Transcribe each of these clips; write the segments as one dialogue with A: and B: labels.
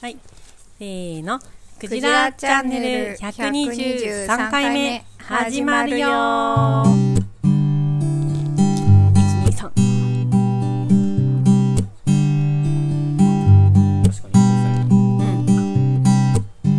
A: はい。せーの。クジラチャンネル123回目始まるよー。123
B: 確かに
A: うん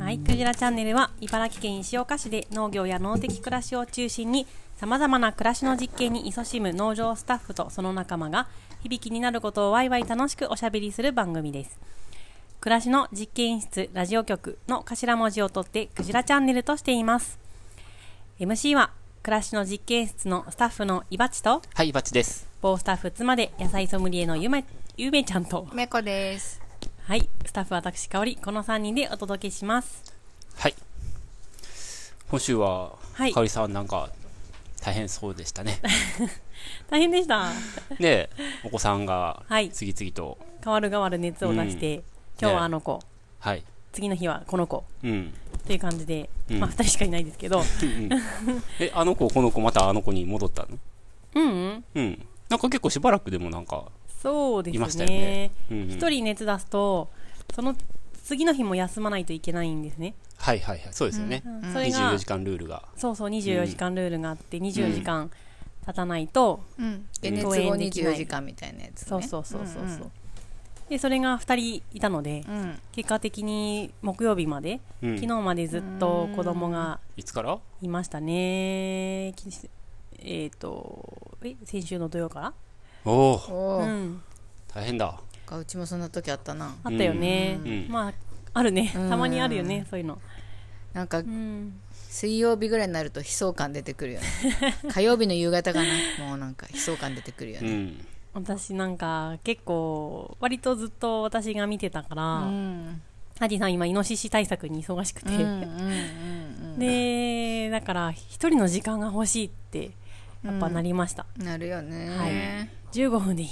A: はい、クジラチャンネルは茨城県石岡市で農業や農的暮らしを中心にさまざまな暮らしの実験に勤しむ農場スタッフとその仲間が響きになることをワイワイ楽しくおしゃべりする番組です暮らしの実験室ラジオ局の頭文字を取ってクジラチャンネルとしています MC は暮らしの実験室のスタッフのいばちと
B: はいバッチです
A: 某スタッフ妻で野菜ソムリエのゆめゆめちゃんと
C: めこです。
A: はいスタッフ私香織この3人でお届けします
B: はい今週は、
A: はい
B: かおりさんなんか大変そうでした ね
A: 大変でした
B: でお子さんが
A: はい
B: 次々と
A: 変わる変わる熱を出して、今日はあの子、
B: はい、
A: 次の日はこの子
B: うん
A: という感じで、
B: うん
A: まあ2人しかいないですけど
B: うんうんえあの子この子またあの子に戻ったの
A: うん、うん、
B: うんなんか結構しばらくでもなんか、
A: そうで
B: いまし
A: す
B: たよ
A: ね
B: ねうんうん
A: 一、人熱出すとその次の日も休まないといけないんですね、
B: はいはいはいそうですよね、
C: うん
A: それが
B: 24時間ルールが
A: そうそう24時間ルールがあって24時間経たないと、
C: うん。で、
B: うん
C: 熱後
A: 公演できない
C: 24時間みたいなやつね。
A: そうそうそうそうそう、
C: ん
A: でそれが2人いたので、
C: うん。うん。
A: 結果的に木曜日まで、
B: うん
A: 昨日までずっと子供が
B: いつから
A: いましたねきえっ、とえ先週の土曜から
B: おお
C: お
A: う
C: ー
A: ん、
B: 大変だ
C: かうちもそんな時あったな。
A: あったよね、
B: うん
A: まああるね
C: うん
A: たまにあるよねそういうの、
C: なんか
A: う、ん、
C: 水曜日ぐらいになると悲壮感出てくるよね。 火曜日の夕方かな。もうなんか悲壮感出てくるよ
B: う
C: ね。
B: ん
A: 私なんか結構割とずっと私が見てたから、
C: うん。
A: ハジさん今イノシシ対策に忙しく
C: う
A: て、
C: ん。うん。うん。
A: でだから一人の時間が欲しいってやっぱなりました、
C: なるよ
A: はい
C: ね。
A: 15分でいい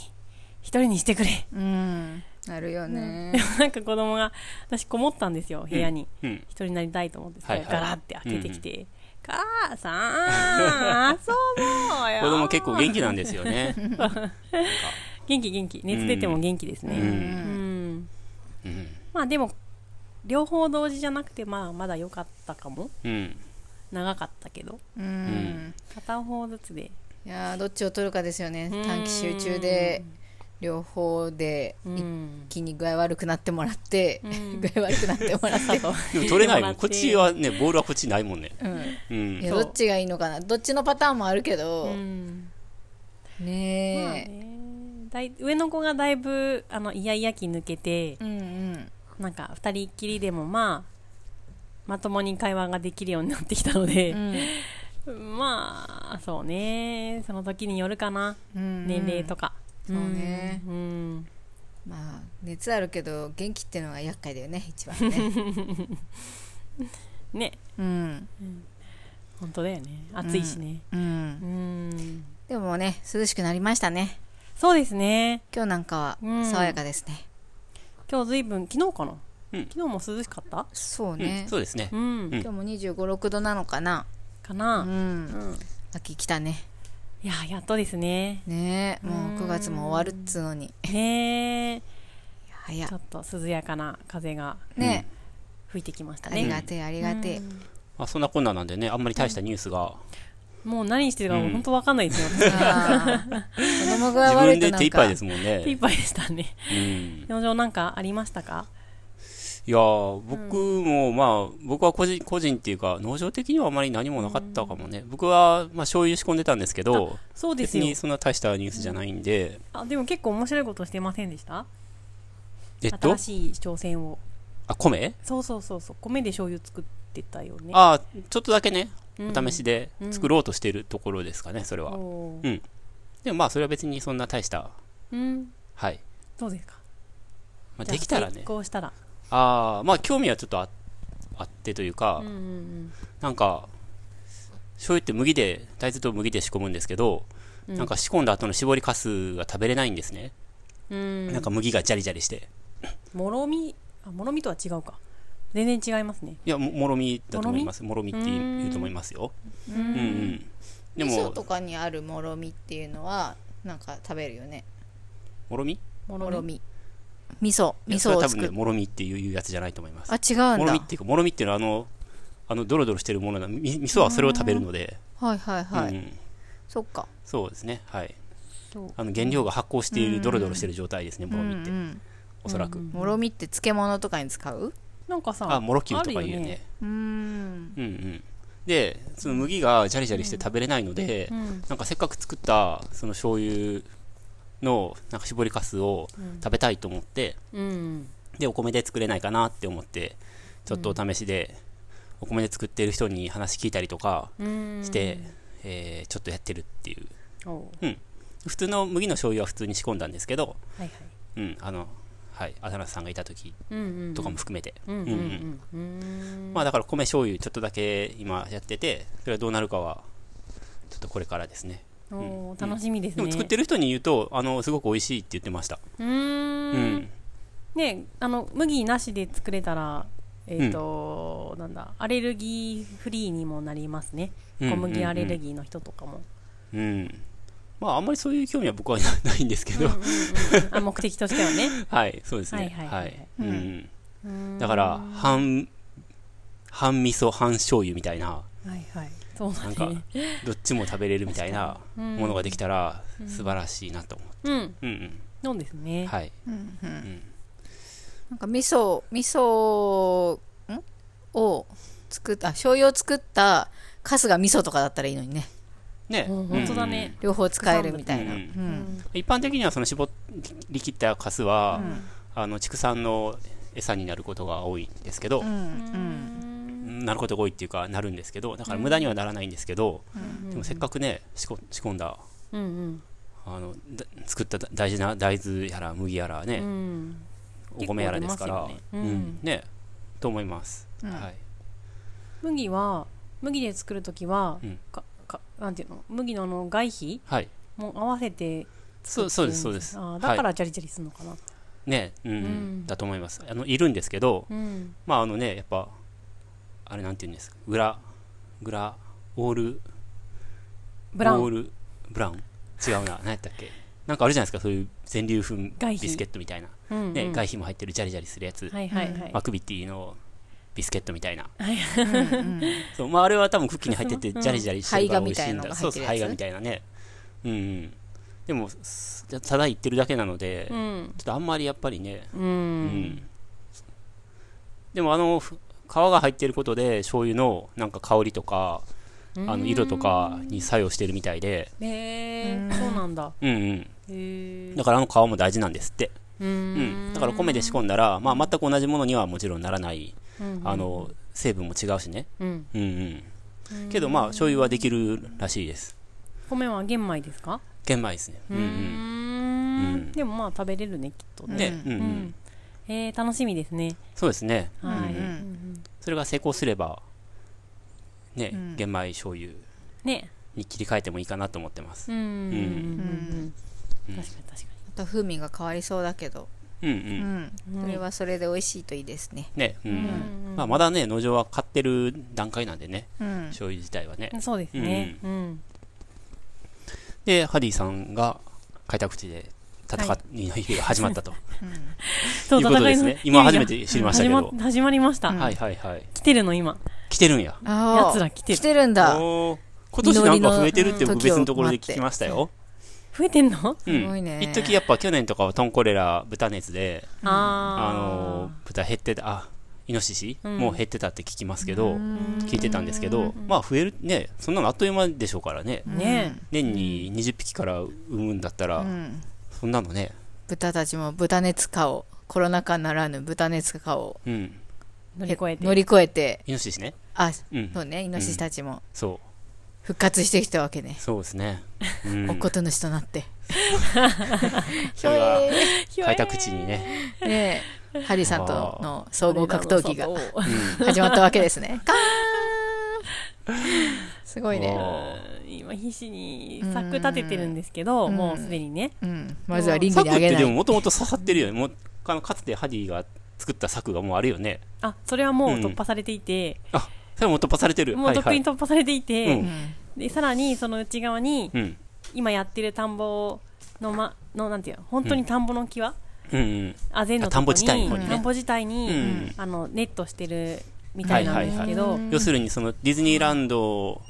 A: 一人にしてくれ
C: うん。なるよね
A: で。もなんか子供が私こもったんですよ部屋に、
B: うん
A: 一人になりたいと思って、
B: はいはい
A: ガラッて開けてきて「母さん遊ぼうよ」
B: 子供結構元気なんですよ ね
A: 元気元気熱出ても元気です
B: う
A: ねうん、
B: んうん
A: まあでも両方同時じゃなくてまあまだ良かったかも
B: うん
A: 長かったけど
C: うんん。
A: 片方ずつで
C: いやーどっちを取るかですよね。
A: うん
C: 短期集中で、両方で、
A: う
C: 一
A: ん
C: 気に具合悪くなってもらって、
A: ん
C: 具合悪くなってもらって。
B: でも取れな
A: も
B: いも
A: らっ
B: ん。
A: て
B: こっちはね、ボールはこっちないもんね。
C: うん
B: うん
C: い。や
A: そ
C: ど
A: う
C: っちがいいのかなどっちのパターンもあるけど、
A: うんまあ
C: ねえ、
A: ねだい上の子がだいぶあのイヤイヤ期抜けて、
C: うんうん
A: なんか二人っきりでもまあまともに会話ができるようになってきたので、まあそうねその時によるかな、
C: うん
A: 年齢とか
C: そうね
A: うん、うん
C: まあ熱あるけど元気ってのが厄介だよね一番ね
A: ね
C: うん、
A: 本当だよね暑いしね
C: う、
A: うんん、
C: でもね涼しくなりましたね
A: そうですね
C: 今日なんか
A: うん
C: は爽やかですね、
A: 今日ずいぶん昨日かな、
B: うん
A: 昨日も涼しかった
C: そう
B: うん
C: ね、
B: そうですね
A: う。ん、
B: うん
C: 今日も2 5 6度なのかな
A: か
C: う
A: な、
C: ん、
A: うん
C: 秋来たね
A: いややっとですね
C: ねえもう9月も終わるっつうのに
A: ねえ
C: 早っ
A: ちょっと涼やかな風が
C: ね
A: 吹いてきました
C: え、あり
A: ね
C: がてえありがてえ、
B: まあそんなこんななんでね、あんまり大したニュースが、
A: もう何してるかもう本当わかんないですよ、
C: ああ子供具合
B: 自
C: 悪いと
B: 分
C: な
B: で
C: んか
B: 手一杯ですも
A: 手
B: ん
A: いっ
B: ね。
A: ぱいでしたね。
B: うん。
A: 農場なんかありましたか
B: いやー、僕もまあ、僕は個人、個人っていうか、農場的にはあまり何もなかったかもね。僕は、まあ、醤油仕込んでたんですけど、
A: そうです
B: 別
A: よ
B: に。そんな大したニュースじゃないんで、
A: あ、でも結構面白いことしてませんでした
B: えっと
A: 新、しい挑戦を。
B: あ、米
A: そうそうそうそう。米で醤油作ってたよね。
B: あー、ちょっとだけね、
A: うん、
B: お試しで作ろうとしてるところですかね、それは。
A: おー
B: うんでもまあ、それは別にそんな大した、
A: うん。
B: はい。
A: どうですか
B: まあ、
A: じゃあ
B: できたら
A: 成
B: ね。
A: 功したら。
B: ああまあ興味はちょっとああってというか、
A: うんうん
B: なんか醤油って麦で大豆と麦で仕込むんですけど、
A: うん
B: なんか仕込んだ後の絞りかすが食べれないんですね、
A: うん。うん。
B: なんか麦がジャリジャリして
A: もろみ、あ、もろみとは違うか。全然違いますね。
B: いやももろみだと思いますもろみって言う言うと思いますよ
C: う
B: うんうんん
C: 味
B: でも
C: 噌とかにあるもろみっていうのはなんか食べるよね
B: もろみ
C: もろみ味噌味
B: いやそ
C: 噌を
B: れは多分
C: 作
B: ね
C: る
B: もろみっていうやつじゃないと思います
C: あ違うん
B: もろ
C: だ
B: みっていうかもろみっていうのはあのあのドロドロしてるものなみ味噌はそれを食べるので、
C: はいはいはい、
B: うん、
C: そっか
B: そうですねはい
C: そう
B: あの原料が発酵しているドロドロしてる状態ですねもろみって、
C: うんうん
B: おそらく、
C: もろみって漬物とかに使う
A: なんかさ
B: あもろきゅうとかいう
A: あ
B: ね
A: るよね
C: うーん
B: うんうんでその麦がジャリジャリして食べれないので、
A: うん
B: なんかせっかく作ったその醤油のなんか絞りかすを食べたいと思って、
A: うん
B: でお米で作れないかなって思ってちょっとお試しで、お米で作ってる人に話聞いたりとか
A: うん
B: して、えーちょっとやってるっていう
A: おう
B: 普通の麦の醤油は普通に仕込んだんですけど
A: はいはい
B: うんあのはい浅野さんがいた時
A: うんうん
B: とかも含めて、
A: うんうんうん
B: まあだから米醤油ちょっとだけ今やっててそれはどうなるかはちょっとこれからですね
A: うん
B: ん
A: おー楽しみです
B: で
A: ね
B: も作ってる人に言うとあのすごく美味しいって言ってました
A: うー
B: うんん
A: ねあの麦なしで作れたらえっ、と、なんだアレルギーフリーにもなりますね小麦アレルギーの人とかも、
B: うんうんうんまああんまりそういう興味は僕 はないんですけど、
A: うんうんうんあ目的としてはね
B: はいそうですね
A: はいはいはい
B: はいうん
A: うーん
B: だから半半味噌半醤油みたいな
A: はいはいそうだ
B: なん
A: ね
B: かどっちも食べれるみたいな
A: うん
B: ものができたら素晴らしいなと思う
A: うん
B: うん
A: そうです
B: うん
A: ね、
B: はい
C: うんう
B: うんん
C: なんか味噌味噌んを作った醤油を作ったカスが味噌とかだったらいいのにね
B: ね
A: うん本当だね
C: 両方使えるみたいな、う
B: うん
C: ん
B: 一般的にはその絞り切ったカスは、あの畜産の餌になることが多いんですけど、
C: うんうん
A: ん
B: なることが多いっていうかなるんですけどだから無駄にはならないんですけど、でもせっかくね仕込仕込んだ
A: うん
B: あのだ作った大事な大豆やら麦やら
A: うんう
B: ね、
A: ん
B: お米やらですから
A: 結構出ますよ
B: う
A: ねうん
B: んねと思います、
C: うん
B: はい、
A: 麦は麦で作るときは、
B: うん
A: かかなんていうの麦のあの外皮
B: はい、
A: も合わせて
B: そうそうですそうです
A: あーだか
B: は
A: らジャリジャリするのかな、
B: い、ね、うん
A: うん
B: だと思いますあのいるんですけど
A: うん
B: まああのねやっぱあれなんて言うんですかグラグラオール
A: ブラウ
B: オー
A: ン
B: ルブラウン違うな 何やったっけなんかあるじゃないですかそういう全粒粉
A: 外
B: ビ
A: 皮
B: スケットみたいな、
A: うんうん
B: ね外皮も入ってるジャリジャリするやつ、
A: はいはいはい、
B: マクビティのビスケットみたいな
C: うん
B: そう、まあ、あれは多分クッキーに入ってて
A: う
B: ジ
A: ん
B: ャリジャリしてるから美味しい
C: 胚芽みたいな
B: ん
C: の
B: だ
C: が入
B: そう
C: って
B: そう
C: るやつ
B: 胚芽みたいなねうん、うん、でもすただ言ってるだけなので、
A: う
B: ちょ
A: ん
B: っとあんまりやっぱりね
A: うん、
B: うん、でもあのふ皮が入ってることで醤油のなんか香りとかあの色とかに作用してるみたいで
A: へえー、そうなんだ
B: うんうん
A: へえ
B: だからあの皮も大事なんですって、
A: う
B: うんん、だから米で仕込んだら、まあ、全く同じものにはもちろんならない、
A: うん
B: あの成分も違うしね、
A: うん
B: うんうん、けどまあ醤油はできるらしいです
A: 米は玄米ですか
B: 玄米ですねう
A: うんん
B: うん
A: でもまあ食べれるねきっと
B: う
A: ね
B: んで、うんうん
A: うんえー、楽しみですね
B: そうですね、
A: はい、う
C: う
A: んんうん、
B: それが成功すればね、
C: うん
B: 玄米醤油
A: ね
B: に切り替えてもいいかなと思ってます
A: うんうんうんうん
B: う
A: 確
B: ん
A: かに確か
C: また風味が変わりそうだけど、
B: うんう
C: うんん、
A: に
C: それはそれで美味しいといいですね、
B: ねうん、
A: うんうん
B: まあ、まだね農場は買ってる段階なんでね
C: うん、
B: 醤油自体はね
A: そうですねうん
B: でハディさんが開拓地で戦
A: はい
B: いの日々が始まったと
A: そう
B: いうことですね今初めて知りましたけど
A: 始ま始まりました、
C: うん
B: はいはいはい。
A: 来てるの今
B: 来てるんや。
C: あ
A: やつら来て
C: 来
A: る
C: てるんだ
B: おー今年なんか増えてるっ
C: 実り
B: て
C: の
B: 僕別のところで聞きましたよ。
A: 増えてんの、
B: う
C: うんすごい
B: ん。
C: ね
B: 一時やっぱ去年とかはトンコレラ豚熱で、
A: あ
B: あ
A: あ
B: のー、豚減ってた、あ、イノシシ
A: うん
B: もう減ってたって聞きますけど、
A: うん
B: 聞いてたんですけど、まあ増える、ね、そんなのあっという間でしょうからね。
A: ね
B: 年に20匹から産むんだった
C: う
B: ら、
C: ん、
B: そんなのね、
C: 豚たちも豚熱化をコロナ禍ならぬ豚熱化を
B: うん。
A: 乗り越えて
C: 乗り越えて
B: イノシシね。
C: あ
B: うん
C: そ。うねイノシシたちも
B: そ
C: 復活してきたわけね
B: う。、そうです ね。うん
C: おっこと主となって
B: それが
A: ひょえ
B: 開拓地にね、
C: でハリーさんとの総合格闘技が
A: 我らの里を
C: 始まったわけですね カーンすごいね、
B: お
A: 今必死に柵立ててるんですけど、
C: うん
A: もうすでにね、
C: うん、まずはリング
B: 柵
C: に
B: っ
C: 上げ
B: て
C: な
B: でも
C: い
B: もともと刺さってるよねもうあのかつてハディが作った策がもうあるよね
A: あそれはもう突破されていて、
B: それはもう突破されてる
A: もうとっくに
B: はい
A: 突破されていて、
B: うん
C: うん
A: でさらにその内側に
B: うん。
A: 今やってる田んぼの,、ま、のなんていうの本当に田んぼの際、
B: うんうん。
A: あぜんの
B: あ田んぼ
A: とこ
B: 自体
A: に
B: の
C: 方にね
A: 田んぼ自体に、
B: うん
A: あのネットしてるみたいなんですけど、
C: はいはいはい
B: 要するにそのディズニーランド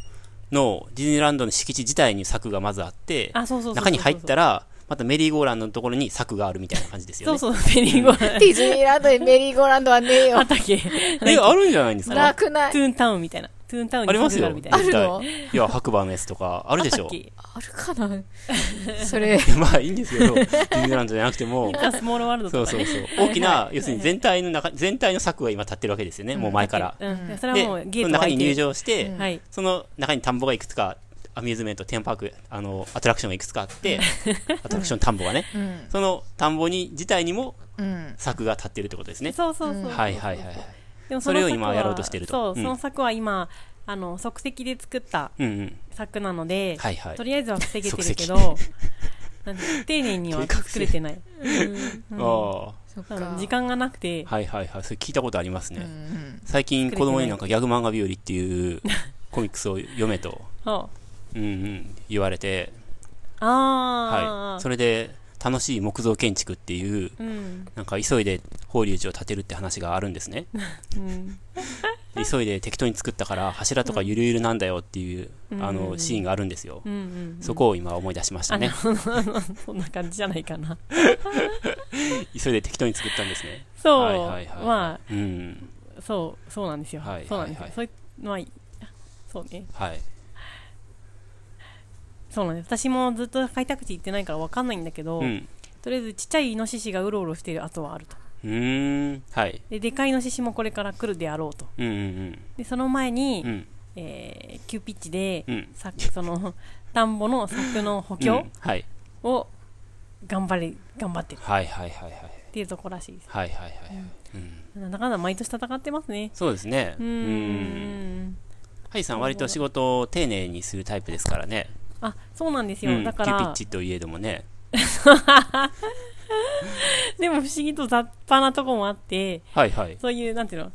B: の、ディズニーランドの敷地自体に柵がまずあって、
A: あそうそうそうそう
B: 中に入ったら、またメリーゴーランドのところに柵があるみたいな感じですよ
A: そ
B: ね。
A: うそうペリーゴーラン
C: ディズニーランドにメリーゴーランドはねえ
A: ドあ
C: よ
A: っ。たっけ
B: え、あるんじゃないんですか
C: なくない
A: ト。ゥーンタウンみたいなトゥーンタウン
B: あり
A: に
B: ま
A: 柵
B: す
A: が
B: よ。
A: あるみたいな
C: あるの
B: 絶対いや、白馬のやつとか、あるでしょ。
A: あった
C: あるかなそれ。
B: まあいいんですけど、ディズニーランドじゃなくても
A: っけ、じゃあスモールワールド
B: そ
A: と
B: う
A: か
B: そう
A: ね
B: そう。大きな、要するに全体の中、全体の柵が今立ってるわけですよね、もう前から。
A: うん
C: うん
A: それ
B: で、
A: はもうゲー
B: その
A: トが
B: 中
A: 開
B: に
A: いてる
B: 入場して、
C: うん
A: はい
B: その中に田んぼがいくつか、アミューズメント、テーマパーク、あの、アトラクションがいくつかあって、アトラクション田んぼがね。
C: うん。
B: その田んぼに、自体にも
C: うん。
B: 柵が立ってるってことですね。
A: そうそうそう、
B: はいはいはいはい。
A: でも
B: それを
A: の作
B: 今
A: は
B: やろうとしてると
A: そう
B: うん
A: その作は今、あの即席で作った
B: うんうん。
A: 作なので、
B: はいはい
A: と。りあえずは防げてるけど
B: 即
A: なんて丁寧には作れてない、うん
B: あ
C: そっ
A: あ
C: か
A: の。時間がなくて
B: あ、はいはいはい。それ聞いたことあります
C: うんう
B: ね。
C: ん。
B: 最近子供になんかギャグ漫画日和っていうコミックスを読めと、
A: あ
B: うんうん、言われて、
A: あ
B: はい。
A: ー、
B: それで、楽しい木造建築っていう、
A: うん
B: なんか急いで法隆寺を建てるって話があるんですね。
A: うん
B: 急いで適当に作ったから柱とかゆるゆるなんだよっていう、
A: うん
B: あ
A: う
B: の
A: ん
B: シーンがあるんですよ、
A: うんうん
B: そこを今思い出しました
A: あな
B: ね
A: るほど そんな感じじゃないかな
B: 急いで適当に作ったんですね
A: そう、
B: はいはいはい、
A: ま
B: あうん
A: あそうそうなんですよ、
B: はい
A: そうなんですよ、
B: はいはい
A: そういうのはいそうね
B: はい
A: そうなんです私もずっと開拓地行ってないからわかんないんだけど、
B: うん
A: とりあえずちっちゃいイノシシがうろうろしてる跡はあると
B: うーんはい
A: ででかいイノシシもこれから来るであろうと
B: うんうん
A: でその前に、
B: うんうん
A: えー急ピッチで、
B: うん
A: さその 田んぼの柵の補
B: う
A: 強
B: んはい
A: を頑張れ頑張ってる
B: はいはいはいはい
A: っていうところらしいです
B: はいはいはいはい、うん、
A: なかなか毎年戦ってますね
B: そうですね
A: うー
B: うん
A: ん
B: ハイさん割と仕事を丁寧にするタイプですからね、
A: あそうなんです
B: う
A: よ、
B: ん、
A: だか
B: キューピッ
A: ら
B: チといえどもね
A: でも不思議と雑把なとこもあって
B: はいはい
A: そういうなんていうの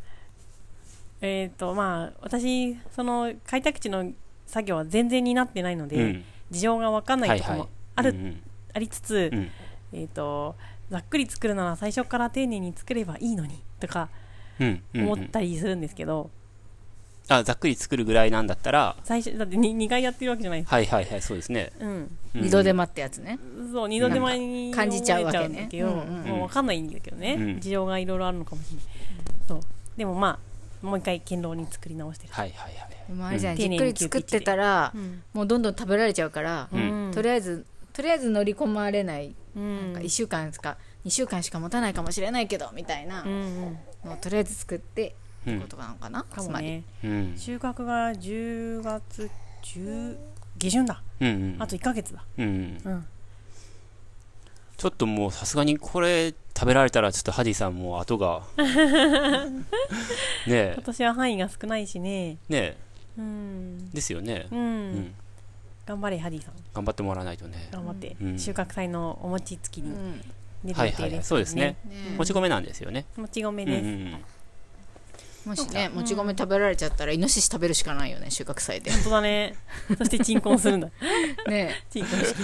A: えっ、とまあ私その開拓地の作業は全然になってないので、
B: うん
A: 事情が分かんないとこ
B: はいは
A: も
B: い
A: ある、
B: うんうん
A: ありつつ、
B: うん
A: えっ、とざっくり作るなら最初から丁寧に作ればいいのにとか
B: うんうんうん
A: 思ったりするんですけど、
B: あざっくり作るぐらいなんだったら
A: 最初だって 2, 回やってるわけじゃないですか
B: はいはいはいそうですね、
A: うん
B: うん
C: 二度手間ってやつね。
A: そう二度手前に
C: 感じちゃうわけね
A: 思えちゃうんだけど、
C: うんうん
B: うん
A: もう分かんないんだけどね、
B: うん
A: 事情がいろいろあるのかもしれないそうでもまあもう一回堅牢に作り直してる、
B: はいはいはいはい
C: まああれじゃない、
A: うん
C: じっくり作ってたら、もうどんどん食べられちゃうから、
B: ん
C: とりあえず、とりあえず乗り込まれない。
A: うん
C: 1週間ですか、2週間しか持たないかもしれないけど、みたいな
A: うんうん
C: のをとりあえず作って、
B: う
C: って
B: ん
C: ことなのかな
A: か
C: つ
A: も
C: まり。
A: ね
B: うん
A: 収穫が10月10下旬だ
B: うんうん
A: あと1ヶ月だ
B: うん
A: うん
B: ちょっともうさすがにこれ食べられたらちょっとハディさんもう後 がねえ
A: 今年は範囲が少ないしね
B: ねえ
A: うん
B: ですよね
A: う、
B: うん
A: ん頑張れハディさん
B: 頑張ってもらわないとね
A: 頑張って、
B: うん
A: 収穫祭のお餅つき
C: う
A: に
C: ん
A: 出る
B: はい
A: 予
B: は
A: 定
B: い
A: で
B: はい
A: す
B: そうですね
C: ね
B: もち米なんですよね
A: もち米
B: うんう
A: です、
B: ん
C: もしね、もち米食べられちゃったら、イノシシ食べるしかないよね、収穫祭で。
A: 本当だねそして鎮魂するんだ
C: ね
A: 鎮魂式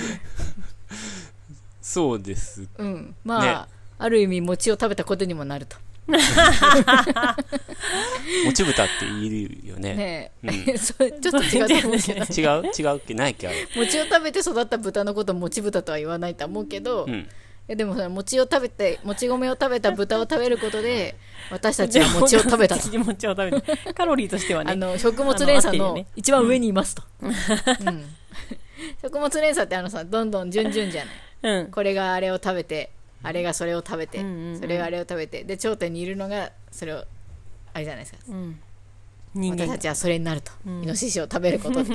B: そうです
C: うん、まあ、ある意味餅を食べたことにもなると。
B: もち豚っているよね
C: ねえ、
B: う
C: それちょっと違うと思うけど、
B: 違う違うっけないっけあれ
C: 餅を食べて育った豚のこと餅豚とは言わないとは思うけど、
B: う
C: い
B: ん
C: やでもその餅を食べてもち米を食べた豚を食べることで私たちは餅を食べ たと。
A: じゃあ餅を食べたカロリーとしては
C: あ
A: ね
C: の食物連鎖
A: あの合ってるよ
C: の
A: ね
C: 一番上にいますと、うん 食物連鎖ってあのさどんどん順々じゃない
A: うん
C: これがあれを食べてあれがそれを食べて、
A: うんうんうん
C: それがあれを食べてで頂点にいるのがそれをあれじゃないですか
A: うん人
C: 私
A: 間
C: たちはそれになると、
A: うん
C: イノシシを食べることで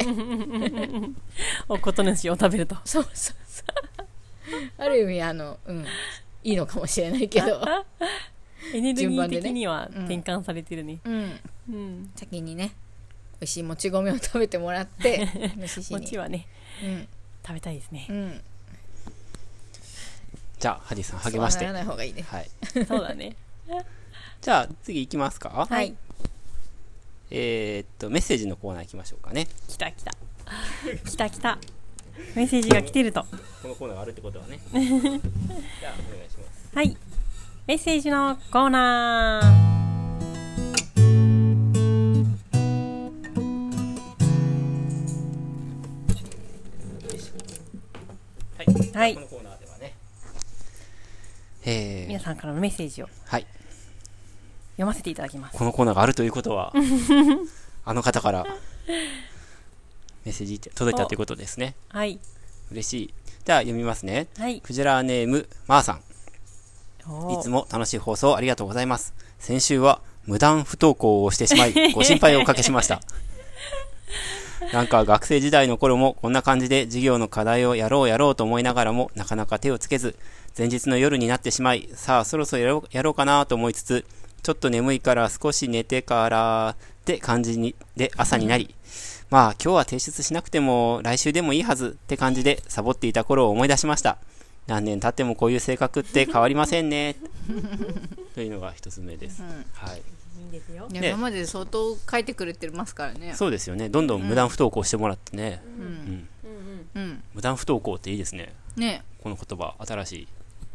A: おことぬしを食べると
C: そうそうそう ある意味あのうんいいのかもしれないけ ど、
A: エネルギ
C: 順
A: ー
C: 番でね
A: 的には
C: うん
A: 転換されてるね
C: うん、
A: うん
C: 先にね美味しいもち米を食べてもらって イノシシに
A: 餅はね
C: うん
A: 食べたいですね
C: うん
B: じゃあハディさん励まして
C: そうならない方がいいね
B: はい
A: そうだね
B: じゃあ次行きますか
C: はい
B: えーっとメッセージのコーナー行きましょうかね
A: 来た来た来た来たメッセージが来てると
D: このコーナーがあるってことはねじゃあお願いします
A: はいメッセージのコーナ
D: はい、
A: はい
D: このコーナーではね
B: え
A: ー
B: ー
A: 皆さんからのメッセージを
B: はい。
A: 読ませていただきます
B: このコーナーがあるというこ とは、あの方からメッセージ届いたということですね。
A: はい
B: 嬉しい。じゃあ読みますね。
A: はい
B: クジラネーム、まー、さん。
A: お
B: い
A: ー
B: つも楽しい放送ありがとうございます。先週は無断不登校をしてしま い、ご心配をおかけしました。なんか学生時代の頃もこんな感じで授業の課題をやろうやろうと思いながらもなかなか手をつけず、前日の夜になってしまい、さあそろそろやろうやろうかなと思いつつ、ちょっと眠いから少し寝てからって感じにで朝になり、まあ今日は提出しなくても来週でもいいはずって感じでサボっていた頃を思い出し ました。何年経ってもこういう性格って変わりませんね。というのが一つ目です。はい。
A: いいですよ
C: いや
B: ね
C: 今まで相当書いてくれてますからね
B: そうですよね。どんどん無断不登校してもらってね。
C: う
B: うんん
A: うん
C: うん
B: 無断不登校っていいですね。
C: ね
B: この言葉、新し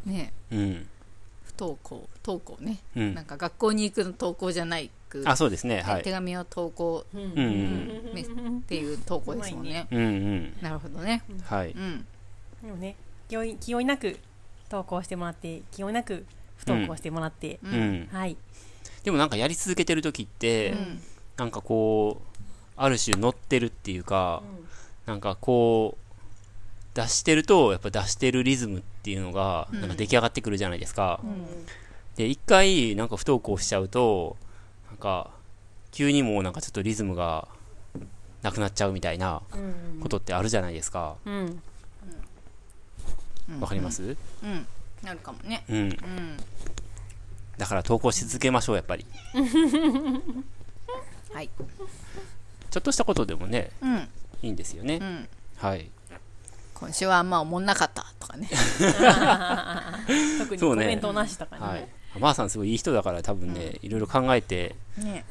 C: えねえ
B: い。うん。
C: 不登校登校ね、
B: う
C: なん
B: ん。
C: か学校に行くの登校じゃないく、
B: あ、そうですね。は
C: 手
B: い。
C: 紙を投稿、
A: うん
B: うんう
C: うん
B: ん。
C: ねっていう投稿ですもんね
B: うんうん。
C: なるほどね
B: はい。
C: うん
A: でもね気負い気負いなく投稿してもらって気負いなく不登校してもらって、
C: う
B: うんん。
A: はい
B: でもなんかやり続けてる時っ
C: う
B: て、
C: ん
B: なんかこう、ある種乗ってるっていうか、なんかこう、出してると、やっぱ出してるリズムっていうのが、
C: うん
B: なんか出来上がってくるじゃないですか。
C: うん
B: で、一回、なんか不登校しちゃうと、なんか、急にもうなんかちょっとリズムがなくなっちゃうみたいなことってあるじゃないですか。
A: うん
C: うん
B: わかります
C: うんなるかもね
B: うん。
C: うん
B: だから投稿し続けましょう、やっぱり。
C: はい
B: ちょっとしたことでもね、
C: うん
B: いいんですよね
C: う。ん
B: はい。
C: 今週はあんまおもんなかったと かね
A: 特に
B: そ
A: コ
B: うね
A: メントなしとかね
B: はい。まーさんすごいいい人だから多分ね、いろいろ考えて、
C: ね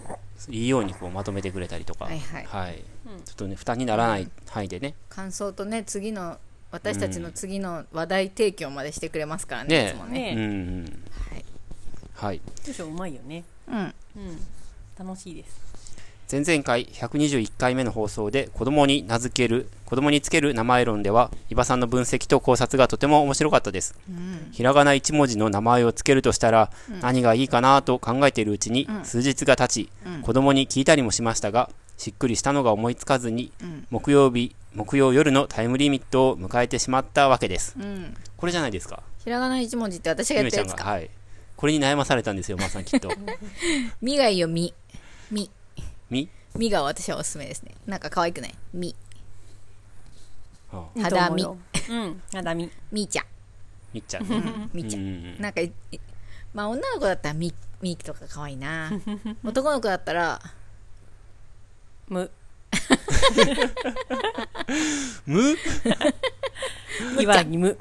B: いいようにこうまとめてくれたりとか。
C: はいはい
B: ちょっとね、負担にならない範囲でね。
C: 感想とね次の私たちの次の話題提供までしてくれますからね
B: ねえ
C: いつもね
B: うん
A: ね、
B: うん。
C: はい
B: はい。
A: 文章うまいよね
C: うん
A: うん楽しいです
B: 前々回121回目の放送で子供に名付ける子供につける名前論では伊庭さんの分析と考察がとても面白かったです
C: うん
B: ひらがな1文字の名前をつけるとしたら
C: うん
B: 何がいいかなと考えているうちに
C: うん
B: 数日が経ち
C: うん
B: 子供に聞いたりもしましたがしっくりしたのが思いつかずに
C: うん
B: 木曜日木曜夜のタイムリミットを迎えてしまったわけです
C: うん
B: これじゃないですか
C: ひらがな一文字って私が
B: ゆ
C: やっ
B: め
C: た
B: ちゃ
C: やつ
B: んが
C: か
B: はいこれに悩まされたんですよまさんきっと
C: みがいいよみみ
B: み
C: みが私はおすすめですねなんか可愛くないみ
B: ああ
C: 肌身
A: いいと思うようん肌身
C: みーちゃん
B: みっちゃんね
C: みーちゃん
B: うんうん
C: なんかいいまあ女の子だったらみみーとか可愛いな男の子だったら
A: む
B: む
A: 岩にむ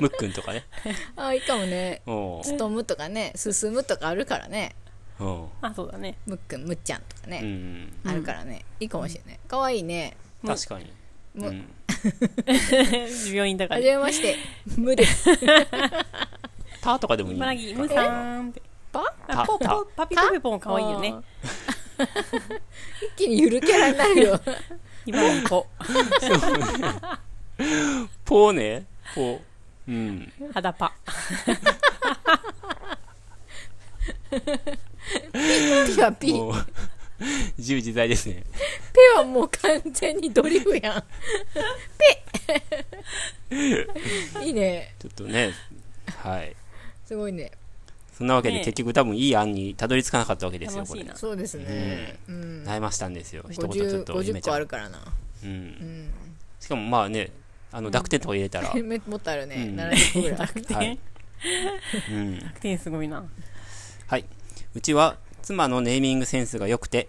B: むっくんとかね
C: あいいかもね
B: おう
C: 勤むとかね進むとかあるからね
B: おう
A: あそうだね
C: むっくんむっちゃんとか
B: う
C: ね、
B: ん
A: うん
C: あるからねいいかもしれない可愛いね
A: む
B: 確かに。
C: む
B: うん
A: 病院だか
C: は
A: ら
C: じめましてむです
B: たとかでもいい。
A: 茨城むさーんって
C: パ
A: あ
B: た
A: ポ
B: た
A: ポパピポペポン可愛いよね
C: 一気にゆるキャラになるよ
A: 茨城ポ
B: ぽね。ぽ。うん。
A: 肌パ
C: ピはピ
B: もう 自由自在ですね。
C: ペはもう完全にドリフやん。ペ いいね。
B: ちょっとね。はい。
C: すごいね。
B: そんなわけで
A: ねえ
B: 結局多分いい案にたどり着かなかったわけですよ、
A: 楽
B: こ
A: しい
B: れ
A: な。
C: そうですね。うん。
B: 悩ましたんですよ。一言ちょ
C: 50,
B: っとゆめ
C: 50
B: ちゃ
C: 個あ
B: ん
C: る。からな。う
B: う。
C: んん。
B: しかもまあね、あの、濁点とか入れ たら。
C: めもっとあるね。
B: うん
C: 70個ぐらい。
B: はい。うん。
A: 100点すごいな
B: うちは妻のネーミングセンスが良くて、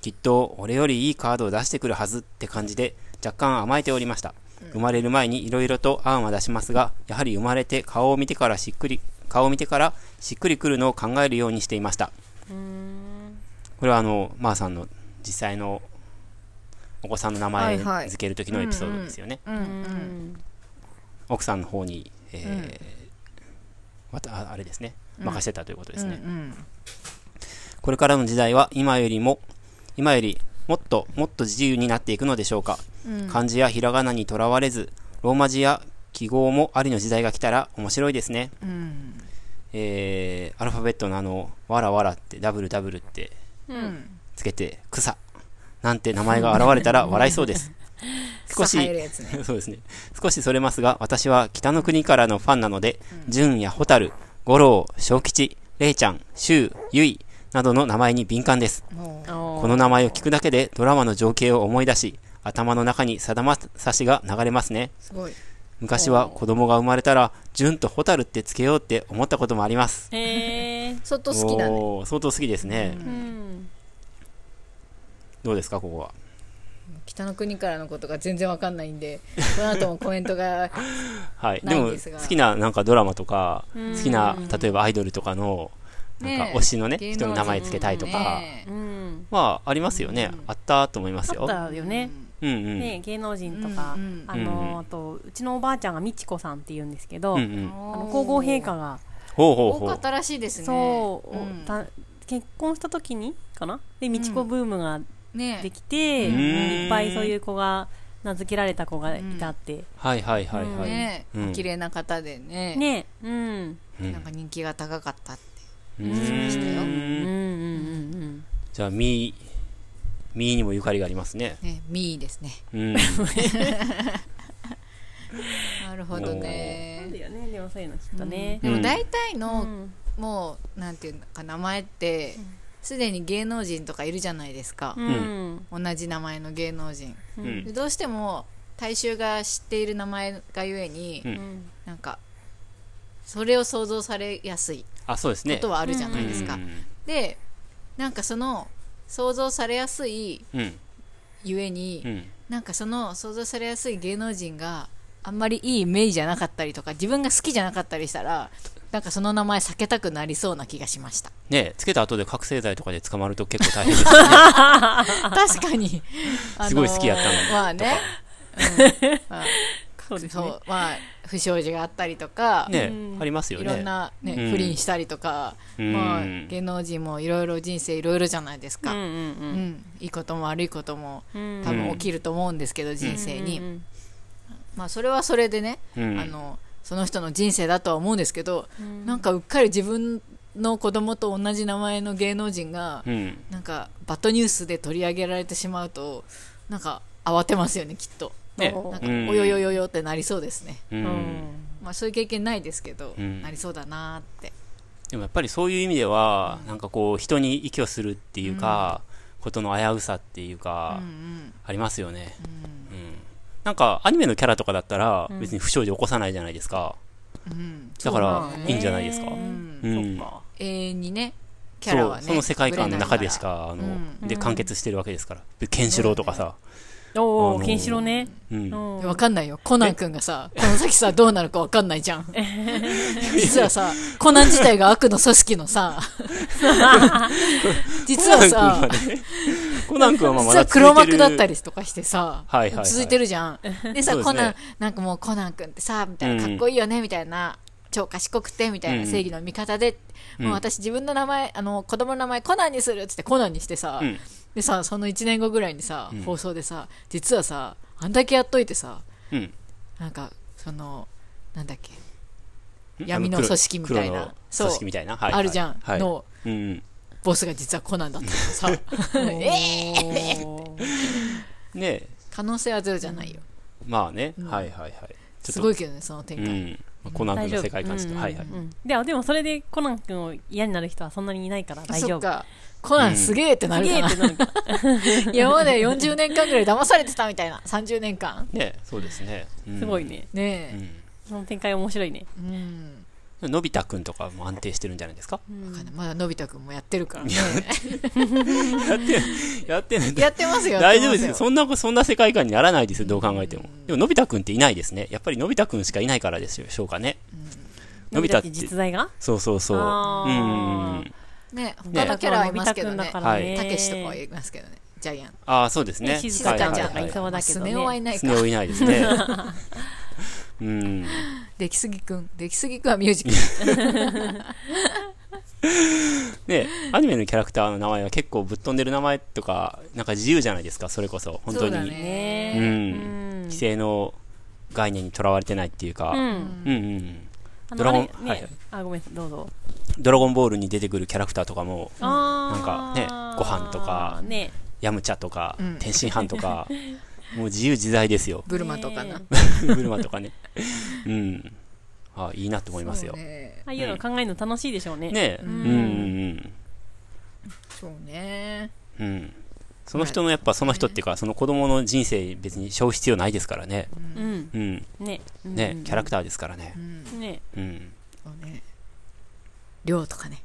B: きっと俺よりいいカードを出してくるはずって感じで若干甘えておりました。生まれる前に色々と案は出しますが、やはり生まれて顔を見てからしっくり、顔を見てからしっくりくるのを考えるようにしていました。これはあの、まー、さんの実際のお子さんの名
C: は
B: 前
C: いはい
B: 付ける時のエピソードですよね、
C: うんう
A: うんん
B: 奥さんの方に、えーまたああれですね
C: うん
B: 任せたということですね、
C: うん
B: これからの時代は今よりも今よりもっともっと自由になっていくのでしょうか、
C: うん
B: 漢字やひらがなにとらわれずローマ字や記号もありの時代が来たら面白いですね
C: うんうん
B: えー、アルファベットのあの「わらわら」って「ダブルダブル」って
C: うん
B: つけて「草」なんて名前が現れ たら笑いそうです少
C: 草
B: し
C: 入るやつね
B: そうですね少しそれますが私は北の国からのファンなので純や蛍五郎小吉玲ちゃん周ゆいなどの名前に敏感です
C: も
B: この名前を聞くだけでドラマの情景を思い出し頭の中にさだまさしが流れますね
C: うすごい
B: 昔は子供が生まれたら純と蛍ってつけようって思ったこともあります
A: へえ
C: 相当好きなんだ
B: おー相当好きですね、
A: うん
B: どうですかここは
C: 北の国からのことが全然わかんないん でこの後もコメントが
B: はいで
C: ないん
B: も
C: ですが
B: 好きななんかドラマとか
A: うん
B: 好きな例えばアイドルとかのなんか
C: ねえ
B: 推しのね
C: 芸能人
B: 人の名前つけたいとか、
C: ね
A: うん
B: まあありますよね、あったと思います
A: あ
B: よ
A: ったよね
B: うんうん、
A: ね芸能人とか
C: うんうん
A: あの
B: うん
A: あとうちのおばあちゃんが美智子さんって言うんですけど
B: うんう
A: あ
B: ん
A: の皇后陛下が
B: ほうほう
C: 多
B: ほ
C: か
B: う
C: ったらしいですね
A: そう、
C: ん
A: た結婚した時にかなで美智子ブームが
C: ね
A: できて、
B: うん
A: いっぱいそういう子が名付けられた子がいたって、
B: はいはいはいはい、
C: ね
B: うん
C: お綺麗な方でね
A: ねうん
B: うん
C: なんか人気が高かったって
B: う
C: したよ
A: うんうん
B: ーん
A: うんうん
B: じゃあみーみーにもゆかりがありますね
C: ねミーですね
B: うん
C: なるほど
A: そう
C: ね
A: だよねでもそういうのきっとね、
B: う
C: で
B: ん
C: も大体
A: うん
C: のもうなんていうのか名前ってすでに芸能人とかいるじゃないですか
A: うんうん
C: 同じ名前の芸能人
B: う
A: うん
C: でどうしても大衆が知っている名前がゆえに、
B: うん
C: なんかそれを想像されやすい
B: あそうです
C: こ
B: ね
C: とはあるじゃないですか、
B: うん
C: でなんかその想像されやすい
B: うん
C: ゆえに、
B: うん
C: なんかその想像されやすい芸能人があんまりいいイメージじゃなかったりとか自分が好きじゃなかったりしたらなんかその名前避けたくなりそうな気がしました
B: ねつけた後で覚醒剤とかで捕まると結構大変です
C: 確かに、あのー
B: すごい好きやったのに
C: まあね、うんま あ
A: そうです
C: そ
A: ね
C: うまあ不祥事があったりとか、
B: ね、
A: うん
B: ありますよ
C: い
B: ね。
C: ろんな、ね
B: うん
C: 不倫したりとか、
B: うん
C: まあ、芸能人もいろいろ人生いろいろじゃないです
A: うん
C: か、
A: う
C: うん
A: ん
C: いいことも悪いことも
A: うん
C: 多分起きると思うんですけど、人生に、
A: うんうん
C: まあ、それはそれでね、
B: うん
C: あのその人の人生だとは思うんですけど、
A: ん
C: なんかうっかり自分の子供と同じ名前の芸能人が、
B: うん、
C: なんかバッドニュースで取り上げられてしまうとなんか慌てますよねきっと。
B: ね
C: なんか
B: うん
C: およよよよってなりそうですね、
B: う
A: うん
B: ん、
C: まあ、そういう経験ないですけど、
B: うん
C: なりそうだなーって
B: でもやっぱりそういう意味では、なんかこう人に息をするっていうか、ことの危うさっていうか、ありますよね、うんなんかアニメのキャラとかだったら別に不祥事起こさないじゃないですか、だか
A: そう
B: ら
A: だね
B: いいんじゃないですか、うん
A: そっか
C: 永遠にねキャラ
B: そう
C: はね
B: その世界観の中でしかあ
C: ぶれない
B: の
C: から、
B: で完結してるわけですからでケンシロウとかさ、
A: お
B: あ
A: お
B: の
A: ケンシロウね、
B: うん
A: うん
C: 分かんないよコナン君がさこの先さどうなるか分かんないじ ゃん実はさコナン自体が悪の組織の さ実はさ
B: コナン君はねコナン君はまあま
C: 実は
B: だ続いてる
C: 黒幕だったりとかしてさ、
B: はいはいはい
C: 続いてるじゃんでさ
B: そうですね
C: コナンなんかもうコナン君ってさみたいな
B: うん
C: かっこいいよねみたいな、超賢くてみたい
B: うん
C: な正義の味方で、
B: うん
C: もう私自分の名前あの子供の名前コナンにするっつってコナンにしてさ、
B: うん
C: でさその1年後ぐらいにさ、
B: ん
C: 放送でさ実はさあんだけやっといてさ
B: うん
C: なんかそのなんだっけ
B: うん
C: 闇の組織みたいな
B: あの黒黒の組織みたいな、はいはい
C: あるじゃん、
B: はい
C: の
B: うん
C: ボスが実はコナンだった からさ
A: おー
B: うん、で
C: 可能性はゼロじゃないよ
B: まあね、
C: うん
B: はいはいはいちょっと
C: すごいけどねその
B: う
C: 展開、
B: んまあコナン君の世界観ちょっと、
A: うん
B: はいはい、
A: うんであでもそれでコナン君を嫌になる人はそんなにいないから大丈
C: そっ
A: 夫
C: かコナンすげえってなる
A: すげ
C: か
A: えっ、
C: な
A: てなるから
C: 今まで40年間ぐらい騙されてたみたいな30年間
B: ねそうですね、うん
A: すごい、ね
B: う
C: ね
B: ん
A: その展開面白いね
C: えうん、
B: のび太くんとかも安定してるんじゃないですか、
C: わかんないまだのび太くんもやってる からね
B: やってね
C: やってますよ
B: 大丈夫です
C: やって
B: よ
C: ま
B: そんなそんな世界観にならないですよどう考えても、でものび太くんっていないですねやっぱりのび太くんしかいないからでしょうかね、のび太って
A: 実在が
B: そうそうそううん
A: あー
C: ね他のキャラはいますけど
A: のび
C: ね
A: 太くんだか
B: は
A: ら
B: い
A: ね
C: たけしとかはいますけどねちゃうやん。
B: ああ、そうですね。
A: 静かちゃんとかいそうだけ
C: ス
A: どね。
C: ネ夫はいない
B: ス
C: か
B: ネ。夫いないですね。うん。
C: 出来すぎくん。出来すぎくんはミュージック。
B: で、アニメのキャラクターの名前は結構ぶっ飛んでる名前とか、なんか自由じゃないですか、それこそ。本当
C: そうだ
B: に。
A: ね
C: ね
B: う
A: え
B: ん規制の概念にとらわれてないっていうか、
A: う
B: うん
A: ん。
B: うんうん
A: あの
B: ドラゴン
A: あれね
B: はいはい
A: あ、ごめん、どうぞ。
B: ドラゴンボールに出てくるキャラクターとかも、
A: な
B: なんかねご飯とか
A: ね、
B: ヤムチャとか、
C: うん。
B: 天津飯とか、もう自由自在です よ
C: ブルマとかな
A: ね。
B: ブルマとかね。うん。あ、いいなと思いますよ。
C: そう
B: ね
C: ね。
A: ああいうの考えるの楽しいでしょうね。
B: え
C: う
B: うんんうん
C: そうね。
B: うん。うん。その人のやっぱその人っていうか、その子供の人生別に背負う必要ないですからね。
A: うん。
B: うん。
A: ね。
B: ねキャラ
A: ク
B: クターですからね
C: う。ん。
A: ね。
B: うん。
C: そうね。量とかね。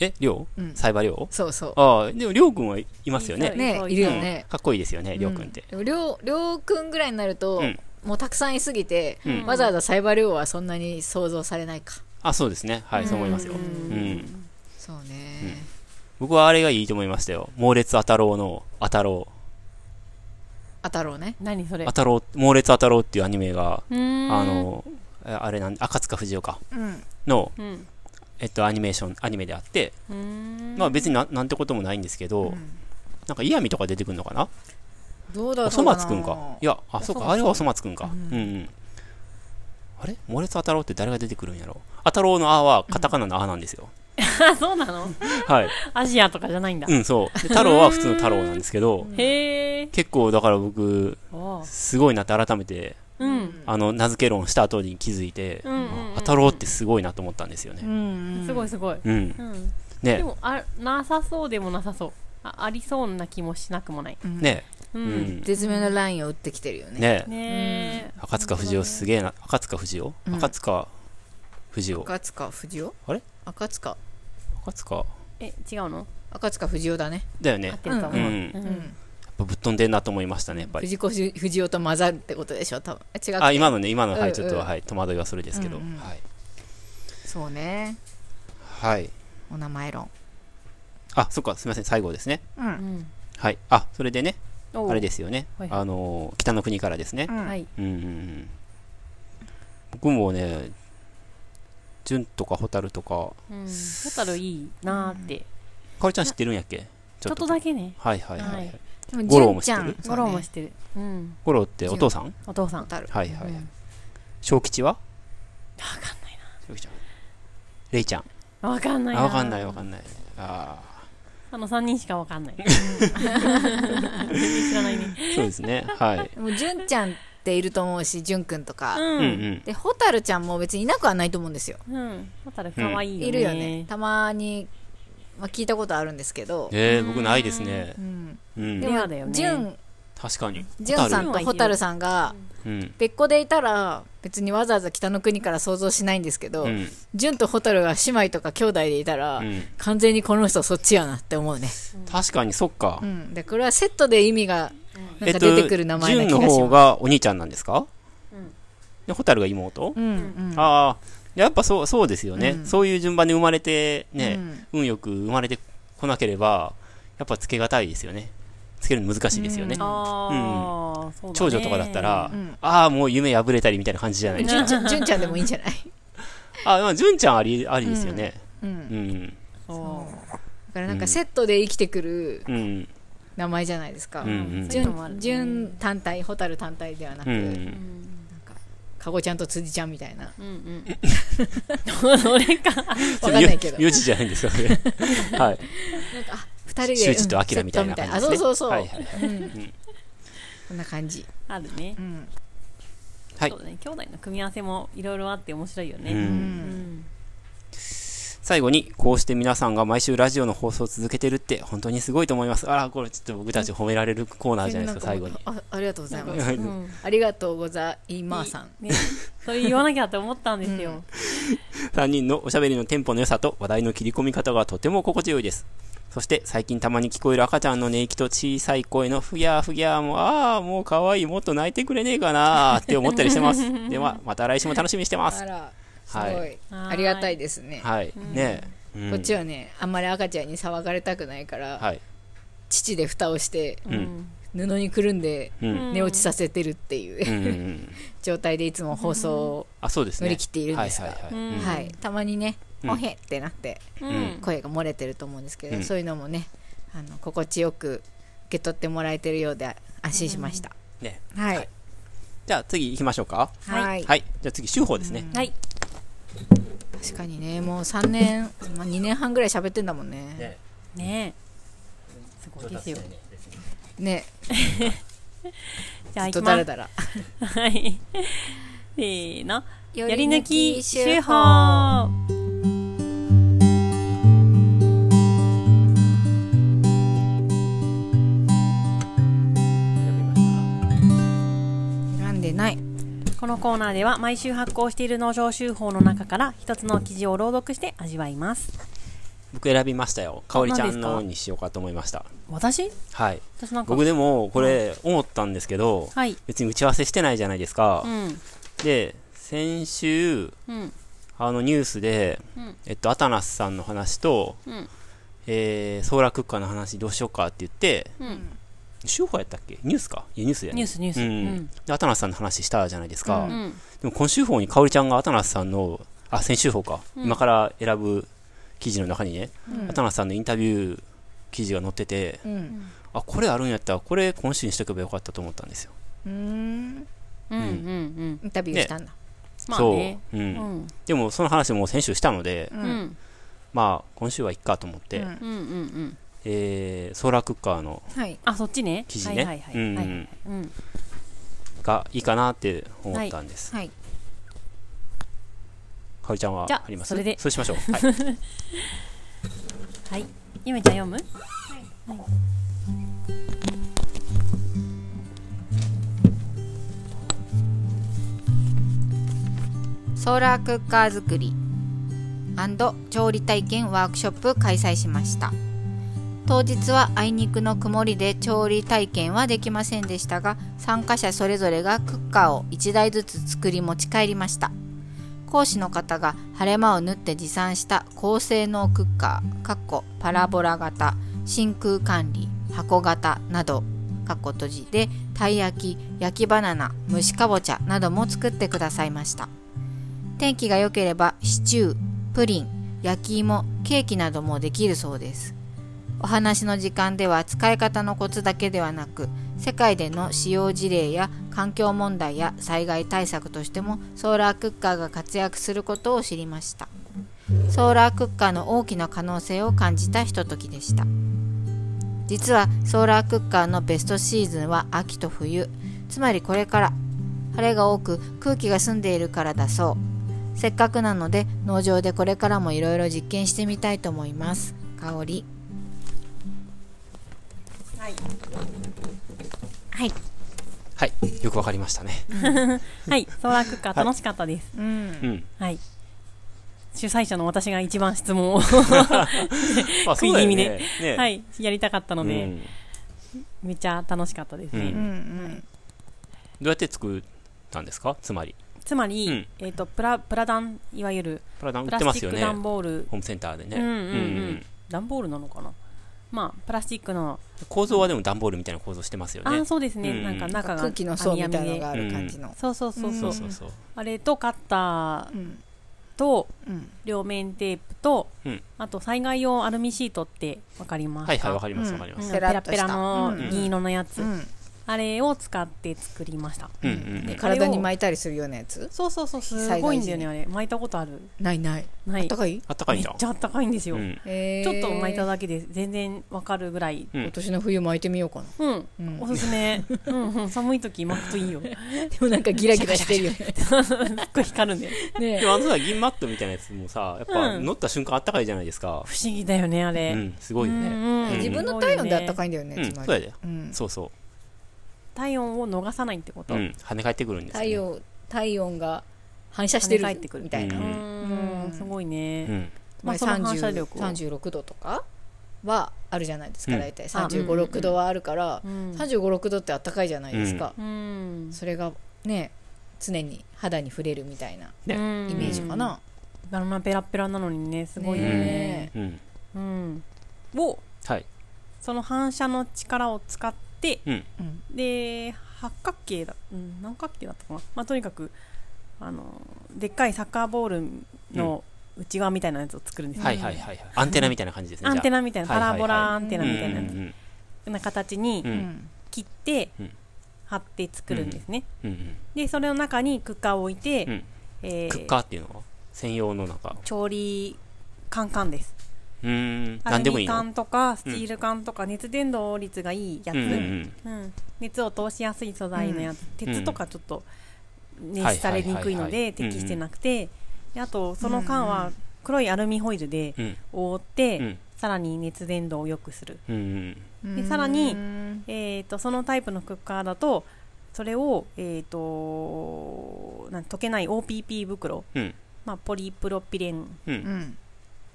B: え、りょ
C: うん
B: うサイバりょう
C: そうそ
B: ああ、でもりょうくんはいますよ
A: う
B: ね
C: う。
A: ん。
C: ね
A: そ、う
C: いるよね。
B: かっこいいですよね、りょうくんって。
C: でもりょうりょうくんぐらいになると、
B: うん
C: もうたくさんいすぎて、
B: うん
C: わざわざサイバー量はそんなに想像されないか
B: あ、そうですね。はい、そう思いますよ。
A: うん
B: うん。
C: そうね、
B: 僕はあれがいいと思いましたよ。猛烈あたろうの、あたろ。
C: あたろうね
A: 何そうれ
B: あ。たろう、猛烈あたろうっていうアニメが、
A: うーん
B: あ、の、えあれなん赤塚不二夫か。
C: うん
B: の、
A: うん。
B: えっと、アニメーション、アニメであって、
A: うーん
B: まあ別にななんてこともないんですけど、なんか嫌味とか出てくるのかな
C: どうだろう
B: おそ松くんか。い
C: や
B: や、あ、
C: そ
B: そう
C: う
B: か、
C: そう
B: あれはおそ松くんか。うんうん。あれ猛烈あたろうって誰が出てくるんやろあたろうのあはカタカナのあなんですよ。
A: あ、そうなの
B: はい。
A: アジアとかじゃないんだ
B: う。ん、そう。で太郎は普通の太郎なんですけど、
A: へえ。
B: 結構だから僕、
A: おう
B: すごいなって改めて、
A: うん。
B: あの、名付け論した後に気づいて、
A: うんうんうん
B: あたろうってすごいなと思ったんですよ
C: う
B: ね。
C: ん
A: すごい
C: い
A: すごい。
B: うん
A: う。ん。で
B: ね
A: も、あ、なさそうでもなさそう。あありそうな気もしなくもない。
B: ね
A: う。
B: うんん。
C: 絶妙なラインを打ってきてるよね
B: ね
A: ねえ。
B: 赤塚不二夫すげえな。赤塚不二夫
C: うん
B: 赤塚不二夫。
C: 赤塚不二夫
B: あれ
C: 赤塚
B: 赤塚
A: え、違うの
C: 赤塚不二夫だね、
B: だよ
A: 合っ
B: ね。
A: てるか
B: う
A: も。う
B: ん。やっ
A: ん。
B: ぱぶっ飛んでんなと思いましたね、やっぱり。
C: 藤子不二不二夫と混ざるってことでしょ多分あ違う
B: あ、今のね、今の、は
C: うん
B: い、ちょっと、
C: うん
B: はい、戸惑いはそれですけど。
C: う
B: は
C: んうん
B: い。
C: そうね
B: はい。
C: お名前論
B: あ、そっか、すみません、最後ですね。
C: うんう
A: うんん。
B: はい。あ、それでね、
A: おう
B: あれですよね。
A: はい
B: あのー、北の国からですね。
A: はい。
B: うんうんうん僕もね純とか蛍とか
A: うん。ホタルいいなーって。
B: かおりちゃん知ってるんやっけち
A: ちょっとだけね。
B: はいはいはい、
A: はい
C: でも
B: 五郎も
C: 純ちゃん
B: 知って
A: ゴロも
C: 知
A: 知ってる。うん。
B: ゴロってお父さん
A: お父さん。
C: ってる
B: はいはいはい、
A: うん
B: 小吉は
A: わかんない
B: 小吉ちゃんレイちゃん
A: な。わかんないな。
B: あわかんないわかんないあ
A: あの3人しかわかんない。全然知らないね。
B: ーそうで すねはい
C: もう純ちゃんっていると思うし純くんとか、
A: う
B: うん
A: ん。
B: うん
C: で蛍ちゃんも別にいなくはないと思うんですよ
A: うん。ホタルかわいいよね。
C: いるよね。たまに、まあ、聞いたことあるんですけど、
B: えー、僕ないですね
C: う、ん、
B: うん
C: で
A: レアだよね
C: も純
B: 確かに
C: 純さんと
A: 蛍
C: 蛍さんが
B: うん
C: 別個でいたら別にわざわざ北の国から想像しないんですけど、
B: うん
C: 純と蛍が姉妹とか兄弟でいたら、
B: うん
C: 完全にこの人そっちやなって思うね、
B: 確かにそっか、
C: うん、でこれはセットで意味がなん
B: えっ
C: か
B: と
C: 出てくる名前な
B: 純
C: 気
B: の
C: がし
B: 方
C: ます、
B: がお兄ちゃんなんですか、
A: うん
B: で蛍が妹、
C: うんうん
B: ああ、やっぱそう、そうですよね。
C: うん
B: そういう順番で生まれて、ね、
C: うん
B: 運よく生まれてこなければ、やっぱつけがたいですよね。つけるの難しいですよね。
C: うん
A: ああ、そうだね。
B: 長女とかだったら、
C: うん
B: ああ、もう夢破れたりみたいな感じじゃないです
C: 純
B: か。
C: ちゃん純ちゃんでもいいんじゃない、
B: ああ、まあ、純ちゃんあり、ありですよね。
C: うん、
B: う
C: だ
B: ん。
A: そう。
C: からなんかセットで生きてくる
B: うん。うん。
C: 名前じゃないですか、
B: うんうん
A: ちょっともある
C: 純純単体蛍単体ではなく、
B: う。
A: うんん
C: かごちゃんと辻ちゃんみたい なわ
A: うんうん。それか。
C: かんないけど
B: よよちじゃないんですか、それ。 はい。
C: 二人で
B: 周知と
C: うん
B: アキラみたいな感
C: セットみたい
B: じです、ね
C: なあそうそうそう、
B: はいはいはい。
C: うんこんな感じ、
A: あるね
C: う。ん
B: はい
A: そうだね。兄弟の組み合わせもいろいろあって面白いよ
B: う
A: ね。
B: ん
A: うん。
B: 最後に、こうして皆さんが毎週ラジオの放送を続けてるって本当にすごいと思います。あら、これちょっと僕たち褒められるコーナーじゃないですか、最後に。
C: あありがとうございます
B: はい
A: うん
C: ありがとうございますさん
A: ね、それ言わなきゃと思ったんですよ。
B: 3人のおしゃべりのテンポの良さと話題の切り込み方がとても心地よいです。そして最近たまに聞こえる赤ちゃんの寝息と小さい声のふやーふやーも、ああ、もう可愛い、もっと泣いてくれねえかなーって思ったりしてます。では、また来週も楽しみにしてま
C: あ
B: す。
C: らすごい、
B: は
C: ありがたいですね、
B: はい。ねえ。うん
C: こっちはねあんまり赤ちゃんに騒がれたくないから、
B: はい。
C: 父で蓋をして
B: うん
C: 布にくるんで
B: うんうん
C: 寝落ちさせてるっていう、
B: うんうん
C: 状態でいつも放送を
B: あそうですね
C: 乗り切っているんですが
B: はいはいはい
A: うん
C: はい、たまにね、
B: うん
C: おへってなって
A: うん
C: 声が漏れてると思うんですけど、
B: うん
C: そういうのもねあの心地よく受け取ってもらえてるようで安心しました、
B: ね
C: はい
B: はいじゃあ次行きましょうか
A: はい
C: はい
B: はいじゃあ次修法ですね
A: はい
C: 確かにねもう3年、まあ、2年半ぐらい喋ってんだもんね
D: ね
A: ねえすごい
D: 上
A: です
D: 達
A: よ
D: だね別に
C: ね
A: じゃあ
C: ず
A: いき
C: っと
A: ま
C: だ
A: す
C: らだら
A: はい。 せーの。
C: や
A: やり抜き手法。
C: は
D: 選びました
C: 選んでない
A: このコーナーでは毎週発行している農場集法の中から一つの記事を朗読して味わいます。
B: 僕選びましたよかおりちゃ
A: 何
B: んの
A: ですか
B: にしようかと思いました
A: 私
B: はい
A: 私なんか。
B: 僕でもこれ思ったんですけど
A: はい。
B: 別に打ち合わせしてないじゃないですか
A: うん。
B: で先週
A: うん。
B: あのニュースで、
A: うん
B: えっと、アタナスさんの話と、
A: うん
B: えー、ソーラークッカーの話どうしようかって言って、
A: うん。
B: 週報やったっけニュースかいや、ニュースやね。
A: ニュースニュース
B: うん
A: うん
B: で、アタナスさんの話したじゃないですか。
A: う
B: で
A: ん。
B: も、今週報にかおりちゃんがアタナスさんの、あ、先週報か、
A: うん
B: 今から選ぶ記事の中にね、
C: うん
B: アタナスさんのインタビュー記事が載ってて、
C: うん
B: あ、これあるんやったら、これ今週にしとけばよかったと思ったんですよ。
C: うーん
A: うん。うん。うん。
C: インタビューしたんだ、
A: まあね。
B: そう、う。
A: うんん。
B: でも、その話も先週したので、
A: うん。うん。
B: まあ、今週はいっかと思って、
C: うん
A: うん。うん。
B: えーソーラークッカーの
C: はい
A: あ、そっちね。
B: 記事ね
A: はいはいはい。
B: うん
A: はいはいうん。
B: がいいかなって思ったんです。
C: はい
B: かおりちゃんは
A: じゃあ
B: あります
A: それで
B: そう しましょう。はい。
A: はい。ゆめちゃん読む
C: ソーラークッカー作り調理体験ワークショップ開催しました当日はあいにくの曇りで調理体験はできませんでしたが参加者それぞれがクッカーを1台ずつ作り持ち帰りました講師の方が晴れ間を縫って持参した高性能クッカーかっこパラボラ型真空管理箱型などかっこ閉じでたい焼き焼きバナナ蒸しかぼちゃなども作ってくださいました天気が良ければシチュープリン焼き芋ケーキなどもできるそうですお話の時間では使い方のコツだけではなく世界での使用事例や環境問題や災害対策としてもソーラークッカーが活躍することを知りましたソーラークッカーの大きな可能性を感じたひとときでした実はソーラークッカーのベストシーズンは秋と冬つまりこれから晴れが多く空気が澄んでいるからだそうせっかくなので農場でこれからもいろいろ実験してみたいと思います香り
A: はい。
C: はい
B: はい。よくわかりましたね。
A: はい。ソーラークッカー楽しかったです。
C: うん
B: うん。
A: はい。主催者の私が一番質問を、
B: あ、
A: 食い気味で
B: ね。ね
A: はい、やりたかったの
B: う
A: で、
B: ん。
A: めっちゃ楽しかったですね。
B: う
C: うんんうん
B: どうやって作ったんですかつまり。
A: つまり、
B: うん
A: えっ、と、プラ、プラダン、いわゆる、
B: プラダン売
A: プ
B: っ
A: ラ
B: てま
A: スチ
B: す
A: ッ
B: よ
A: ク
B: ね。
A: 段
B: ホ
A: ボール、
B: ームセンターでね。
A: うんうんうん段ボールなのかなまあ、プラスチックの、
B: 構造はでも段ボールみたいな構造してますよ
A: あ
B: ね
A: あ、。そうですね、
B: うん
A: なんか
C: なん
A: 中
C: か
A: が
C: 空気の層みたいなのが
A: 網
C: ある感じの
A: 網でそうそうそうそう、
B: そうそうそう。
A: あれとカッター
C: うん
A: と、
C: うん
A: 両面テープと、
B: うん
A: あと災害用アルミシートってわかりますか
B: はいはい、わかります
C: うん
B: わかりま
A: う
B: す。
A: んペ
C: ペラ
A: ラ
C: ッと
A: ペ
C: した
A: ラの
C: うん
A: 銀色のやつ、
C: うん
A: あれを使って作りました。
B: うんう
C: で
B: ん。
C: 体に巻いたりするようなやつ
A: そうそうそう、すごいんだよね、あれ。巻いたことある。
C: ないない
A: ない。
C: 高い
B: あったかい
A: めっ
B: んじゃん
A: ち。ゃあったかいんですよ。
B: うん。
C: え
A: ちょっと巻いた
C: だ
A: だけで全然わかるぐらい。
B: うん
C: 今年の冬巻いてみようかな
A: うん。
C: うん
A: おすすめ。うんうん。寒い時巻くといい よ。す
C: でもなんかギラギラしてるよね
A: っごい光るんで。
B: で
C: ね
B: もあのさ、銀マットみたいなやつもさ、やっぱ
A: うん
B: 乗った瞬間あったかいじゃないですか。
A: 不思議だよね、あ
B: う
A: れ。
B: ん、すごいよね。
A: うんうん
C: 自分の体温であった
A: い。
C: かいんだよ
B: うん
C: ねつまり
B: そうやで
C: うん
B: そうそ
A: 体温を逃さないってこ
B: う。
A: と。
B: う
A: うん
B: ん。跳ね返ってくるんですよね
C: 体温体温が反射してる
A: 跳ね返ってくる
C: みたいな
B: うん
A: うんすごいうね。
B: ん。
A: まあその反射力を。
C: 36度とかはあるじゃないですか、
B: うん
C: 大体
A: あ
C: 3
A: うんうん
C: 5 6度はあるから、
A: うん
C: 3 5 6度ってあったかいじゃないですか、
A: うん。
C: それがね常に肌に触れるみたいな
B: ね
A: うん
C: イメージか。な、
A: あんなペラペラなのにね、すごいよ
B: ね
A: ね。
B: うん。
A: うん。を
B: はい。
A: その反射の力を使って
B: うん。
C: うん
A: で八角形だ、うん、何角形だったかな、まあ、とにかくあのでっかいサッカーボールの内側みたいなやつを作るんですよ、
B: はいはいはいはい。アンテナみたいな感じですね。
A: アンテナみたいな
B: はい
A: パラ
B: はいはい
A: ボラアンテナみたいなや
B: うんうん
A: つな形
B: う
C: う
A: に
C: ん
A: 切って
B: うん
A: 貼って作るんですね、
B: うん。うん
A: でそれの中にクッカーを置いて、
B: うん
A: え
B: クッカーっていうのは専用の中。
A: 調理カンカンです
B: うーん。
A: ア
B: 何で
A: ル
B: もい
A: ミ
B: いの
A: 缶とかスチール缶とか熱伝導率がいいやつ、
B: うんうん
A: うん、熱を通しやすい素材のやつ、鉄とかちょっと熱
B: はいはいはいはい
A: されにくいので適してなくて、であとその缶は黒いアルミホイルで
B: うん。
A: 覆って、
B: うん
A: さらに熱伝導を良くする、
B: うんうん。
C: うん
A: さらに
C: うん
A: えー、とそのタイプのクッカーだとそれを、えー、となん溶けない OPP 袋、
B: うん
A: まあ、ポリプロピレン
B: う。
C: うんん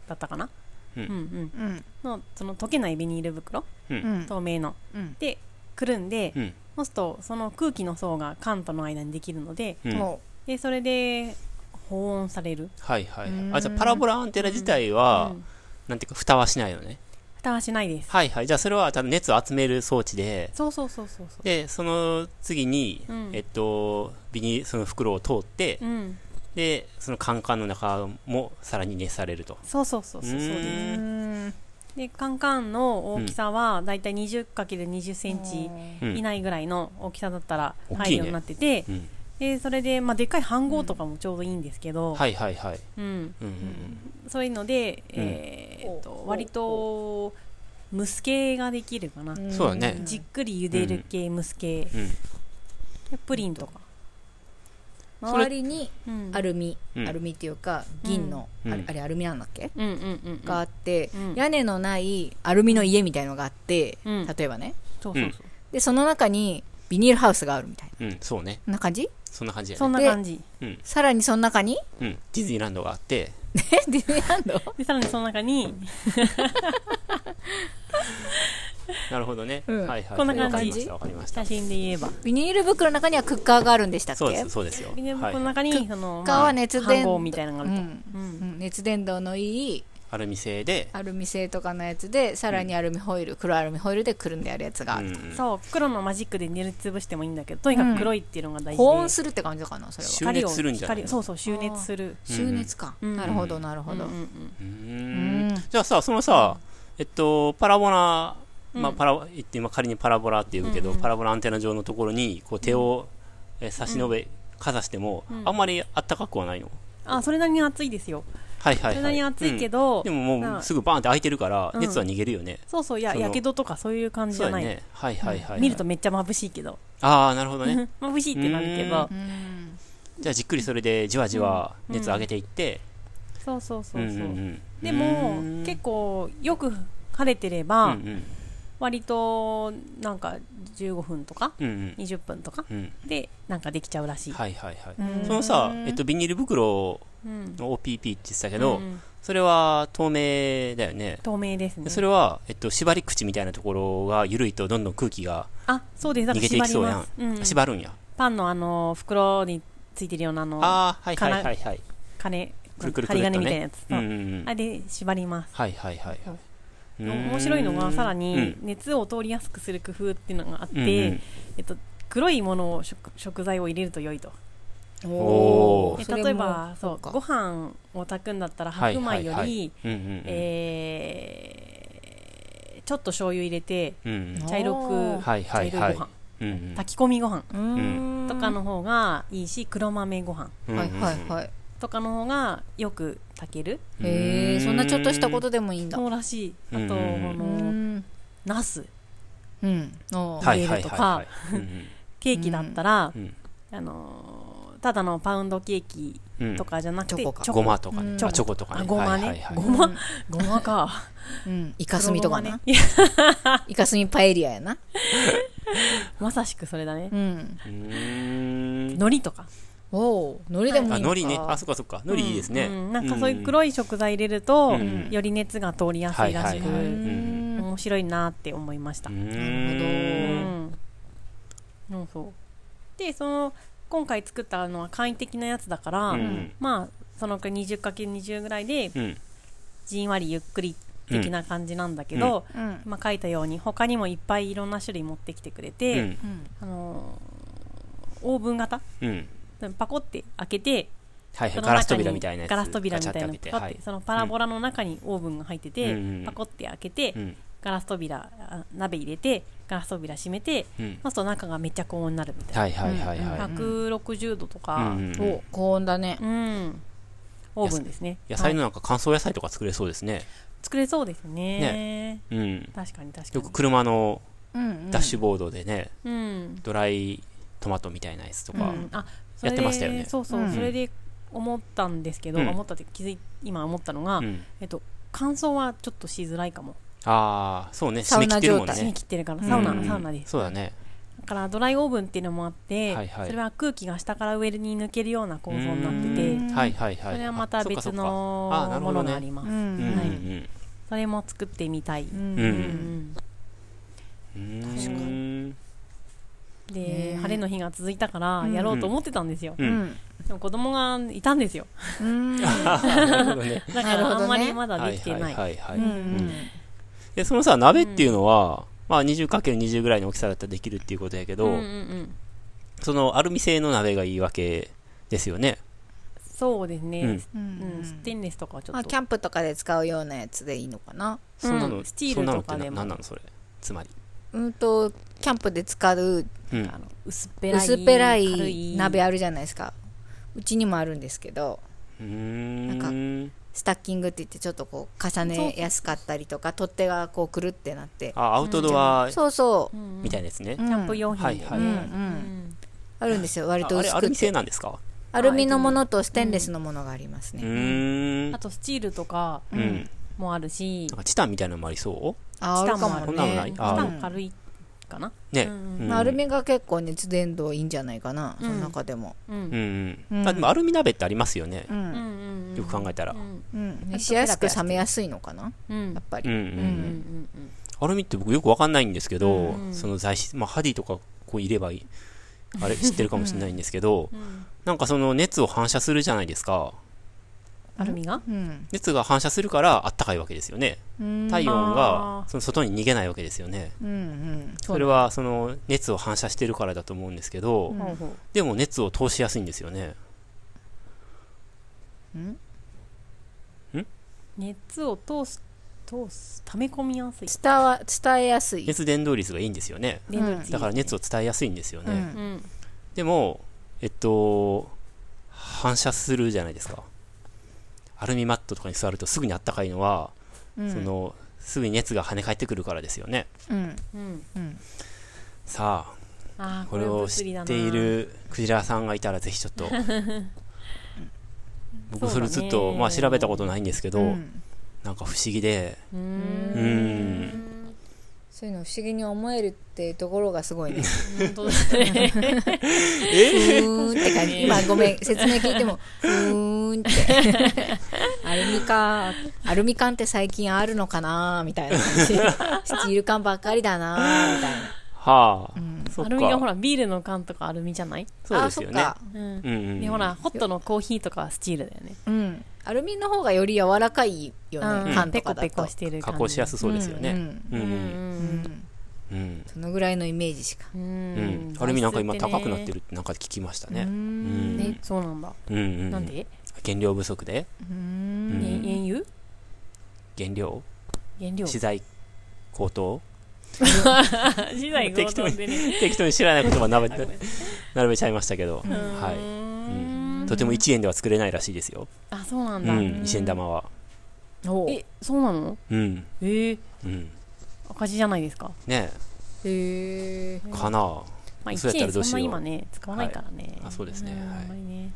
A: だったかな、
B: うん
A: うんうん、
C: うん
A: のその溶けないビニール袋
B: う。
C: うんん
A: 透明の
C: うん
A: でくるんで、
B: うん。
A: そうするとその空気の層が缶との間にできるので
B: うん。
C: も。
A: でそれで保温される、
B: はいはいはいう
C: ん
B: あ、じゃあパラボラアンテナ自体
A: う
B: は
A: ん、
B: なんていうか、蓋はしないのね。
A: 蓋はしないです
B: はいはい。じゃあそれは多分熱を集める装置で、
A: そうそうそうそうそ
B: で、その次に
A: うん、
B: えっと、ビニその袋を通って
A: う、うん
B: で、そのカンカンの中もさらに熱されると。
A: そうそうそうそうそう
B: う
A: で
B: ー
A: す
C: う
B: ん
C: うん
A: でカンカンの大きさはだいたい 20×20 センチ
B: う
A: 以
B: ん。
A: 内ぐらいの大きさだったら
B: 大きいね
A: 入るようになってて、
B: うん
A: でそれで、まあ、でっかい飯盒とかもちょうどいいんですけど、
B: はいはいはい。
A: うん、
B: うんうん
A: そういうので、えーっと割と蒸す系ができるかな、
B: うん。そうだね。
A: じっくり茹でる系、蒸す系
B: うん。
A: でプリンとか、
B: それ
C: 周りに
A: うん、
C: アルミ、
B: うん
C: アルミっていうか銀の、
B: うん
C: あれあれアルミなんだっけ、
A: うんうんうんうん
C: があって、
A: うん
C: 屋根のないアルミの家みたいのがあって、
A: うん
C: 例えばね
A: そうそうそう、
C: でその中にビニールハウスがあるみたいな
B: うん、そうね。
C: そんな感じ
B: そんな感じや
A: そ
B: ね。
A: んな感じ
C: さらにその 中に
B: うん。ディズニーランドがあって、
C: えディズニーランド
A: でさらにその中に
B: なるほどね。は
C: う
B: い
C: ん
B: はいはい。
A: こんな感じ
B: わかりました、わかりました。
A: 写真で言えば
C: ビニール袋の中にはクッカーがあるんでしたっけ
B: そうです、そうですよ。
A: ビニール
B: はい
A: 袋の中に、その
C: 他は熱
A: 飯
C: 伝
A: 盒みたいなのがあ
C: う
A: ると、
C: ん
A: うん
C: うん熱伝導のいい
B: アルミ製で、
C: アルミ製とかのやつでさらにアルミホイル、黒アルミホイルでくるんであるやつがある、
B: うん
A: そう黒のマジックで塗りつぶしてもいいんだけどとにかく黒いっていうのが大事で、
C: 保温するって感じかなそれは
B: しる収熱するんじゃない
A: 光をそうそう収熱する
C: 収熱か、
A: うん
C: なるほどなるほど、
A: うんうん
B: うー
C: うんん
B: じゃあさ、そのさ、えっと、パラボラ、まあ、
A: うん
B: パラ、言って今仮にパラボラって言うけど、
A: うんうん
B: パラボラアンテナ上のところに、こう手を、え差し伸べ、かざしても、
A: うん
B: あんまりあったかくはないの。
A: うんあそれなりに暑いですよ、
B: はいはいはい。
A: それなりに暑いけ
B: ど、
A: ど、
B: でもも
A: な
B: うすぐバーンって開いてるから、
A: うん
B: 熱は逃げるよね。
A: そうそういや
B: その
A: やけどとかそういう感じじ
B: そう
A: ゃ
B: だ
A: ない、
B: よね。はいはいはいはい。
A: 見るとめっちゃ眩しいけど、
B: ああ、なるほどね。
A: 眩しいってなるけど
B: うじゃあじっくりそれでじわじわ
A: うん
B: 熱上げていって、
A: そうそうそうそう、
B: ん
A: でも
B: うん
A: 結構よく晴れてれば、
B: うんうん
A: 割となんか15分とか
B: うん
A: 20分とか
B: うんうん
A: でなんかできちゃうらしい、
B: はいはいはい、
C: うん
B: そのさ、えっと、ビニール袋
A: うん、
B: の OPP って言ってたけど、
A: うん
B: それは透明だよね
A: 透明ですね
B: それは、えっと、縛り口みたいなところが緩いとどんどん空気が
A: あそうですだ
B: 逃
A: から
B: げてい
A: 縛
B: き
A: り
B: そうや
A: ま
B: ん
A: す、、うん、
B: 縛るんや
A: パンのあの袋についてるようなあの
B: ああはいはいはいはい
A: 金
B: くるくるく
A: 針
B: るっ
A: 金
B: と
A: みたいなや
B: ね
A: つ、
B: う
A: そうん
B: うんうん
A: あれで縛ります
B: はいはいはいはいうーん
A: 面白いのがさら
B: う
A: に
B: ん
A: 熱を通りやすくする工夫っていうのがあって、
B: うんうん
A: えっと、黒いものを食食材を入れると良いと
C: うん
B: おー
A: で
C: それも
A: 例えばそう
C: か
A: ご飯を炊くんだったら
B: は
A: 白
B: いはい
A: 米より、
B: はいうんうんうん
A: えーちょっと醤油入れて
B: うん
A: 茶色
C: お
A: く
C: ー
B: はいはい
A: 茶色
B: はいい
A: ご飯
B: うんうん
A: 炊き込みご飯
C: うーん
A: とかの方がいいし黒豆ご飯
B: うんうん
C: はいはいはい
A: とかの方がよく炊ける
C: へえそんなちょっとしたこと
B: で
C: でもいいんだ
A: そうらしいあ
B: うん
A: とこ
C: う
A: の
C: ん
A: ナス
C: うんおー
A: はい入れるとかケーキだったら
B: うんうん
A: あのーただのパウンドケーキ
B: うんうん
A: とかじゃなくて
C: チョコか
B: ごまとか
C: う
B: ね
C: ん
B: あチョコとか
A: あ
B: ね
A: ごま
B: はいはい
A: ね
B: はい
A: ごま ごまか
C: うんイカスミとか
A: ごま
C: な
A: ねいや
C: イカスミパエリアやな
A: まさしくそれだね
C: うん
B: うーん
A: 海苔とか
C: おお海苔でもいいのか
B: あ、海苔ね。あ、そっかそっか。海苔いいですね。
A: うんなんかそういう
B: い
A: 黒い食材入れると
B: うん
A: より熱が通りやすいらし
B: はいはいはい
A: く
C: うん
A: 面白いなって思いました
B: なる
A: うんうんそうでその今回作ったのは簡易的なやつだから、
B: うん
A: まあそのくらい 20×20 ぐらいで
B: ほど。うん。
A: じんわりゆっくり的な感じなんだけど、
C: うん
A: まあ、書いたように他にもいっぱいいろんな種類持ってきてくれて、
B: うん
C: うん
A: あのーオーブン型
B: うん
A: パコって開けて
B: はいはい
A: その中に
B: ガラス扉みたいなやつ
A: ガラス扉みたいな
B: ガ
A: の
B: チャって
A: パ
B: 開
A: コっ
B: け
A: て
B: て
A: そのパラボラの中にオーブンが入ってて、
B: うんうん
A: パコって開けて、
B: はいうん
A: ガラス扉あ鍋入れてガラス扉閉めて、
B: うん
A: そうすると中がめっちゃ高温になるみたいな、
B: はいはいはいは
C: う
B: い
C: ん
A: 160度とか、
B: うん
C: お高温だね
A: うんオーブンですね
B: 野菜
A: はい
B: のなんか乾燥野菜とか作れそうですね
A: 作れそうですね
B: うん
A: 確かに確か
B: よ
A: に
B: く車の
C: うん
B: ダッシュボードでね
A: うん、
B: ドライトマトみたいなやつと
A: う
B: か
A: ん、あそ
B: や
A: れ
B: っ
A: で
B: てましたよね
A: そうそう、
C: うん
A: それで思ったんですけど、
B: うん
A: 思ったって気づい今思ったのが、
B: うん
A: えっと乾燥はちょっとしづらいかも
B: ああそうね
C: サ
B: 締
C: ウ
B: め切
C: ナ
B: ってるもん
C: 状態
A: 締め
B: ね
A: 切ってるから
B: うん
A: サウナ、
B: うん
A: サウナです
B: そうだね
A: だからドライオーブンっていうのもあって、
B: はいはい
A: それは空気が下から上に抜けるような構造になって
B: う
A: て
B: んはいはいはい
A: それはまた
B: あそっかそ
A: 別
B: っかあー
A: の
B: なる
A: も
B: ほ
A: の
B: ど
A: が
B: ね
A: あります、
C: う
B: うんんう
A: は
C: うん
B: ん
A: それも作ってみたい、
C: うん
A: う
B: う
A: んん
B: うん
A: 確か
B: うん
A: で、
C: ね
A: 晴れの日が続いたから
C: うん
A: やろうと思ってたんですよ、
C: う
B: う
C: ん ん
A: でも子供がいたんですよ
C: うん
B: なるほどね
A: だか
C: なるほ
A: ら
C: どね
A: あんまりまだ
B: は
A: で
B: い
A: きて
B: は
A: ないい,、
B: はいは
C: う
B: い
C: ん
B: でそのさ鍋っていうのはまあ 20×20 ぐらいの大きさだったらできるっていうことやけ
A: うんう
B: ど
A: んうん
B: そのアルミ製の鍋がいいわけですよね
A: そうですね、
B: うん
C: う
A: うんステンレスとかはちょ
C: ま
A: っ
C: あ
A: と、
C: キャンプとかで使うようなやつでいいのかな
B: そんなの
A: スチール
B: そんなのって
A: とかで
B: な
A: も
B: なんなのそれつまり
C: うんとキャンプで使う
B: うん
A: あの薄っぺらい
C: 薄っぺら
A: 軽
C: い鍋あるじゃないですかうちにもあるんですけど
B: うーん
C: なんかスタッキングって言ってちょっとこう重ねやすかったりとか取っ手がこうくるってなって
B: あアウトドア
C: そうそう
A: うん
B: みたいなやつね、
C: うん
A: キャンプ用品でね、
B: はい
C: う
B: はい
C: んう
A: うんん
C: あるんですよ割
B: あ
C: と
B: あれ
C: 薄
B: ア
C: く
B: ルミ
C: て
B: 製なんですか
C: アルミのものとステンレスのものがあります
B: う
C: ね
B: ーん
A: あとスチールとか
B: うん、なん
A: もあるし、
B: かチタンみたいなのもありそ
C: ああ
A: チ
C: る
A: タン
C: か
A: もある
C: も
B: こんなの
C: ね
B: ない
A: チ
B: あ
A: タ
B: ー
A: ン軽いかな。
B: うね、
A: う
B: うんん
A: うん
C: まあアルミが結構熱伝導いいんじゃないかな、
A: うん
C: その中でも、
A: うん。う
B: うんん
C: う
B: うんん、あでもアルミ鍋ってありますよね
C: う、
A: うん
C: ん
A: うんうん。
B: よく考えたら、
A: う
B: うん
A: ん
C: うん
A: うん
C: 熱しやすく冷めやすいのかな
A: うん
C: やっぱ
B: うん
C: り、
A: うんう
B: うん
A: んうん。
B: アルミって僕よくわかんないんですけど、
A: うん
B: その材質、まあ、ハディとかこういればいいあれ知ってるかもしれないんですけど、
A: うん
B: なんかその熱を反射するじゃないですか
A: アルミが
C: うん
B: 熱が反射するからあったかいわけですよね
C: うん
B: 体温
A: あ
B: が
A: ー
B: その外に逃げないわけですよね
C: うんうん
B: それはその熱を反射してるからだと思うんですけど、
C: うん
A: ほうほう
B: でも熱を通しやすいんですよね
A: 熱を通す、通す、溜め込みやすい。
C: 伝わ伝えやす い、
B: 熱伝導率がいいんですよね
A: 電動率いいですね
B: だから熱を伝えやすいんですよ
C: う、
B: ね、
A: うんん。
B: でもえっと反射するじゃないですかアルミマットとかに座るとすぐにあったかいのは、
C: うん
B: そのすぐに熱が跳ね返ってくるからですよね
C: うん
A: うん。
C: うん
B: さあ
A: ああ、
B: これを知ってい。るクジラさんがいたらぜひちょ っと僕それずっ
A: そうだ
B: と、
A: ね
B: まあ調べたことないんですけど、
C: うん
B: なんか不思議で
A: うー。
B: うんん
C: そういうの不思議に思えるっていうところがすごいね
A: 本 当ですね。
C: ふーんって感じ今ごめん説明聞いてもふーんってアルミ缶アルミ缶って最近あるのかなみたいな感じスチール缶ばっかりだなみたいな
B: はあ、
C: ん
B: そっ
A: ア
B: か
A: ルミがほら、ビールの缶とかアルミじゃない
B: そうですよね
C: あそっ
A: う
C: か
A: ん
B: う。んうん
A: で、ほら、ホットのコーヒーとかはスチールだよね。
C: うん、アルミの方がより柔らかいよね、
A: う
C: 缶
A: ん。
C: と
A: ペ
C: か
A: コ
C: だと
A: ペコしてる感じ。
B: 加工しやすそうですよねう
A: うんんう
B: う
A: ん
B: ん
C: う
A: うん。
C: ん、
B: うん
C: そのぐらいのイメージしか
A: う
B: うんんアルミなんか今高くなって
A: る
B: るってなんか聞きました
C: う
B: ね
C: ん
A: ねそうなんだ、
B: うんうん
A: なんで、
B: 原料不足で
C: うん
B: うん
A: え原油
B: 原料
A: 原料
B: 資材高騰
A: 資材強盗でね
B: 適当に知らない言葉並べ並べちゃいましたけど、は
A: うー
B: い
A: ん
B: とても1円では作れないらしいですよ、
A: あそうな
B: うんん、
A: だ、
B: 1円玉は
C: おう
A: えそうなの
B: うん
A: えー、
B: うん
A: 赤字じゃないですか、
B: ね
C: へえ
B: えかな
A: まあ、
B: そうや
A: 1円
B: ったらど
A: そ
B: うんしよ
A: な
B: う
A: 今ね使わないからね、
B: あそうですね
A: ん
B: はい
A: あんまりね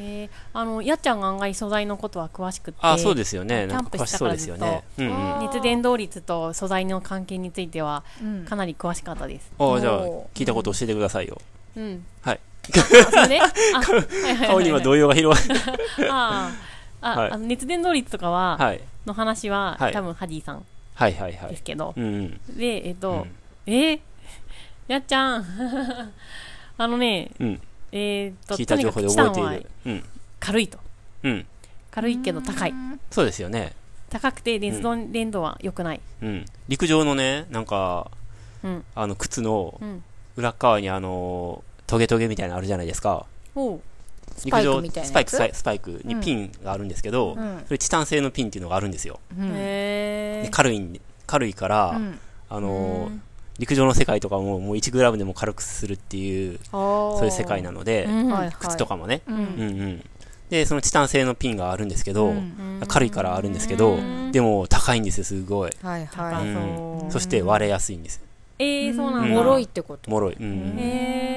A: えー、あのやっちゃんが案外素材のことは詳しくて
B: あそうですよね
A: キャ
B: な
A: ン
B: ん
A: プ
B: か
A: し
B: 詳
A: た
B: し
A: か
B: そう
A: ら
B: ですよねうんうんあ
A: 熱伝導率と素材の関係については
C: うん
A: かなり詳しかったです
B: あじゃあ
C: お
B: 聞いたこと教えてくださいよ
A: うん
B: はい
A: あそれ ねあはいはいはいはい
B: 顔に今動揺が広がる
A: あーあ、
B: はい
A: あの熱伝導率とかは、
B: はい
A: の話は、
B: はい
A: 多分ハディさん
B: はいはいは
A: で
B: い
A: すけど、
B: うんうん
A: でえっ、
B: う
A: と、
B: ん
A: えーやっちゃんあのね
B: うん
A: えっ、と
B: 聞い
A: と
B: た
A: に
B: 情
A: か
B: 報
A: く
B: で
A: チタン
B: 覚え
A: は
B: ているうん
A: 軽いと
B: うん
A: 軽いけど高い
B: そうですよね
A: 高くて熱動連動は良くない。
B: うん、陸上のね、なんか、
A: うん
B: あの靴の
A: うん。
B: 裏っ側にあのトゲトゲみたいなのあるじゃないですか。
A: おう。
C: スパイクみたいなやつ
B: スパイク、スパイクスパイクにピンがあるんですけど、
C: うん
B: それチタン製のピンっていうのがあるんですよ。
C: うん
A: へ
B: で
A: え。
B: 軽いんで軽いから、
C: うん
B: あの陸上の世界とかももう1グラムでも軽くするっていう、
C: そ
B: そういう世界なので、
A: うん
C: はいはい、
B: 靴とかもね、
C: う
B: うんんうん。で、そのチタン製のピンがあるんですけど、
C: うん
B: 軽いからあるんですけど、
A: うん
B: でも高いんですよ、すごい。
C: はい
A: あ
C: は
B: う
C: い
B: ん
A: そう
B: そして割れやすいんです。
A: えー、そうなんだ。
C: もろいってこと
B: 脆い。うんうん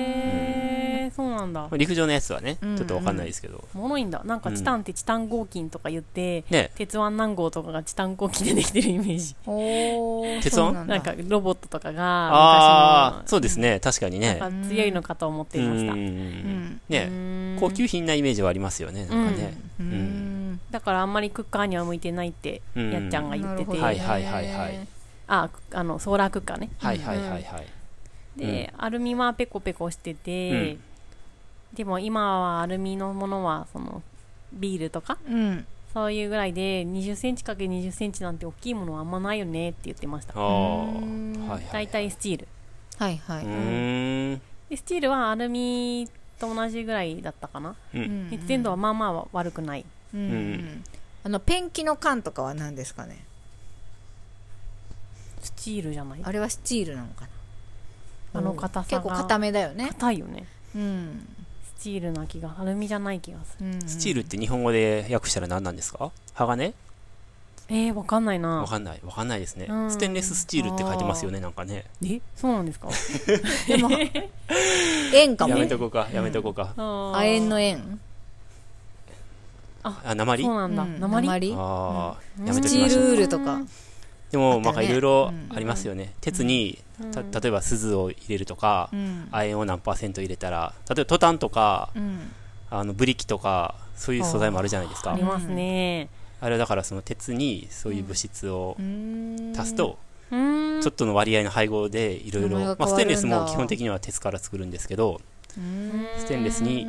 A: へー、そうなんだ
B: まあ。陸上のやつはね、
C: うん
B: ちょっとわかんないですけど。
A: もろいんだ。なんかチタンってチタン合金とか言って、
B: ね、
A: 鉄腕何号とかがチタン合金でできてるイメージ。
C: おー
B: 鉄
C: そう
B: 音
C: なんだ
A: なんかロボットとかが
B: ああー、
A: 昔の
B: そうですね、確かにね。
A: なんか強いのかと思っていました
B: うん。うん
C: う
B: う
C: んん
A: う
B: ね、
A: ーん
B: 高級品なイメージはありますよね、なんかね。
C: うん
B: う
A: だからあんまりクッカーには向いてないって
B: うん
A: やっちゃんが言ってて、
B: はいはいはいはい
A: ああのソーラークッカーね
B: はいはいはいはい。
A: で、アルミはペコペコしてて、
B: うん
A: でも今はアルミのものはそのビールとか
C: うん
A: そういうぐらいで2 0ンチ ×2 0ンチなんて大きいものはあんまないよねって言ってました
B: ああ、はいは
A: 大
B: い。
A: 体スチール
C: はいはいう
B: ーん。
A: でスチールはアルミと同じぐらいだったかな
B: うん。
A: 熱伝度はまあまあ悪くない
C: うんうんあのペンキの缶とかは何ですかね
A: スチールじゃない
C: あれはスチールなのかな
A: あの硬さ
C: 結
A: が
C: 構硬めだよね
A: 硬いよね
C: うん
A: スチールな気がアルミじゃない気がする
B: スチールって日本語で訳したら何なんですか鋼
A: えー、わかんないな
B: わかんない。わかんないですね
A: う。ん
B: ステンレススチールって書いてますよね、なんかね。
A: えそうなんですか
C: でも円かも
B: やめ
C: ね
B: とこうか、やめとこうか。
A: あ
C: 亜鉛の円
B: あ、鉛
A: そうな
B: あ
A: んだ、
C: うん
A: 鉛
B: あー、やめ
C: ス
B: と
C: チ
B: きましょ
C: ー
B: う。
C: ルウールとか
B: でも、ま
C: あった
B: あ、
C: よね
B: いろいろありますよね。鉄に、た例えば、鈴を入れるとか、
C: うん
B: 亜鉛を何パーセント入れたら、例えば、トタンとか、
C: うん
B: あのブリキとか、そういう素材もあるじゃないです
A: あ
B: か
A: り。ますね
B: あれはだから、その鉄にそういう物質を
C: うん
B: 足すと、
A: うーん
B: ちょっとの割合の配合でいろい
C: 名前が変わる
B: ろ、
C: んだ
B: まあ、ステンレスも基本的には鉄から作るんですけど、
C: うん
B: ステンレスに、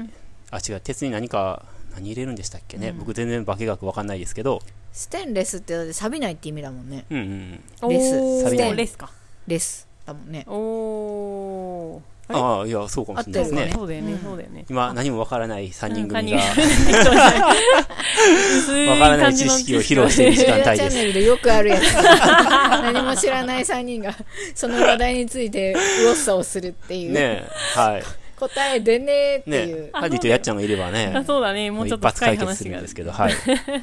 B: あ、違う、鉄に何か、何入れるんでしたっけね、僕、全然化学わかんないですけど、
C: ステンレスってだって錆びないって意味だもんね
B: うんうん、
C: レス
A: おー
B: 錆びない
A: レスか
C: レスだもんね
A: おおあれ
B: ああ、いや、そうかもしれないです
C: 合って
B: ね
C: る。
A: そうだよね、
C: うん
A: そうだよね
B: 今、何もわからない3人 組
A: う
B: が
A: ん、三人
B: わからない知識を披露している時
C: テ
B: 間
C: レビ
B: 帯
C: チャ
B: で
C: ン
B: す。
C: ネルでよくあるやつ何も知らない3人がその話題について右往左往するっていう、
B: ねえ、はい。
C: 答えでねーって
B: ね
C: いう、
B: え、ハディとやっちゃんがいれば
A: あ
B: ね、
A: そうだねもうちょっ
B: 一
A: と
B: 発
A: 深い
B: 解
A: 話
B: 決する
A: が
B: んですけど、はい。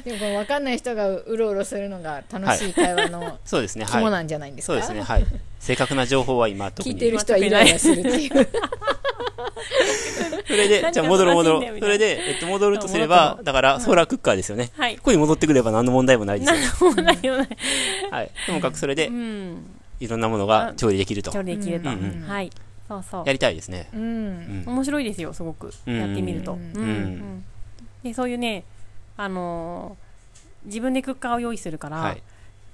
C: でもこの分かんない人がうろうろするのが楽しい会話の
B: そうですね、 はい。
C: 肝なんじゃないんですか、
B: そうですね、はい。正確な情報は今、特
C: 聞
B: に。
C: いてる人はイライラするっていう
B: それで、
A: 何
B: じゃあ
A: が
B: 戻ろ う戻ろ
A: 正しいんだよみた
B: う。そ
A: いな
B: れで、えっと、戻るとすれ
A: あ戻っ
B: ば
A: た、
B: だから、ソーラークッカーですよね。
A: はい
B: ここに戻ってくれば何の問題もないですよ。
A: 何もないよね
B: はい。ともかくそれで
A: う、ん
B: いろんなものが調理できると。
A: 調
B: や
A: 理できれば、
B: うんうん
A: はいそうそう
B: りたいですね。
C: うん
A: 面白いですよすごく、
B: うん
A: やってみると、
C: うん
A: うんうんでそういうね、あのー自分でクッカーを用意するから、
B: はい。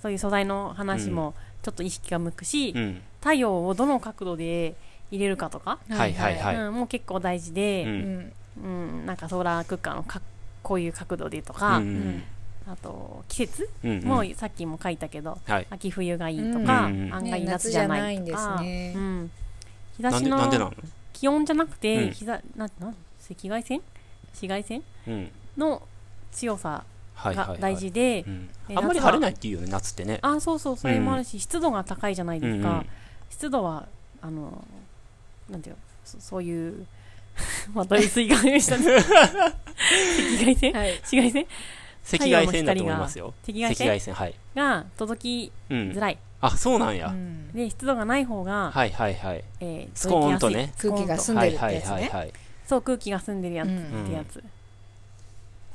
A: そういう素材の話もちょっと意識が向くし、
B: うん。
A: 太陽をどの角度で入れるかとか、
B: はいはいはい。
A: うん、もう結構大事
B: う。
A: で、
C: うんん
A: うんなんかソーラークッカーのかこういう角度でと
B: うん
A: か、
B: うん
A: あと季節、
B: うんうん。
A: もうさっきも書いたけど
B: はい。
A: 秋冬がいいとか、
B: うん
A: 案外
C: ね夏
A: 夏
C: じ
A: じ
C: ゃ
A: ゃ
C: な
A: ないい
C: ん
A: と
C: です
A: か、
C: ね
A: うん、日差
B: なん
A: し
B: で、なんでなの
A: の気温じゃなくて、
B: うん
A: 日ざななん赤外線紫外線
B: うん。
A: の強さ
B: はいはいは
A: が
B: い。
A: 大事で
B: う、ん。
A: え
B: あんまり晴れ
A: 夏
B: な
A: はい
B: っていうよね、夏ってね。
A: あそうそうそれもあるし、湿度が高いじゃないですか、
B: うんうん
A: 湿度はあのなんていうのそそういう また薄い画面した ね赤外線
C: はい
A: 紫外線
B: 赤外線だと思いますよ。
A: 太陽の
B: 赤
A: 光が
B: 外線、はい。
A: が届き
B: う
A: づ
B: ん。
A: らい、
B: あ、そうなん
C: う
B: や。
C: ん
A: で湿度がない方が、
B: はいはいはい。
A: えー
B: スコーンと
A: 届きや
B: ね
A: すい
C: 空気が
A: スコーンと
C: 澄ん
B: は
C: でる
B: い
C: って
B: はい
C: やつ
B: はい
C: ね
B: はい。
A: そう空気が澄んでるやつ、
C: う
A: っ
C: ん
A: てやつ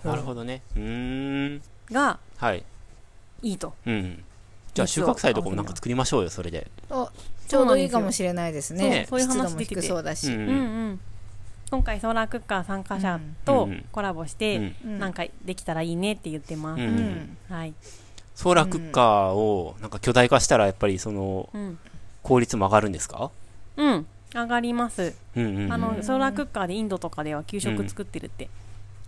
B: なるほどね。うーん。
A: が
B: はい。
A: いいと
B: うん。じゃあ収穫祭とかもなんか作りましょうよ、それで。
C: おちょうどいいかもしれないですね
A: そうそういう話
C: 湿度も低そうだし、
B: う
A: うんんうん今回ソーラークッカー参加者と
B: うん
A: コラボし
B: う
A: て
B: ん
C: うん
A: なんかできたらいいねって言ってます、
B: う
C: うんん
A: はい、
B: ソーラークッカーをなんか巨大化したらやっぱりその
A: うん
B: 効率も上がるんですか
A: うん上がります
B: うんうんうん
A: あ
B: は
A: のソーラークッカーでインドとかでは給食作ってるって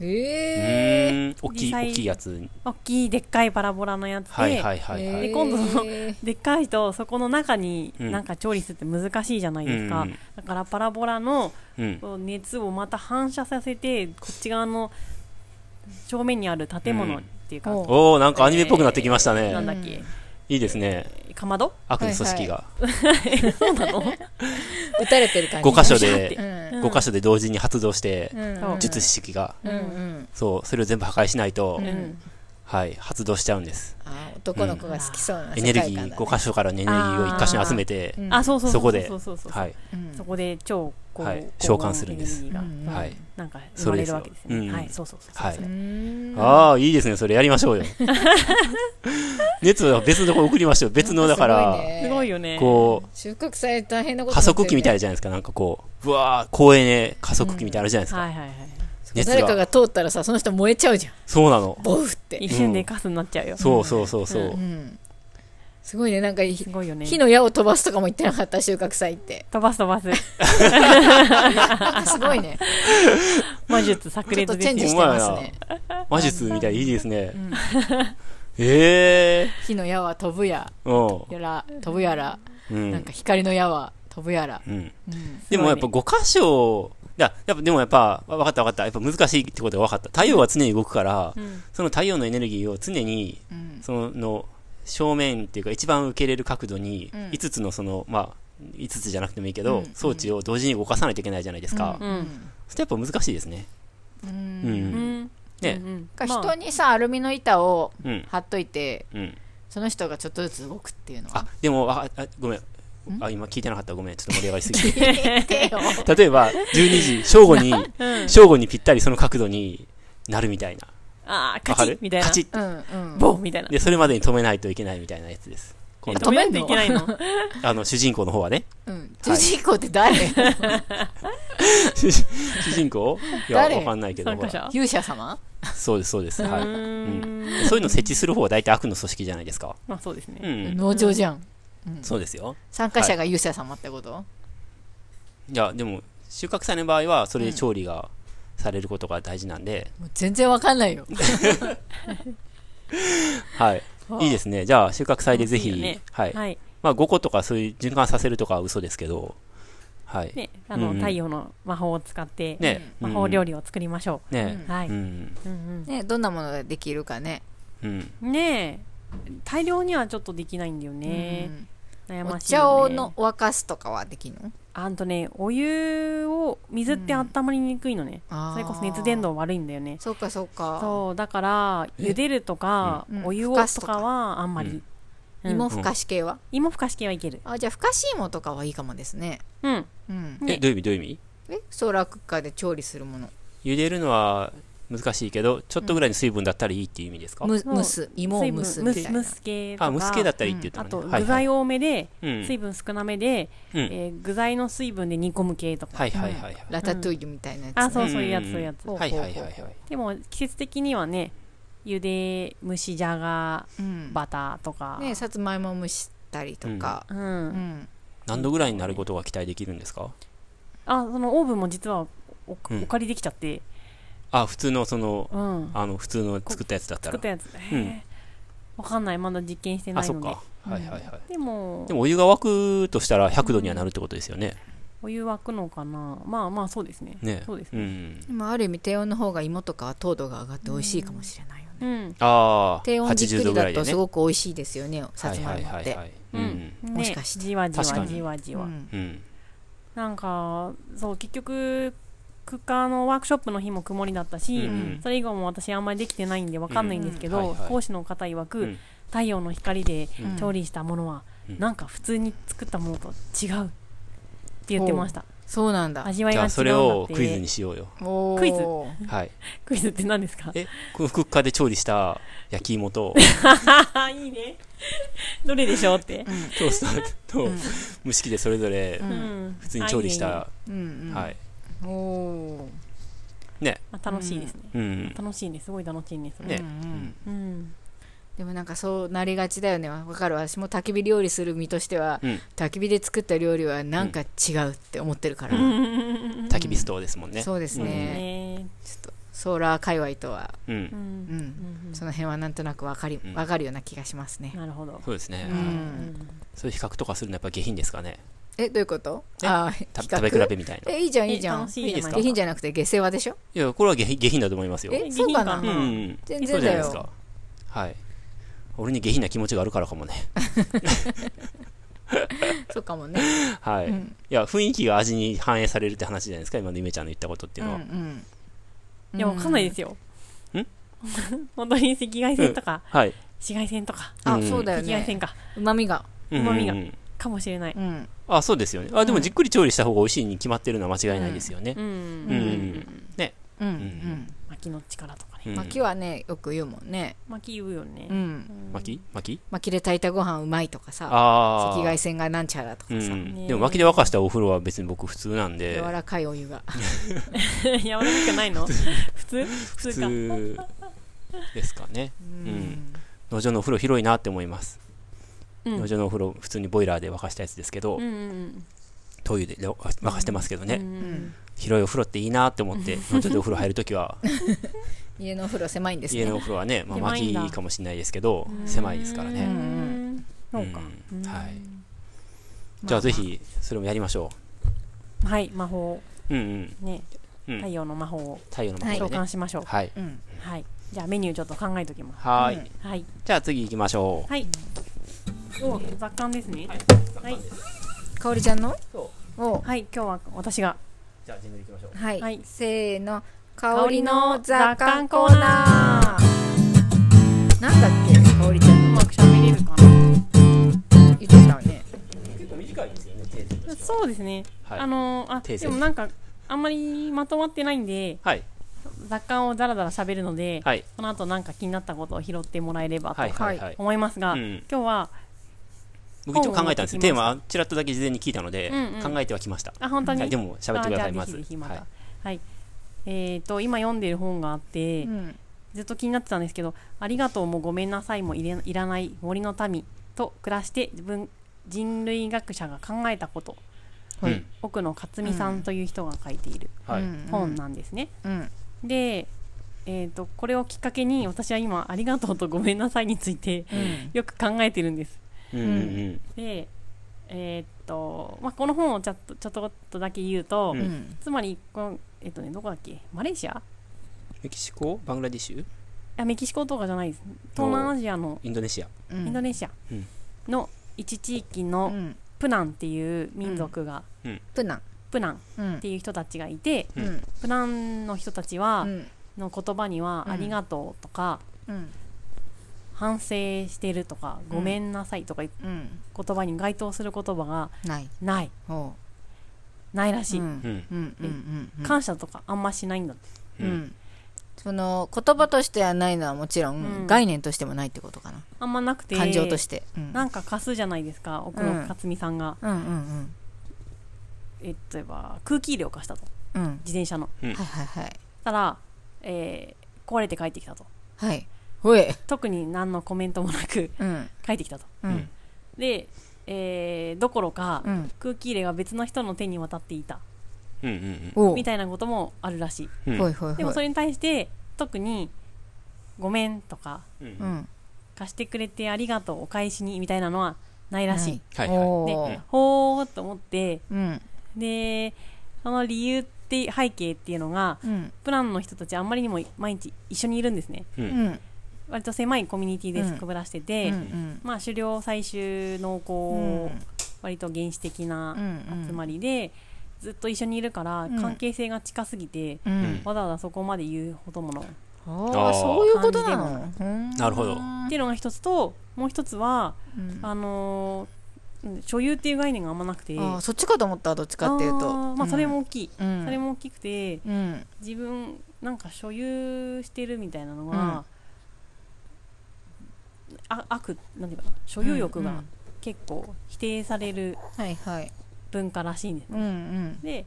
C: ええ
B: うーん大き
A: 実
B: い
A: 際
B: 大きいやつ
A: 大きいでっかいパラボラのやつで、
B: はいはいはいはい、
A: で今度その
C: え
A: でっかいとそこの中に
B: うん
A: なんか調理するって難しいじゃないですか、
B: うんうん
A: だからパラボラの
B: うん
A: こう熱をまた反射させてこっち側の正面にある建物っていうか、
C: うん
B: おおなんかアニメっぽくなってきましたね、
A: なんだっけ、
B: いいですね
A: かまど
B: 悪の組織が、
A: そうなの
C: 撃たれてる感じ
B: 5箇所
A: て
B: で、
C: うん
A: うん
B: 5箇所で同時に発動して、
C: うん
B: 術師式が
C: うんうん
B: そうそれを全部破壊しないと、
C: うん
B: はい発動しちゃうんです
C: あー男の子が好きそうな
B: エ
C: 世
B: ネ
C: 界観
B: ル
C: だ
B: ギ
C: ね
B: ー5箇所からのエネルギーを1箇所に集めて、
C: うん
A: あそうそう
B: そこで
A: そうそうそうそう、
B: はい、
C: うん
A: そこで超こう、
B: はい
A: 高
B: 召喚するんです
A: エネルギー
C: うん
A: が
B: はい
A: なんか生
B: そ
A: まれ
B: れです
A: るわ
B: よ
A: けですよね、
B: うん
A: はいそうそうそうそう、
B: はいう
C: ーん
B: ああいいですねそれやりましょ うよ熱は別のとこ送りましょう別のだか
C: なんす
B: ら
C: ごいね
A: すごいよね
B: こ
C: 収穫されて大変な
B: う
C: こと
B: 加速器みたい
C: い
B: なじゃないですかなんかこううわー光栄ね加速器みたいなのあるじゃないですか、
A: はいはいはい
B: 熱が
C: 誰かが通ったらさその人燃えちゃうじゃん
B: そうなの
C: ボウって
A: 一瞬でカスになっちゃうよ、
B: そうそうそうそう、
C: うんすごいねなんかひ
A: すごいよね
C: 火の矢を飛ばすとかも言ってなかった収穫 祭って
A: 飛ばす飛ばす
C: なんかすごいね
A: 魔術炸
C: ちょっと
A: 裂
C: チェン
A: で
C: ジ
A: す
C: し
A: よ
C: てますね
B: 魔術みたいでいいですね、 ええ
C: 火の矢は飛ぶや
B: ー
C: やら飛ぶやら
B: うん
C: なんか光の矢は飛ぶやら
B: うん
C: うん
B: でもやっぱ5箇所いややっぱでもやっぱ分かった分かったやっぱ難しいってことが分かった太陽は常に動くから、
A: うん
B: その太陽のエネルギーを常に
C: うん
B: その正面っていうか一番受け入れる角度に
C: うん
B: 5つのそのまあ5つじゃなくてもいいけ
C: う
B: ど、
C: ん
B: 装置を同時に動かさないといけないじゃないですか、
C: う
B: そ
C: ん
B: してやっぱ難しいですね
C: う
B: うん
A: うんん
B: ね
A: うん
C: なん
A: まあ
C: か人にさアルミの板を
B: うん
C: 貼っといて
B: うん
C: その人がちょっとずつ動くっていうのは
B: あでもわかあごめんあ今聞いてなかったごめんちょっと盛り上がりすぎて
C: 手 を
B: 例えば12時正午に正午にぴったりその角度になるみたいな
A: あーカ
B: わか
A: チ
B: る
A: ッみたいな
B: カチッ
C: うんうん
A: ボンみたいな
B: でそれまでに止めないといけないみたいなやつです今度
A: 止めないといけないの
B: あの主人公の方はね
C: うん主人公って 誰
B: 主 人公いや
C: 誰
B: わかんないけど
A: 参加
B: ほら
A: 者
C: 勇者様
B: そうですそうです
A: う
B: はい、うん、
A: ーん
B: でそういうの設置する方は大体悪の組織じゃないですか
A: まあそうですね
B: うん
C: 農場じゃん
B: そうですよ
C: 参加者が勇者様ってこと
B: いやでも収穫祭の場合はそれで調理がされることが大事なんで、
C: もう全然わかんないよ
B: はいいいですねじゃあ収穫祭でぜひ、
A: 楽しいよね
B: はい、
A: はい
B: まあ5個とかそういう循環させるとかは嘘ですけどはい
A: ねあ
B: う
A: の
B: ん
A: 太陽の魔法を使って
B: ね、
A: 魔法料
B: 理、
A: 理を作りましょ
B: ね
A: うは
B: え
A: い
B: うん
A: うん
C: ねどんなものができるかね
B: うん
A: うんねえ大量にはちょっとできないんだよね
C: うん
A: 悩
C: お
A: ましい
C: 茶を
A: よね
C: の沸かすとかはできんの
A: あんとねお湯を水って温まりにくいのね
C: そ
A: それこそ熱伝導悪いんだよね
C: そうかそうか
A: そうだから
B: え
A: 茹でるとか、
C: うんうん
A: お湯を
C: ふかす
A: と
C: とか
A: かはあんまり、うん
C: 芋ふかし系は
A: 芋ふかし系はいける
C: あじゃあふかし芋とかはいいかもですね
A: うん
C: うん
B: え
A: ね
B: どういう意味どういう意味
C: えソーラークッカーで調理するもの
B: 茹でるのは難しいけどちょっとぐらいの水分だったらいいっていう意味ですか、
C: む
A: そう
C: 蒸す芋を
A: 水
C: 蒸
A: 分
C: す
A: 蒸
C: みたい
A: す
C: な
A: 蒸す系とか
B: あ蒸す系だったらいいって言
A: あ
B: った
A: と
B: のね、
A: 具材多めで、
B: はいはい
A: 水分少なめで、
B: うんうん
A: えー具材の水分で煮込む系とか、
B: はいはいはいはい
C: ラタトゥイユみたいなやつ、ね
A: あそう
B: うん
A: そういうやつそういうやつ、
C: ほう
B: はいはいはいはい
A: でも季節的にはね茹で蒸しじゃが
C: うん
A: バターとか、
C: ねさつまいも蒸したりとか、
A: う
C: うん
A: ん、
B: 何度ぐらいになることが期待できるんですか
A: あそのオーブンも実はお
B: うん
A: お借りできちゃって、
B: あ普通のその
A: うん、
B: あの普通の作ったやつだった
A: 作
B: ら
A: ったやつ、
B: うん
A: へーわかんないまだ実験してな
B: あ
A: い
B: そ
A: の
B: っ
A: で
B: か、はいはいはい
A: でも
B: でもお湯が沸くとしたら100度にはなるってことですよね、
A: お湯沸くのかなまあまあそうですね
B: ね
A: そうです
B: う
A: ね
B: ん
C: でもある意味低温の方が芋とかは糖度が上がって美味しいかもしれないよね、
A: うん、
B: ああ
C: 低温じっ
B: 80
C: く
B: 度
C: り
B: ぐら
C: だ
B: いで
C: と
B: ね
C: すごく美味しいですよね、さ
B: は
C: つ
B: い
C: ま
B: はいい
C: も
B: は
C: っ
B: い
C: て、
B: はい
A: うん
B: うん
A: ね
C: もしかして
A: じわじ
B: 確か
A: わ
B: に
A: じわじわ、
C: うん
B: うん
A: なんかそう結局クッカーのワークショップの日も曇りだったし、
B: うん
A: それ以後も私あんまりできてないんでわかんないんですけど、
B: うんはいはい
A: 講師の方曰く、
B: うん
A: 太陽の光で
C: うん
A: 調理したものは、
B: うん
A: なんか普通に作ったものと違うって言ってました、
C: そうなんだ
A: 味わい
B: じ
A: が違うんだっ
B: ゃ
A: て
B: あそれをクイズにしようよ
C: おー
A: クイズ
B: はい
A: クイズって何ですか
B: えクッカーで調理した焼き芋と
A: いいねどれでしょうって、
B: トースターと
C: ん
B: 蒸し器でそれぞれ
C: うん
A: うん
B: 普通に調理し
A: あいいね
B: た、
C: うんうん、
B: はい
C: おお
B: ね
A: まあ、楽しいですね、
B: うん
A: 楽しいねすごい楽しいねそれ
B: ね
C: うんうん、
A: うん
C: でもなんかそうなりがちだよねわかる私も焚き火料理する身としては、
B: うん
C: 焚き火で作った料理はなんか違うって思ってるから、
B: 焚き火ストーですもんね
C: そうですね、
A: ね
C: ちょっとソーラー界隈とは、
B: う。
A: うんん
C: うん
A: うん
C: その辺はなんとなくわかり
B: うん
C: わかるような気がしますね。
A: なるほど、
B: そうですね。
C: う
A: うんん
B: そういう比較とかするのはやっぱ下品ですかね。
C: えどういうこと？
B: え
C: ああ
B: た
C: 比
B: 食べ
C: 較
B: 比べみたいな。い
C: えいいじゃん
A: え
C: いいじゃん。
A: 楽
C: 下
A: しいじゃない
C: 品
A: ですか
C: じゃなくて下世話でしょ？
B: や、これは下品下品だと思いますよ。
C: えそうかな
B: うんうん。
C: 全
B: そ
C: 然
B: うじゃな
C: だ
B: いです
C: よ。
B: か。はい。俺に下品な気持ちがあるからかもね。
C: そうかもね。
B: は
C: う
B: い。い
C: ん
B: や、雰囲気が味に反映されるって話じゃないですか、今のゆめちゃんの言ったことっていうのは。
C: んう
A: いやわかんないですよ
B: ん
A: 本当に赤外線とか、
B: はい。
A: 紫外線とか
C: あ、
B: うん
C: そうだ
A: 赤
C: よ
A: 外線
C: ね。
A: か
C: うまみが。
B: うん
A: うまみが
B: ん
A: かもしれない
C: うん。
B: あ、そうですよね。あ、でもじっくり調理した方が美味しいに決まってるのは間違いないですよね
A: う。
B: うんん。ね。
C: うん。う
B: うん
C: ん。
A: 薪の力とかね
B: うん
C: 巻きはね、よく言うもんね。
A: 薪言うよね
C: うん。
B: 巻き巻き
C: 巻きで炊いたご飯うまいとかさ、
B: ああ。
C: 赤外線がなんちゃらと
B: う
C: かさ、
B: ん。
A: ね
B: でも薪で沸かしたお風呂は別に僕普通なんで。
C: 柔らかいお湯が。
A: 柔らかくないの普通普
B: 普
A: 通か
B: 通ですかね。
C: う
B: うん。農場のお風呂広いなって思います。
A: うん
B: 農場のお風呂普通にボイラーで沸かしたやつですけど
A: うん、うん
B: 灯油で沸か沸かしてますけど
A: うんう
B: ね。
A: ん
B: 広いお風呂っていいなって思って、農場でお風呂入るときは
C: 家のお風呂狭いんです
B: 家
C: ね
B: の。お風呂はね、まあ、
A: 狭い
B: 薪
A: んだ
B: かもしれないですけど狭いですから
A: う
B: ね、
A: んそうか
B: うん
A: うん
B: はいじゃあぜひそれもやりましょ
A: はい魔法
B: ううん
A: ね
B: うんう
A: 太
B: ん
A: 陽の魔法を
B: 太陽の
C: は
B: 魔
C: い
B: 法
A: 召
B: でね
A: 喚しましょう
B: はい
C: うん。
A: はいじゃあメニューちょっと考えときます
B: はーい、
A: はい
B: じゃあ次行きましょ
A: はいお雑感ですねはい
C: かおりちゃんの
D: そ
C: を、
A: はい今日は私が
D: じゃあ、ジムで行きましょう。
C: はい。
A: はい
C: せーの。か
A: 香
C: お
A: り
C: り
A: の
C: の
A: 雑感
C: 雑感
A: コ
C: コ
A: ーナ
C: ーナ
A: ー
C: ー。なんだっけかおりちゃ
A: うんまく喋れるかな
C: 言ってたわね。
D: 結構短いですよね、定時としては。
A: そうですね
B: うはい
A: あのーあ
B: 訂正
A: でもなんかあんまりまとまってないんで
B: はい
A: 雑感をだらだら喋るので、
B: はい
A: この後なんか気になったことを拾ってもらえればと
B: はいはいはい、
A: 思いますが、
B: うん
A: 今日は
B: 僕一応考えたんですよテー
A: 本を
B: マちらっとだけ事前に聞いたので、
A: うんうん
B: 考えてはきました、
A: あ本当に、
B: はい、でも喋ってくださいま
A: あじゃあぜひ
B: ず
A: ぜひまた、
B: は
A: はいい、えっ、と今読んでる本があって、
C: うん。
A: ずっと気になってたんですけど「ありがとうもごめんなさいもいれいらない森の民」と暮らして自分人類学者が考えたこと
B: う
C: は
B: ん
C: い
A: 奥野克美さんという人が書いている
B: はい
A: 本なんですね。
C: うん。
A: で、えー、とこれをきっかけに私は今「ありがとう」と「ごめんなさい」について
C: うん。
A: よく考えてるんです。
B: うんうん
A: で、えーっとまあ、この本をちょっとちょっとだけ言うと、
B: う
C: うん。
A: つまりこの、えっとね、どこだっけマレーシア
B: メキシコバングラディッシュ
A: あメキシコとかじゃないです東南アジアの
B: インドネシア
C: う
A: イン
C: ん
A: ドネシア
B: うん
A: の一地域の
C: うん。
A: プナンっていう民族が、
C: プナン。
A: プナンっ
C: うん。
A: ていう人たちがいて
B: う
C: うんん。
A: プナンの人たち
C: う
A: は、
C: ん。
A: の言葉には「
C: うん
A: ありがとう」とか
C: うん。
A: 「反省してる」とか「
C: うん
A: ごめんなさい」とかいう
C: うん。
A: 言葉に該当する言葉が
C: ない。
A: ない
C: ほ
A: ないら
C: う。
A: しい、
C: うん。
B: うん
C: うん。うん。うん。
A: 感謝とかあんましないんだって
C: う
B: う
C: んん、その言葉としてはないのはもちろん、
A: うん
C: 概念としてもないってことかな、
A: あんまなくて
C: 感情として、うん、
A: なんか貸すじゃないですか奥野克美さんが、
C: うんうん
A: えっと例えば空気入れを貸したと
C: うんうん
A: 自転車の
C: はいはいはい
A: たら、えー壊れて帰ってきたと
C: はいほえ
A: 特に何のコメントもなく
C: うん
A: 帰ってきたと
C: うん
A: で、えーどころか、
C: うん
A: 空気入れが別の人の手に渡っていた
B: うんうん
C: おう
A: みたいなこともあるらしい
B: うん
C: ほいほいほい
A: でもそれに対して特に「ごめん」とか
B: うん
C: う
B: うん
C: ん
A: 「貸してくれてありがとうお返しに」みたいなのはないらしい、
B: はいはい
C: お
A: で、
C: ー
A: ほーっと思って
C: うん
A: でその理由って背景っていうのが
C: うん
A: プランの人たちあんまりにも毎日一緒にいるんですね
B: う
C: うんん
A: 割と狭いコミュニティで
C: うん
A: 暮らしてて、
C: うん
A: まあ、狩猟採集のこう、割と原始的
C: う
A: なん集まりで、ずっと一緒にいるから
C: うん
A: 関係性が近すぎて、
C: うんうん
A: わざわざそこまで言うほどもの、っ
C: ああそういうことなのうん
B: なるほど
A: ていうのが一つともう一つはあのーうん所有っていう概念があんまなくて
C: ああそっちかと思ったどっちかっていう
A: あ
C: と
A: ーまあ、それも大きい、
C: うん
A: それも大きくて
C: うん
A: 自分なんか所有してるみたいなのは、あ悪なんていうかな所有欲
C: うんう
A: が
C: ん
A: 結構否定される
C: はいはい
A: 文化らしいんです
C: うんうん
A: で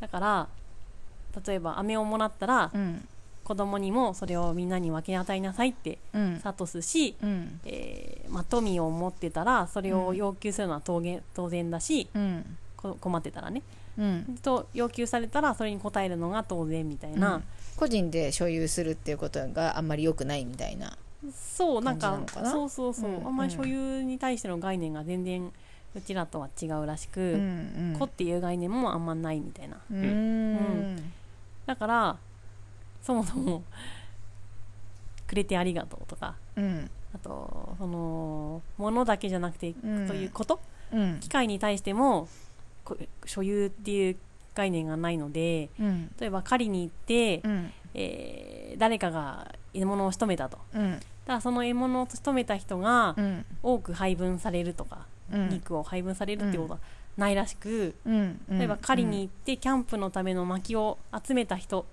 A: だから例えば飴をもらったら
C: うん
A: 子供にもそれをみんなに分け与えなさいって
C: うん
A: 諭すし、
C: うん
A: えーまあ、富を持ってたらそれを要求するのは当然当然だし
C: うん
A: こ困ってたらね
C: うん
A: と要求されたらそれに応えるのが当然みたいな
C: 個人で所有するっていうことがあんまり良くないみたいな
A: そうなんか
C: 感じなのかな
A: そうそうそう、
C: うん
A: あんまり
C: うん
A: 所有に対しての概念が全然うちらとは違うらし
C: う
A: く、
C: ん
A: 子っていう概念もあんまないみたいな
C: うんうん
A: だからそもそもくれてありがとうとか
C: うん
A: あとその物だけじゃなくて、
C: うん
A: ということ
C: うん
A: 機械に対してもこ所有っていう概念がないので
C: うん
A: 例えば狩りに行って、
C: うん
A: えー誰かが獲物を仕留めたと
C: うん
A: ただその獲物を仕留めた人が
C: うん
A: 多く配分されるとか、
C: うん
A: 肉を配分されるってことはないらしく、
C: うんうん
A: 例えば狩りに行ってキャンプのための薪を集めた人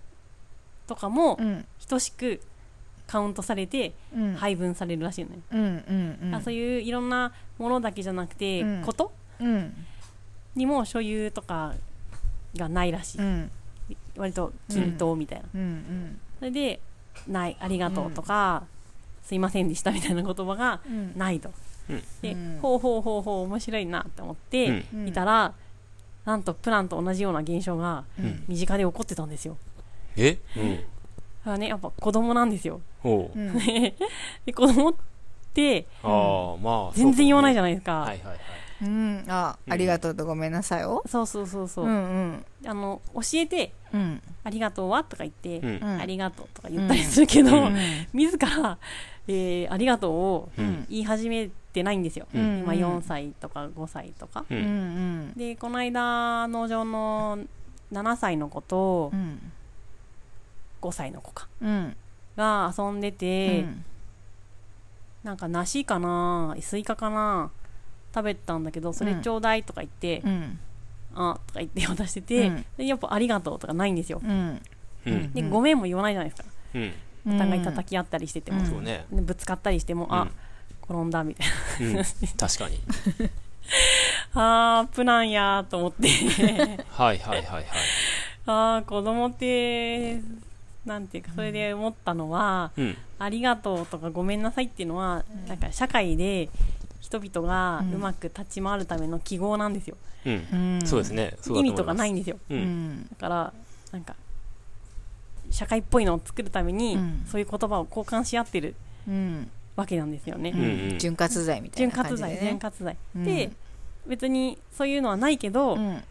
A: とかも
C: うん
A: 等しくカウントされて
C: うん
A: 配分されるらしいのね、
C: うんうんうん
A: あそういういろんなものだけじゃなくて、
C: うん
A: こと
C: うん
A: にも所有とかがないらしい、
C: うん
A: 割と均等みたいな、
C: うんうん
A: それで「ないありがとう」とか、すいませんでした」みたいな言葉が
C: うん
A: ないと、
B: うん
A: で、
C: うん
A: ほうほうほうほう面白いなって思っ
B: う
A: て
B: ん、
C: うん
A: いたら、なんとプランと同じような現象が
B: うん
A: 身近で起こってたんですよ
B: えうん。
A: だからねやっぱ子供なんですよ
B: おう
C: う。ん
A: で子供って
B: ああ、まあ。
A: 全然言わないじ
B: ゃ
A: ゃないですか、
B: はいはいはい。
C: うんあ
B: うん
C: ありがとうとごめんなさいを
A: そうそうそうそう、
C: うん
A: あの教えて
C: うん
A: 「ありがとうは?」とか言って、
B: うん
C: うん
A: ありがとう」とか言ったりするけど、
B: うん
C: うん
A: 自ら、えーありがとう」を
B: うん。
A: 言い始めてないんですよ、
B: うん
A: 今4歳とか5歳とか、
B: う。
C: うんん
A: でこの間農場の7歳の子と
C: うん
A: 5歳の子か
C: うん
A: が遊んでて、なんか梨かなスイカかな食べたんだけどそれちょうだいとか言って、
C: うん
A: あとか言って渡してて、
C: うん
A: でやっぱありがとうとかないんですよ
C: うん
B: うん。
A: で、
C: うん
A: ごめんも言わないじゃないですか
B: うん。
C: う
A: お
C: ん
A: 互い叩き合ったりしてても、
C: うん
B: そうね。
A: でぶつかったりしても、
B: う
A: あ
B: ん
A: 転んだみたい
B: うん。確かに。
A: な あープランやーと思って
B: はいはいはいはい。
A: あー子供ってなんていうかそれで思ったのは、
B: うん。
A: ありがとうとかごめんなさいっていうのは、なんか社会で人々がうまく立ち回るための記号なんですよ、
B: うん。
C: うん
B: そうですね。そうだ
A: 意
B: 思
A: 味とかない
B: い
A: んですよ
B: ま
C: う
B: す。うん。
C: ん
A: だからなんか社会っぽいのを作るために、
C: うん
A: そういう言葉を交換し合ってる
C: うん
A: わけなんですよね、
C: うん
B: うんうん
C: 潤滑剤みたい
A: 潤
C: な感
A: 滑
C: じで
A: 剤
C: ね
A: 潤滑剤、
C: うん
A: で別にそういうのはないけど、
C: うん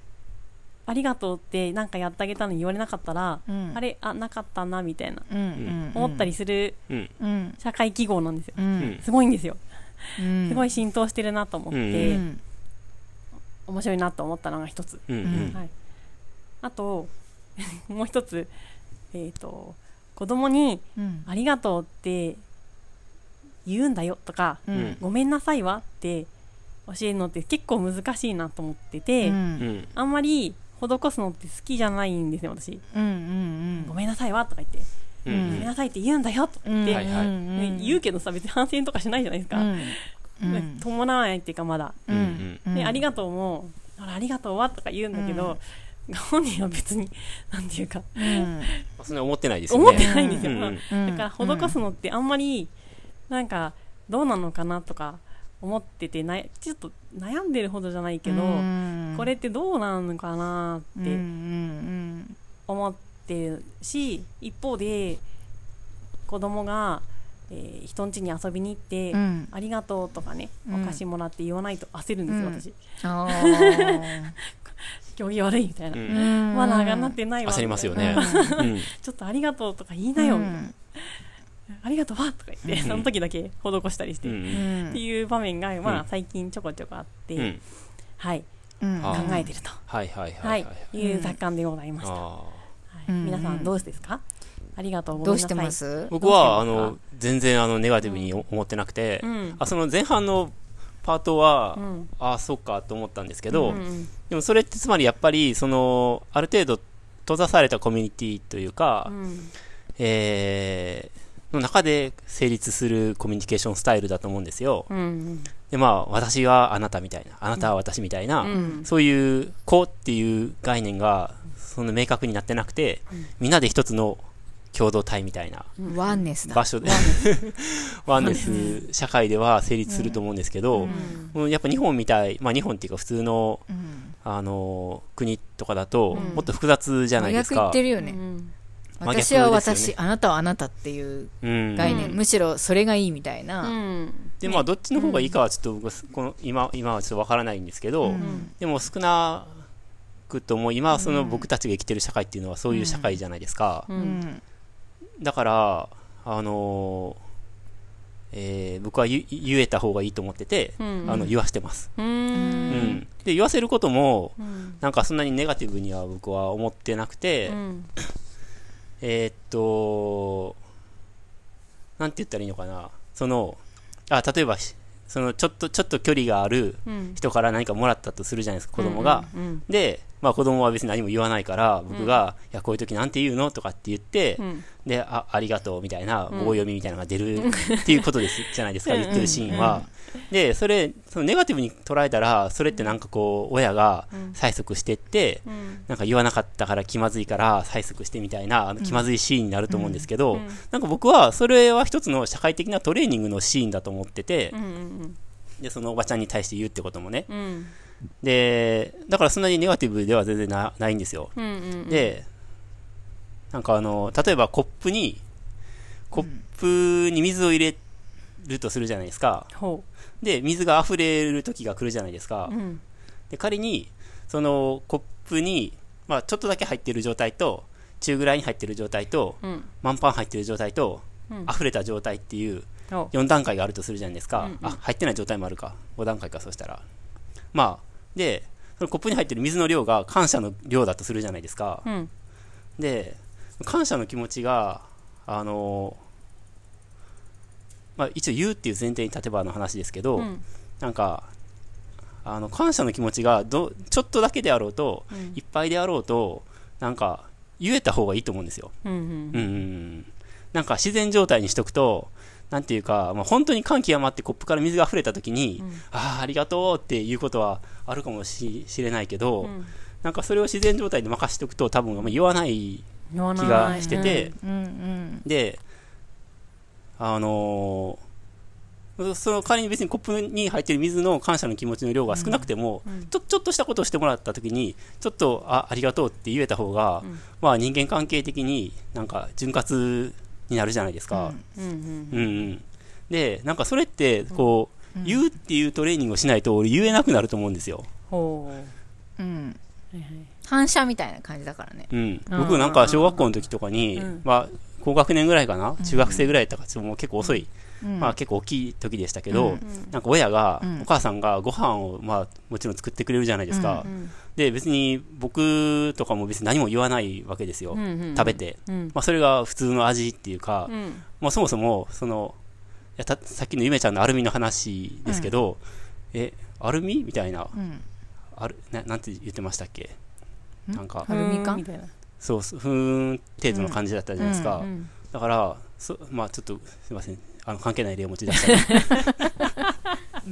A: ありがとうってなんかやってあげたのに言われなかったら、
C: うん
A: あれあなかったなみたいな
C: うんうん
A: 思ったりする
B: うん。
C: うん
A: 社会記号なんですよ
C: う
B: うんん。
A: すごいんですよ
C: うん
A: すごい浸透してるなと思って、
B: うん
C: うん
A: 面白いなと思ったのが一つ、
B: うん。うん
A: はい、あと もう一つえっ、と子供に
C: う
A: 「
C: ん
A: ありがとう」って言うんだよとか
C: う
B: うん
A: 「ごめんなさいは」って教えるのって結構難しいなと思ってて、
C: うん
B: うん。
A: あんまり施すのって好きじゃないんですよ私
C: うん
A: 「ごめんなさいは」とか言って「
B: う
A: ごめん
B: ん。
A: なさいって言うんだよ」とか言って、
B: はいはい
A: ね言うけどさ別に反省とかしないじゃないですか、
C: うん
A: 伴わないっていうかまだ
B: うん。
A: で、あり
C: が
A: がとうも、あらありがとうはとか言うんだけど、本人は別に、なんていうか、
C: とうん
B: まあそんな思ってないですよね。
A: 思ってないんですよ。
B: うんうん
C: うん
A: だから、施すのってあんまり、なんか、どうなのかなとか、思っててな、ちょっと悩んでるほどじゃないけど、
C: うん
A: これってどうなのかな
C: う
A: っ
C: んう
A: て
C: ん
A: 思ってるし、一方で、子供が、えー人ん家に遊びに行って、
C: うんうん
A: ありがとうとかね、
C: うん
A: お菓子もらって言わないと焦るんですよ、
C: うん
A: 私。
C: あ
A: 行儀悪いみたいな。
B: う
C: ー
B: ん。
A: マナーがなってないわ。
B: 焦りますよね。うん。
A: ちょっとありがとうとか言いうなんよ、みたいなありがとうわとか言って、
B: うん
A: その時だけ施したりして、
B: う
A: っ
B: ん。
A: ていう場面が、ま
B: う
A: あ
B: ん、
A: 最近ちょこちょこあって、
B: うん。
A: はい、
C: うん
A: 考
B: あー
A: えてると、
B: はいはいは
A: はいい
B: はい。
A: いう作感でございました、は
B: ああ。
A: い
C: うん
A: 皆さんどうですかありがとうご
C: ど
A: めんな
C: う
A: さ
C: し
A: い
C: てます
B: 僕はあ
A: どうしてます
B: の全然あのネガティブに思ってなくて、
A: うん
B: あその前半のパートは、
A: うん
B: あそうかと思ったんですけど、
A: うんうん
B: でもそれってつまりやっぱりそのある程度閉ざされたコミュニティというか、
A: うん
B: えーの中で成立するコミュニケーションスタイルだと思うんですよ。
A: うん
B: でまあ私はあなたみたいなあなたは私みたいな、
A: うん
B: そういう子っていう概念がその明確になってなくて、
A: うん
B: みんなで一つの共同体みたいな
C: ワンネスだ
B: 場所で ワンネス社会では成立すると思うんですけど、うんやっぱ日本みたい、まあ、日本っていうか普通の、
C: うん
B: あのー国とかだと、
A: うん
B: もっと複雑じゃないで
C: 逆
B: す
C: 言
B: か
C: ってるよ
A: う
C: ね
A: ん
B: 真逆です
C: 私
B: よね
C: は私、あなたはあなたっていう
B: うん。
C: 概念、
A: うん
C: むしろそれがいいみたいな、
A: うん
B: で、まあ、どっちの方がいいかはちょっと僕はす、この、今、今はちょっとわからないんですけど、
C: うん
B: でも少なくとも、今、その僕たちが生きてる社会っていうのはそういう社会じゃないですか。
A: う
C: うんん
B: だから、あのーえー僕は言言えた方がいいと思ってて、
A: うん
B: あの、言わしてます。
A: う
B: うんん。
C: ん
B: で、言わせることも、
A: うん
B: なんかそんなにネガティブには僕は思ってなくて、
A: うん
B: えーっと、なんて言ったらいいのかな。その、あ、例えばし、その、ちょっと、ちょっと距離がある
A: うん
B: 人から何かもらったとするじゃないですか、子供が。
A: うん
B: で、まあ子供は別に何も言わないから、僕が、いや、こういう時なんて言うのとかって言って、
A: うん
B: で、あ、ありがとうみたいな、
A: うん
B: 棒読みみたいなのが出るっていうことです、じゃないですか、言ってるシーンは。で、それ、そのネガティブに捉えたら、それってなんかこう、親が
A: うん
B: 催促してって、
A: うん
B: なんか言わなかったから気まずいから催促してみたいな、あの気まずいシーンになると思うんですけ
A: う
B: ど、
A: ん
B: なんか僕はそれは一つの社会的なトレーニングのシーンだと思ってて
A: う、んうん
B: で、そのおばちゃんに対して言うってこともね。
A: うん
B: で、だからそんなにネガティブでは全然なないんですよ。
A: うんうん
B: で、なんかあの、例えばコップに、コップに水を入れるとするじゃないですか。
A: ほ
B: で、水が溢れる時が来るじゃないですか
A: う。うん
B: で、仮に、そのコップに、まあちょっとだけ入ってる状態と、中ぐらいに入ってる状態と、
A: うん
B: 満パン入ってる状態と、
A: うん
B: 溢れた状態っていう
A: ほ
B: 4段階があるとするじゃないですか。
A: うんうん
B: あ、入ってない状態もあるか。5段階か、そしたら。まあ、で、そのコップに入ってる水の量が感謝の量だとするじゃないですか。
A: ううん
B: で感謝の気持ちがあのまあ一応言うっていう前提に立てばの話ですけど、
A: うん
B: なんかあの感謝の気持ちがどちょっとだけであろうと、
A: うん
B: いっぱいであろうとなんか言えた方がいいと思うんですよ、
A: うん
B: うんうんうんなんか自然状態にしとくとなんていうか、まあ、本当に感極まってコップから水が溢れた時に、
A: うん
B: ああありがとうっていうことはあるかもししれないけど、
A: うん
B: なんかそれを自然状態で任せておくと多分あんま言わない
A: 言わない
B: 気がしてて、
C: うんうん
B: で、あのーその代わりに別にコップに入ってる水の感謝の気持ちの量が少なくても、
A: うんうん
B: ちょちょっとしたことをしてもらったときに、ちょっとあありがとうって言えた方が、
A: うん
B: まあ人間関係的になんか潤滑になるじゃないですか。
A: うんうん
B: うん、うん、で、なんかそれって、こう、
C: うん
B: 言うっていうトレーニングをしないと、俺言えなくなると思うんですよ。
A: ほ
C: うん
A: うはいはい
C: 反射みたいな感じだからね
B: うん、
A: あー
B: 僕なんか小学校の時とかに、
A: うん
B: まあ高学年ぐらいかな、中学生ぐらいだからちょっともう結構遅い、
C: うん
B: まあ結構大きい時でしたけど、
C: うん
A: うん
B: なんか親が、
C: うん
B: お母さんがご飯をまあもちろん作ってくれるじゃないですか、
A: うん
B: で別に僕とかも別に何も言わないわけですよ、
A: うんうん
B: 食べて、
A: うん
B: まあ、それが普通の味っていうか、
A: うん
B: まあ、そもそもそのいやたさっきのゆめちゃんのアルミの話ですけど、えアルミみたいな
C: うん
B: あるななんて言ってましたっけ
C: ん
B: なんか
C: アルミ缶
A: みたいな
B: そうそうふーん程度の感じだったじゃないですか、
A: うん
B: だからそまあちょっとすいませんあの関係ない例を持ち出したんで
A: テ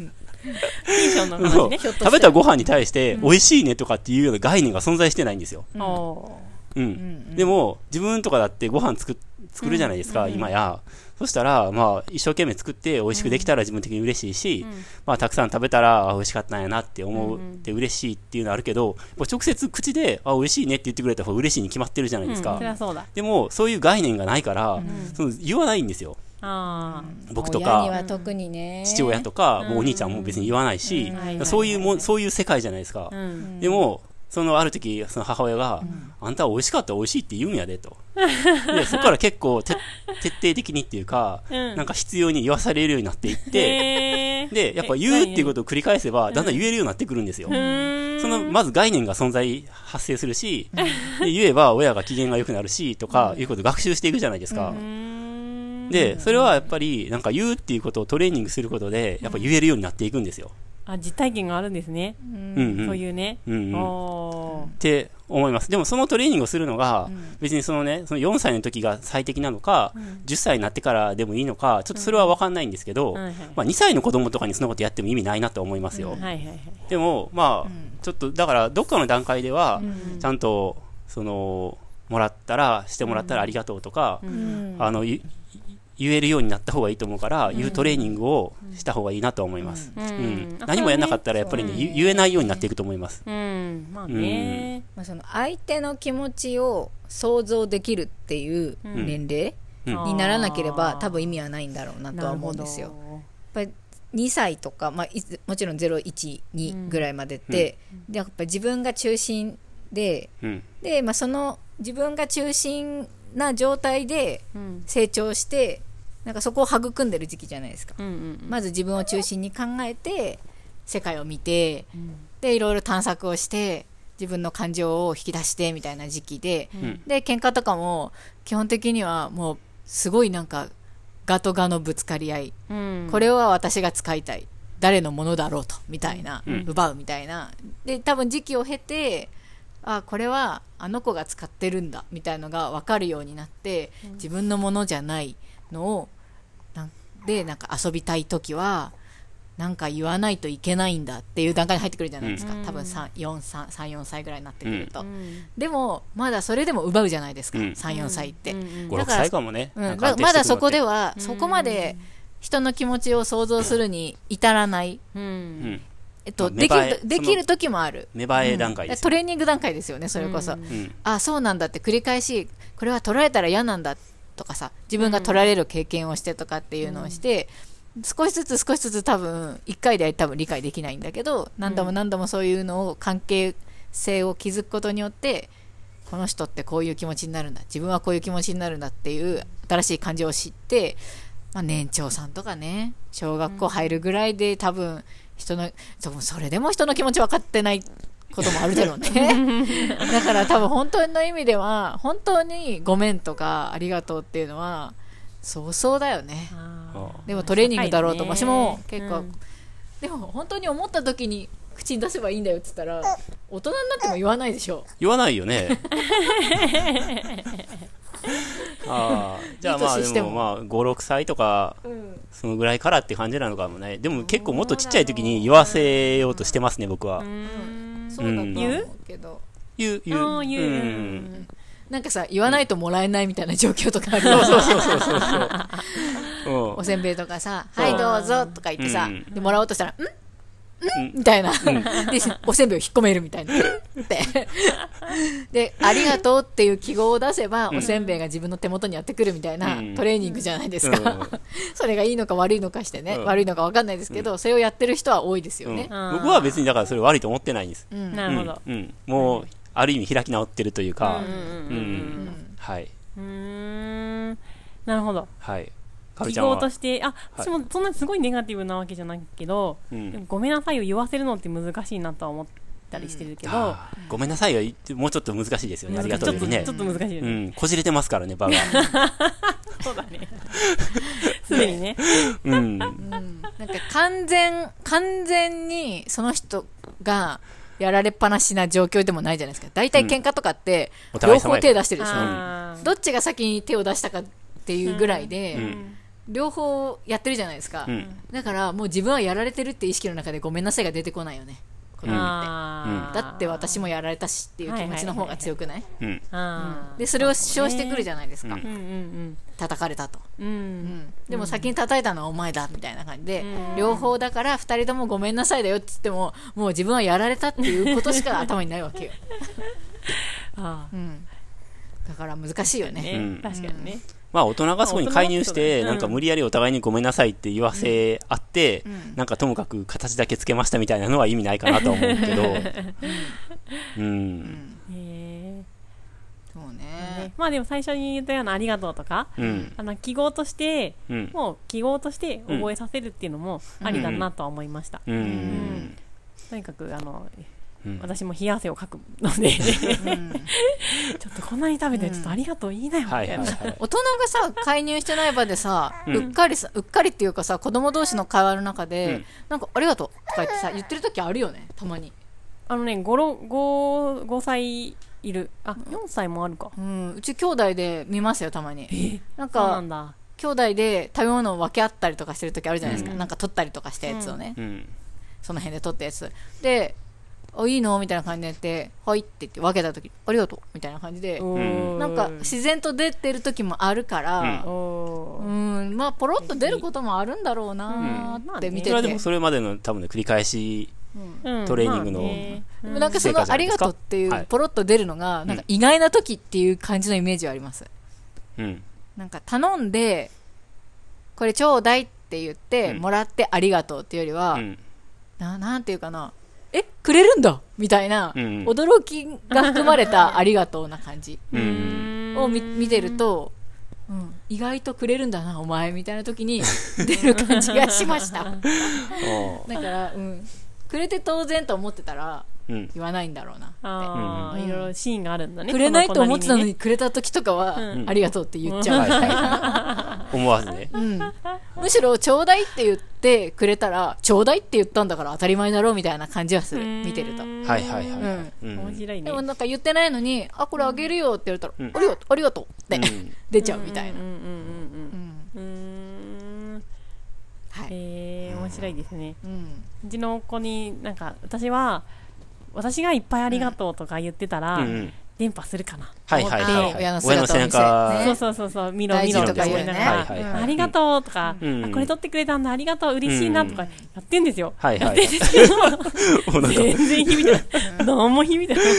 A: ンションの
B: そ
A: 話
B: う
A: ね
B: 食べたご飯に対して美味しいねとかっていうような概念が存在してないんですよ。
A: お
B: うん。
C: ん
B: でも、自分とかだってご飯作っ作るじゃないですか、今や。そしたら、まあ、一生懸命作って美味しくできたら自分的に嬉しいし、
A: うん
B: まあ、たくさん食べたら、あ美味しかったんやなって思う
A: うんうん
B: って嬉しいっていうのはあるけど、もう直接口で、あ、美味しいねって言ってくれた方が嬉しいに決まってるじゃないです
A: う
B: か
A: んそり。ゃそうだ
B: でも、そういう概念がないから、
A: ん
B: その言わないんですよ。
A: あ
B: 僕と
C: 親に
B: か、
C: は特にね
B: 父親とか、もうお兄ちゃんも別に言わないし
A: うんはい、
B: そういうもん、そういう世界じゃないですか
A: あう。ん
B: でも、そのある時、その母親が、あんたは美味しかったら美味しいって言うんやでと。で、そこから結 構て徹底的にっていうか、
A: うん
B: なんか必要に言わされるようになっていって、
A: へー
B: で、やっぱ言うっていうことを繰り返せば、だんだん言えるようになってくるんですよ。
A: うん
B: その、まず概念が存在、発生するし、で言えば親が機嫌が良くなるし、とか、いうことを学習していくじゃないですか
A: う。ん
B: で、それはやっぱり、なんか言うっていうことをトレーニングすることで、やっぱ言えるようになっていくんですよ。
A: あ実体験があるんですね
B: うんうん。
A: そういうね
B: うんうん
A: お
B: って思います。でもそのトレーニングをするのが、別にそのね、その4歳の時が最適なのか、10歳になってからでもいいのか、ちょっとそれは分かんないんですけ
A: う
B: ど、
A: んはいはい
B: まあ2歳の子供とかにそのことやっても意味ないなと思いますよ。
A: ーはいはいはい
B: でも、まあ、ちょっと、だからどっかの段階では、ちゃんと、その、もらったら、してもらったらありがとうとか、
C: うん
B: あの、ゆ言えるようになった方がいいと思うから、言うトレーニングをした方がいいなとは思います。
A: う
B: うんん。
A: うんあ
B: 何もやんなかったら、やっぱりね、
C: そうね
B: ゆ言えないようになっていくと思います。
A: うんまあね
C: まあその相手の気持ちを
E: 想像できるっていう
A: うん
E: 年齢
B: うん
E: にならなければ、
A: あー
E: 多分意味はないんだろうなとは思うんですよ。やっぱり2歳とか、まあ、いつもちろん012ぐらいまでって、でやっぱり自分が中心で
B: うん
E: で、まあ、その自分が中心な状態で
A: なるほど。うん
E: 成長してなんかそこを育んでる時期じゃないですか
A: うんうん
E: まず自分を中心に考えて世界を見て
A: うん
E: でいろいろ探索をして自分の感情を引き出してみたいな時期で、
B: ん
E: で喧嘩とかも基本的にはもうすごいなんかガとガのぶつかり合い、
A: うん
E: これは私が使いたい誰のものだろうとみたいな、
B: うん
E: 奪うみたいなで多分時期を経てあこれはあの子が使ってるんだみたいのが分かるようになって、自分のものじゃないのをなんでなんか遊びたい時はなんか言わないといけないんだっていう段階に入ってくるじゃないですか、
A: うん
E: 多分34歳ぐらいになってくると、
A: うん
E: でもまだそれでも奪うじゃないですか、
B: うん
E: 34歳って、
A: うん
B: 五六歳かもね。
E: うん、
B: なんか
E: ま
B: 安定して
E: まだそこで
B: く
E: は、そこまで人の気持ちを想像するに至らない、
A: う
B: のって。うんん
E: えっと、
B: まあ芽
E: で
B: 生え
E: きる
B: その
E: できる時もある
B: 芽生え段階です
E: ト。レーニング段階ですよねそれこそ、
A: うん
B: うん
E: あそうなんだって繰り返しこれは取られたら嫌なんだとかさ自分が取られる経験をしてとかっていうのをして、少しずつ少しずつ多分1回で多分理解できないんだけど何度も何度もそういうのを関係性を築くことによってこの人ってこういう気持ちになるんだ自分はこういう気持ちになるんだっていう新しい感情を知って、まあ、年長さんとかね小学校入るぐらいで多分人のそうそれでも人の気持ち分かってないこともあるだろうね だから多分本当の意味では本当にごめんとかありがとうっていうのはそうそうだよね
A: あー
E: でもトレーニングだろうと
A: まあ
E: 私も
A: 社会ね
E: 結構
A: うん
E: でも本当に思った時に口に出せばいいんだよって言ったら大人になっても言わないでしょ
B: 言わないよね。ああ、じゃあまあ
E: いい年して
B: で
E: も
B: もまあ五六歳とかそのぐらいからって感じなのかもね。でも結構もっとちっちゃい時に言わせようとしてますね僕は
A: う。ん
E: そうだと思うけど
B: 言う言
A: あー
B: う。
A: 言う
B: うん。
E: なんかさ言わないともらえないみたいな状況とかあるよ
B: そうそうそうそうそう。うん
E: おせんべいとかさ「
B: そう
E: はいどうぞ」とか言ってさ
B: うん
E: でもらおうとしたら「ん
B: うん
E: ん?」みたいなでおせんべいを引っ込めるみたいな ってで「ありがとう」っていう記号を出せばおせんべいが自分の手元にやってくるみたいな
B: うん
E: トレーニングじゃないですか
B: うん
E: それがいいのか悪いのかしてね
B: うん
E: 悪いのか分かんないですけどそれをやってる人は多いですよ
B: うん
E: ね
A: あー
B: 僕は別にだからそれ悪いと思ってないんです。
E: うん
A: なるほど。
B: うんうんもうある意味開き直ってるというか。
A: うん
B: う
A: うん
B: んはい
A: うんうんなるほど。
B: はい。かる
A: 記
B: ちゃん
A: 号
B: は
A: として、あ、私もそんなすごいネガティブなわけじゃないけど、
B: うん
A: でもごめんなさいを言わせるのって難しいなとは思ったりしてるけど、
B: あーごめんなさいよ、もうちょっと難しいですよね、ありがとう
A: ちょ
B: で
A: っ
B: す
A: と、
B: ね
A: ちょ。っと難しいよ
B: う
A: ね。
B: ん、こじれてますからね、場が。
A: そうだね。 すでにね。
B: うん、
E: なんか完全、完全にその人がやられっぱなしな状況でもないじゃないですか。大体喧嘩とかって
B: うんお、互
E: 両
B: い様
E: 方
B: や
E: 手出してるでしょ。
A: あー
E: どっちが先に手を出したかっていうぐらいで、
B: うん
E: 両方やってるじゃないですか。
B: うん、
E: だからもう自分はやられてるって意識の中でごめんなさいが出てこないよね。子供って
A: あー
E: だって私もやられたしっていう気持ちの方が強くない
B: うん、
A: あー
E: で、それを主張してくるじゃないですか。
B: うん
A: うんうん
E: 叩かれたと。
A: うん。うん
E: でも先に叩いたのはお前だみたいな感じで、
A: うん
E: 両方だから2人ともごめんなさいだよって言ってももう自分はやられたっていうことしか頭にないわけよ、
A: あ
E: うん、だから難しいよ
A: あ、
E: ね
A: ね、
B: うん
A: 確かにね。
B: まあ、大人がそこに介入し
A: まあ大人はそうだ
B: て、
A: ね
B: なんか無理やりお互いにごめんなさいって言わせあって、
E: ん
B: なんかともかく形だけつけましたみたいなのは意味ないかなとは思う けど、うん、
A: へ
E: そう
A: え
E: ね
A: まあでも最初に言ったようなありがとうとか、
B: うん、
A: あの記号として、
B: うん、
A: もう記号として覚えさせるっていうのもありだなとは思いました。
B: うん、
A: とにかくあの、
B: うん
A: 私も冷や汗をかくの で、ちょっとこんなに食べてちょっとありがとう言いなよみ
B: は
A: た
B: い
A: い
B: はい
A: な。
B: はい。
E: 大人がさ介入してない場でさ、うっかりさうっかりっていうかさ子供同士の会話の中で、
B: うん
E: なんか「ありがとう」とか言ってさ言ってる時あるよねたまに、
A: あのね、5、5、5歳いる。あ、4歳もあるか。
E: うん、うち兄弟で見ますよたまになん
A: そうな
E: か
A: んだ。
E: 兄弟で食べ物を分け合ったりとかしてる時あるじゃないですか、
A: うん
E: なんか取ったりとかしたやつをね、
B: うん、
E: その辺で撮ったやつ。で、あ、いいのみたいな感じでやって、はいって言って分けた時、ありがとうみたいな感じで、
A: おー
E: なんか自然と出てる時もあるから、
A: お
E: う
A: ー
E: ん、まあ、ポロッと出ることもあるんだろう
A: うん
E: なー
A: まあね
E: って見
B: そ
E: て
B: れは
E: て。
B: でもそれまでの多分ね、繰り返し
E: うん
A: うん
B: トレーニングの
A: まあね
E: でもなんかそ
B: 成果
E: の
B: じ
E: あ
B: ゃない
E: り
B: で
E: が
B: すか
E: とうってい
B: はいう
E: ポロッと出るのがなんか意外な時っていう感じのイメージはあります。
B: うん。
E: なんか頼んでこれちょうだいって言って
B: うん
E: もらってありがとうっていうよりは
B: うん。
E: ななんていうかなえくれるんだみたいな
B: うんうん
E: 驚きが含まれたありがとうな感じ
B: う。
A: うんん
E: を見見てると、うん、意外とくれるんだなお前みたいな時 に出る感じがしました
B: あー
E: だから、うん、くれて当然と思ってたら
B: うん。
E: 言わないんだろうなっ
A: ああ、
E: うん
A: いろいろシーンがあるんだ
E: て
A: ね
E: くれないと思ってたの
A: こ
E: にくれた時とかは、
A: うん
E: ありがとうって言っち
B: は
E: ゃう
B: いはいはい。思わずね。
E: うん、むしろ「ちょうだい」って言ってくれたら「ちょうだい」って言ったんだから当たり前だろうみたいな感じはす
A: 子
E: る
A: にね
E: 見てると
A: う。ん
B: はいはいはいうは
E: ん
B: い。うん。
A: 面白いね
E: でもなんか言ってないのに「あこれあげるよ」って言われたら「
B: うん
E: ありがとうありがとう」って、
B: うん
E: 出ちゃうみたいな、
A: うんうん
E: う
A: うんう
E: ん
A: んうんうんうーん
E: はい
A: へえ面白いですね
E: うん
A: うちの子になんか私は私がいっぱいありがとうとか言ってたら、
B: うんうん
A: 連破するかな、
B: はいはいはいはい。
E: 親の
B: 親の背
E: 姿を見せ
B: 中
E: ね
A: そうそうそうそう見ろ
E: 大
A: 見
E: 事
A: ろ
E: とか言うね、
B: 見ろ
A: はい
B: はい
A: ありがとうとか、
B: うん
A: あこれ取ってくれたんだありがとう嬉しいなとかやってんですよ、
B: はい
A: や
B: は
A: って
B: い
A: んです けど
B: お腹
A: 全然響いてない何も響いてない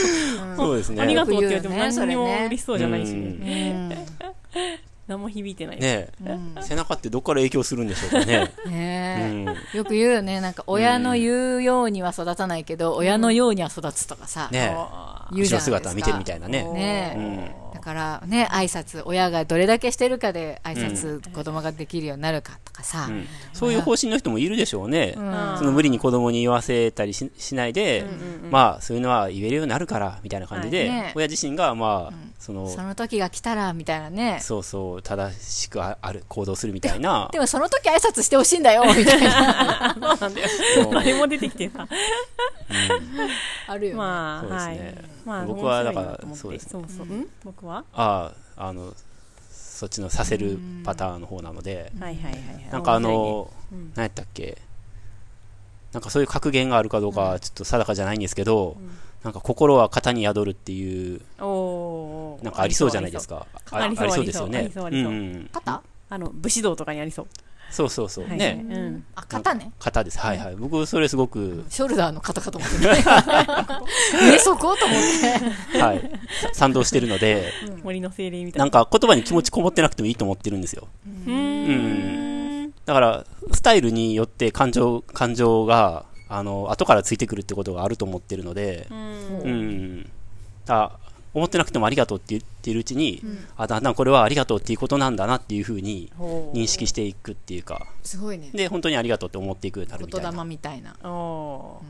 B: そうですね。
A: ありがとうって言われても
E: よく言
A: 何
E: う
A: に
E: よね
A: も嬉しそうじゃないし、
B: うん
E: うん
A: 何も響いてない、
B: ねえ
E: うんうん
B: 背中ってどこから影響するんでしょうかね。う
E: ね
B: ん。
E: えよく言うよねなんか親の言うようには育たないけど、親のようには育つとかさ、
B: ねえ。
E: 言
B: 後ろ
E: うじゃないですか
B: 姿見てるみたいなね。
E: ねえ
B: うん。
E: だからね挨拶親がどれだけしてるかで挨拶、子供ができるようになるかとかさ、
B: うんそういう方針の人もいるでしょうね。
A: ん
B: その無理に子供に言わせたりししないで、まあそういうのは言えるようになるからみたいな感じ
E: はい
B: で、
E: ね
B: 親自身がまあ、その
E: その時が来たらみたいなね
B: そうそう正しくあある行動するみたいな
E: でもその時挨拶してほしい んだよみたいな
A: そうなんだよ
B: そう
A: 誰も出てきてさ
E: あるよね、
A: まあ、
B: そうです
A: はい
B: ね。
A: まあ、
B: 僕はだから
A: 面白いなと思って
B: そうですね
A: そうそう。うん僕は
B: あああのそっちのさせるパターンの方なので、
A: はいはいはいはい。
B: なんかあ
A: 面
B: の、何やったっけなんかそういう格言があるかどうかはちょっと定かじゃないんですけど、なんか心は型に宿るってい
A: 白い
B: う
A: ね、おー
B: なんかありそうじゃないです。か
A: ありそう
B: ありそうですよ
A: あ
B: ね
A: りそうありそうありそう
B: うん
E: 肩
A: あの、武士道とかにありそう。
B: そうそうそう、
A: はいう
B: ね
A: ん。
E: あ肩ね
B: 型ですはいはい僕それすごく
E: ショルダーの肩かと思っ てね上そこと思って
B: はい、さ賛同してるので、
A: 森の精霊みたい
B: な
A: な。
B: んか言葉に気持ちこもってなくてもいいと思ってるんですよ。
A: うーん。
B: だから、スタイルによって感情、感情が、あの、後からついてくるってことがあると思ってるので、うん。だ思ってなくてもありがとうって言ってるうちに、あ、だんだんこれはありがとうっていうことなんだなっていうふうに
A: ほう
B: 認識していくっていうか、
E: すごいね
B: で、本当にありがとうって思っていくようになるみたい
E: 言
B: な。
E: 霊みたいな、
A: お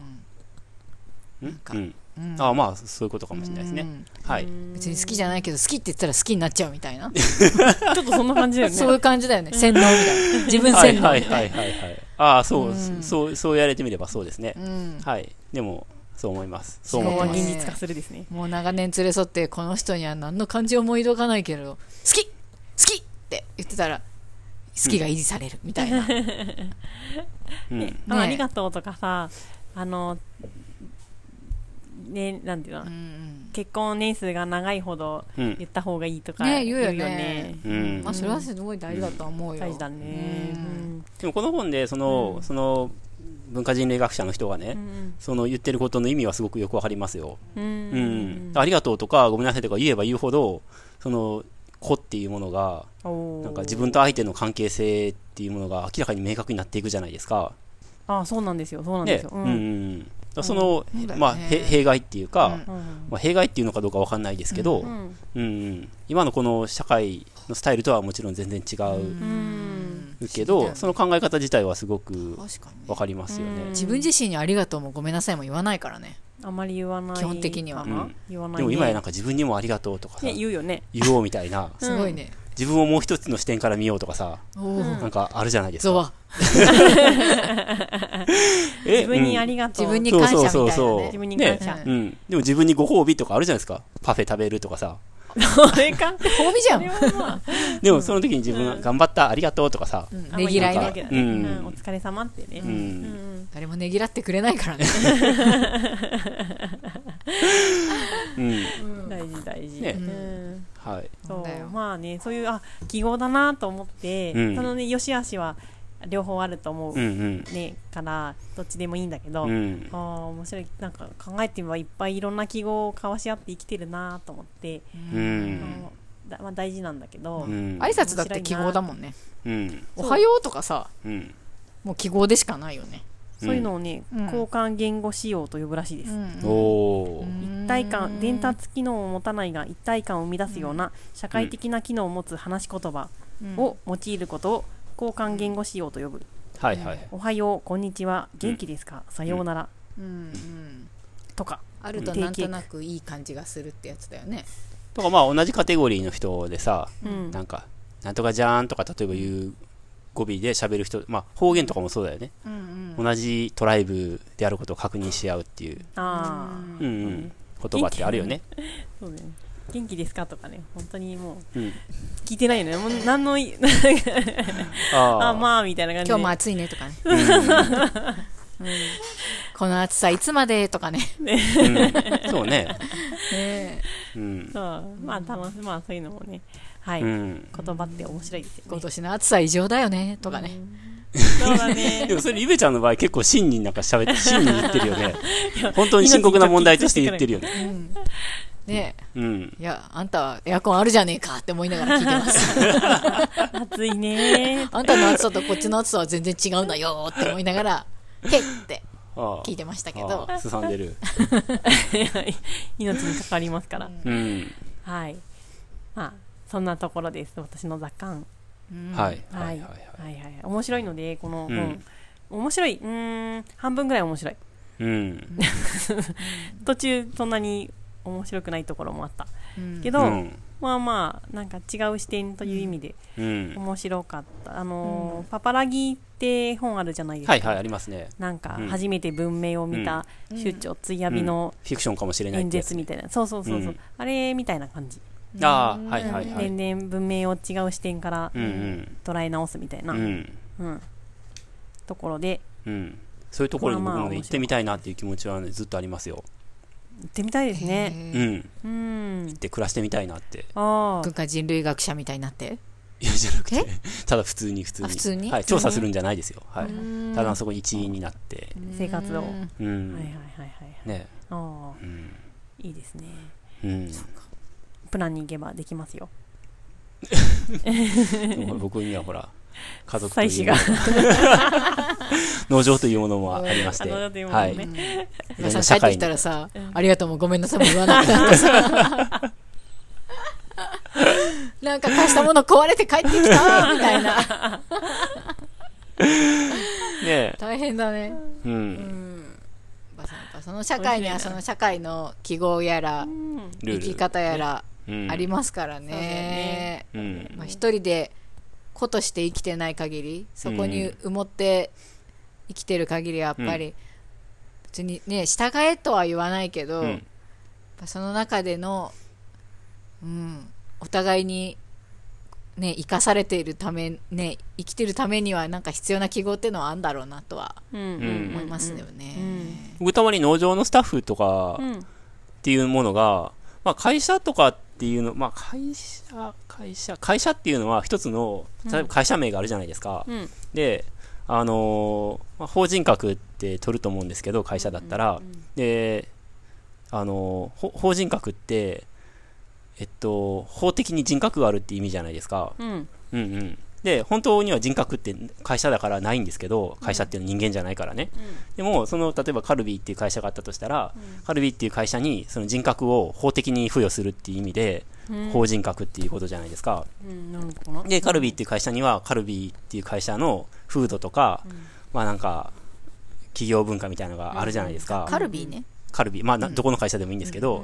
B: うん
E: か
B: うん。
E: うん
B: あまあ、そういうことかもしれないですね。はい。
E: うん別に好きじゃないけど好きって言ったら好きになっちゃうみたいな
A: ーちょっとそんな感じだよね。
E: そういう感じだよね洗脳みたい な自分
B: はい
E: 洗脳
B: はい
E: みた
B: はいい
E: な
B: はいはい。ああ、そう、そう、そうやれてみればそうですね。
E: うん
B: はい。でも、そう思います。そう
A: そ
B: 思っ
A: こ
B: て
A: は
B: ます。
A: 現実化するですね。
E: もう長年連れ添ってこの人には何の感情も抱かないけれど好き好きって言ってたら好きが維持されるみたいな、
B: う
A: あ
B: ん。
E: ね
A: ありがとうとかさ、あの、ね、なんていうの、
E: うん
A: 結婚年数が長いほど
B: うん
A: 言った方がいいとか
E: ね言うよね
B: う
E: うんん、あそれはすごい大事だとは思うよ、
A: 大事だね。
E: う
A: うんん
B: でもこの本でその、その文化人類学者の人がね、その言ってることの意味はすごくよくわかりますよ、
A: う
B: うんんありがとうとかごめんなさいとか言えば言うほどその子っていうものが
A: な
B: なんか自分と相手の関係性っていうものが明らかに明確になっていくじゃないですか。
A: あそうなんですよそうなんで
B: ね
A: すよ、
B: う
A: うんん
B: うんうん、だからその、
E: そうだよね
B: まあ、へ弊害っていうか、
E: うん
A: うん
B: まあ、弊害っていうのかどうかわかんないですけど、うんうん今のこの社会のスタイルとはもちろん全然違う
A: うん
B: け
E: 不思議だ
B: ど、
E: よね
B: その考え方自体はすごく
E: 確かに
B: わかりますよね。
A: うん
E: 自分自身にありがとうもごめんなさいも言わないからね
A: あまり言わない
E: 基本的には
A: かな
B: うん
A: 言わない、ね、
B: でも今やなんか自分にもありがとうとかさ、
A: ね言うよね
B: 言おうみたいな、
E: すごいね、
B: 自分をもう一つの視点から見ようとかさ、
E: おお
B: なんかあるじゃないです
E: ゾ
B: か。
E: ワ
B: え
A: 自分にあ
B: り
A: りがとう、
E: 自分に感謝みたいなね
B: そうそうそう
A: 自
B: そ
A: 分に感謝、
E: ね
B: う。うん。でも自分にご褒美とかあるじゃないですか。パフェ食べるとかさ。
A: それか
E: 褒美じゃん
A: それはまあ
B: でもその時に自分が頑張った、ありがとうとかさ。
E: うん
A: あん
E: ね
A: まり
E: ぎらい
A: 言わな
E: ね
A: きゃ
B: うん
A: うんお疲れ様ってね、
B: うん。
E: 誰もねぎらってくれないからね
B: うん。
A: 大事大事、
B: ね
A: うん
B: はい。
A: そ
E: そうだよ
A: うまあねそういうあ記号だなと思って、
B: うん
A: そのね良し悪しは両方あると思う、
B: うん
A: ね、からどっちでもいいんだけど、
B: うん。うん
A: あ。あ面白いなんか考えてみればいっぱいいろんな記号を交わし合って生きてるなと思って、
B: う
A: あ
B: ん。
A: のだまあ、大事なんだけど、
B: うん。
E: 挨拶だって記号だもんね
B: うん。
E: おはようとかさ
B: うん。
E: もう記号でしかないよね
A: そういうのをね、
E: うん
A: 交換言語仕様と呼ぶらしいです、
B: おおー。
A: 一体感伝達機能を持たないが一体感を生み出すような社会的な機能を持つ話し言葉を用いることを交換言語仕様と呼ぶ
B: はいはい。
A: おはようこんにちは元気ですか、さようなら、
E: うんうん
A: とか
E: あるとなんとなくいい感じがするってやつだよね
B: とかまあ同じカテゴリーの人でさ、
A: うん
B: なんか、なんとかじゃーんとか、例えば言う語尾で喋る人、まあ方言とかもそうだよね。
E: うん
B: 同じトライブであることを確認し合うっていう、
A: ああ、
B: うんうん、言葉ってあるよね。
A: そうだよね元気ですかとかね本当にもう
B: うん、
A: 聞いてないよねもう何のい
B: あ
A: あ
B: あ、
A: あまあみたいな感じで
E: 今日も暑いねとかねうんこの暑さいつまでとかね
B: うん、そうね。
E: ねえ
B: うん。
A: そうまあ楽しまあそういうのもねはい、
B: うん、
A: 言葉って面白いですよね
E: 今年の暑さ異常だよねとかね
A: そうだね
B: でもそれ、ゆべちゃんの場合、結構真になんか喋って、真に言ってるよね。本当に深刻な問題として言ってるよね。
E: ねえ
B: うん。
E: いやあんたはエアコンあるじゃねえかって思いながら聞いてます
A: 暑いね
E: あんたの暑さとこっちの暑さは全然違うんだよって思いながらへいって
B: ああ
E: 聞いてましたけど
B: ああすさんでる。
A: 命にかかりますから、
B: うん。
A: はいまあそんなところです私の雑感
B: はい。は。
A: はい
B: はい
A: い
B: はい。
A: はいはい面白いのでこの本、面白いうーん半分ぐらい面白い
B: うん。
A: 途中そんなに面白くないところもあった
E: うん
A: け
B: う
A: ど、
B: ん。
A: まあまあなんか違う視点という意味で
B: うん。
A: 面白かった、あのーパパラギって本あるじゃないですか、
B: はいはい、ありますね。
A: なんか
B: うん
A: 初めて文明を見た首長ついやびの
B: フィクションかもしれないっ
A: 演
B: てやつ
A: 説
B: ね
A: みたいな、そうそうそうそう、
B: うん
A: あれみたいな感じ、
B: ああ、はいはいはい。
A: 全然文明を違う視点から
B: うんうん。
A: 捉え直すみたいな、
B: う
A: うん
B: ん。
A: ところで
B: うん。そういうところに僕
A: まあま
B: も
A: あ
B: ね、行ってみたいなっていう気持ちはね、ずっとありますよ。
A: 行ってみたいですね
E: へ
B: う
E: え
B: ん。
A: うん
B: で、暮らしてみたいなって。
A: ああ
E: 文化人類学者みたいになって
B: いや、じゃなくて
E: え、
B: ただ普通に普通に。
E: あ普通に
B: はい、
E: 普通に
B: 調査するんじゃないですよ。はい。
E: ん
B: ただそこ一員になって。
A: 生活を、
B: う
E: うん
A: はいはい
B: ん。
A: はいはい
B: ね。
A: ああ
B: うん。
A: いいですね
B: うん。
A: プランに行けばできますよ
B: でも僕にはほら、家族と
A: 妻
B: い
A: 子
B: う
A: が
B: ものが農場というものもありまして。
A: あ農場というもの
B: は
A: ね
B: い。いろん
E: 今
B: な
E: さ
B: 社
E: 帰って
B: 会
E: き
B: に
E: たらさ、ありがとうもごめんなさいも言わなくなってさ なんか貸したもの壊れて帰ってきたみたい な
B: ね
E: 大変だね
B: う。
E: うんんバサンバサンその社会にはその社会の記号やら
A: うん
B: ルー
E: 生
B: ル。
E: き方やら
B: うん
E: ありますからね,、
B: うん。
E: まあ、一人で子として生きてない限りそこに埋もって生きてる限りはやっぱり、別にね従えとは言わないけど、
B: う
E: やっ
B: ん。
E: ぱその中での、うん、お互いに、ね、生かされているため、ね、生きてるためにはなんか必要な記号っていうのはあるんだろうなとは
A: うん
B: うん
E: 思いますよね。
B: 僕たまに農場のスタッフとか
A: うん
B: っていうものが、まあ会社とかっていうの、まあ会社、会社、会社っていうのは一つの、例えば会社名があるじゃないですか。
A: うん
B: で、あのーまあ、法人格って取ると思うんですけど、会社だったら。で、あのーほ法人格って、えっと、法的に人格があるって意味じゃないですか。
A: うん
B: うんうん。で、本当には人格って会社だからないんですけど、会社っていうのは人間じゃないからね。でも、その、例えばカルビーっていう会社があったとしたら、カルビーっていう会社にその人格を法的に付与するっていう意味で、
A: うん
B: 法人格っていうことじゃないですか。
A: うんなるのかな
B: で、カルビーっていう会社には、カルビーっていう会社のフードとか、まあなんか、企業文化みたいなのがあるじゃないですか。
E: カルビーね。
B: カルビー。まあな、どこの会社でもいいんですけど、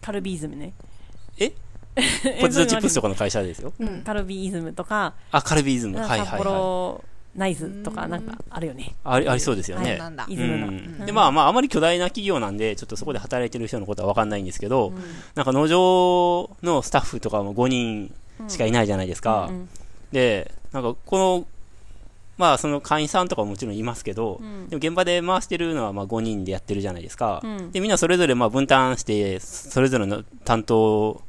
A: カルビイズムね
B: ポテトチップスとかの会社ですよ。
A: うんカルビイズムとか
B: あ、カルビーズム。はいはい
A: 札
B: はい。
A: 幌ナイズとかなんかあるよね
B: ありありそうですよね。
E: あなんだ
A: イ
B: う
A: ズムの
B: ん、でまあまああまり巨大な企業なんでちょっとそこで働いてる人のことは分かんないんですけど、なんか農場のスタッフとかも5人しかいないじゃないですか、
A: うん
B: でなんかこのまあその会員さんとかももちろんいますけど、
A: ん
B: でも現場で回してるのはまあ5人でやってるじゃないですか、
A: うん
B: でみんなそれぞれまあ分担してそれぞれの担当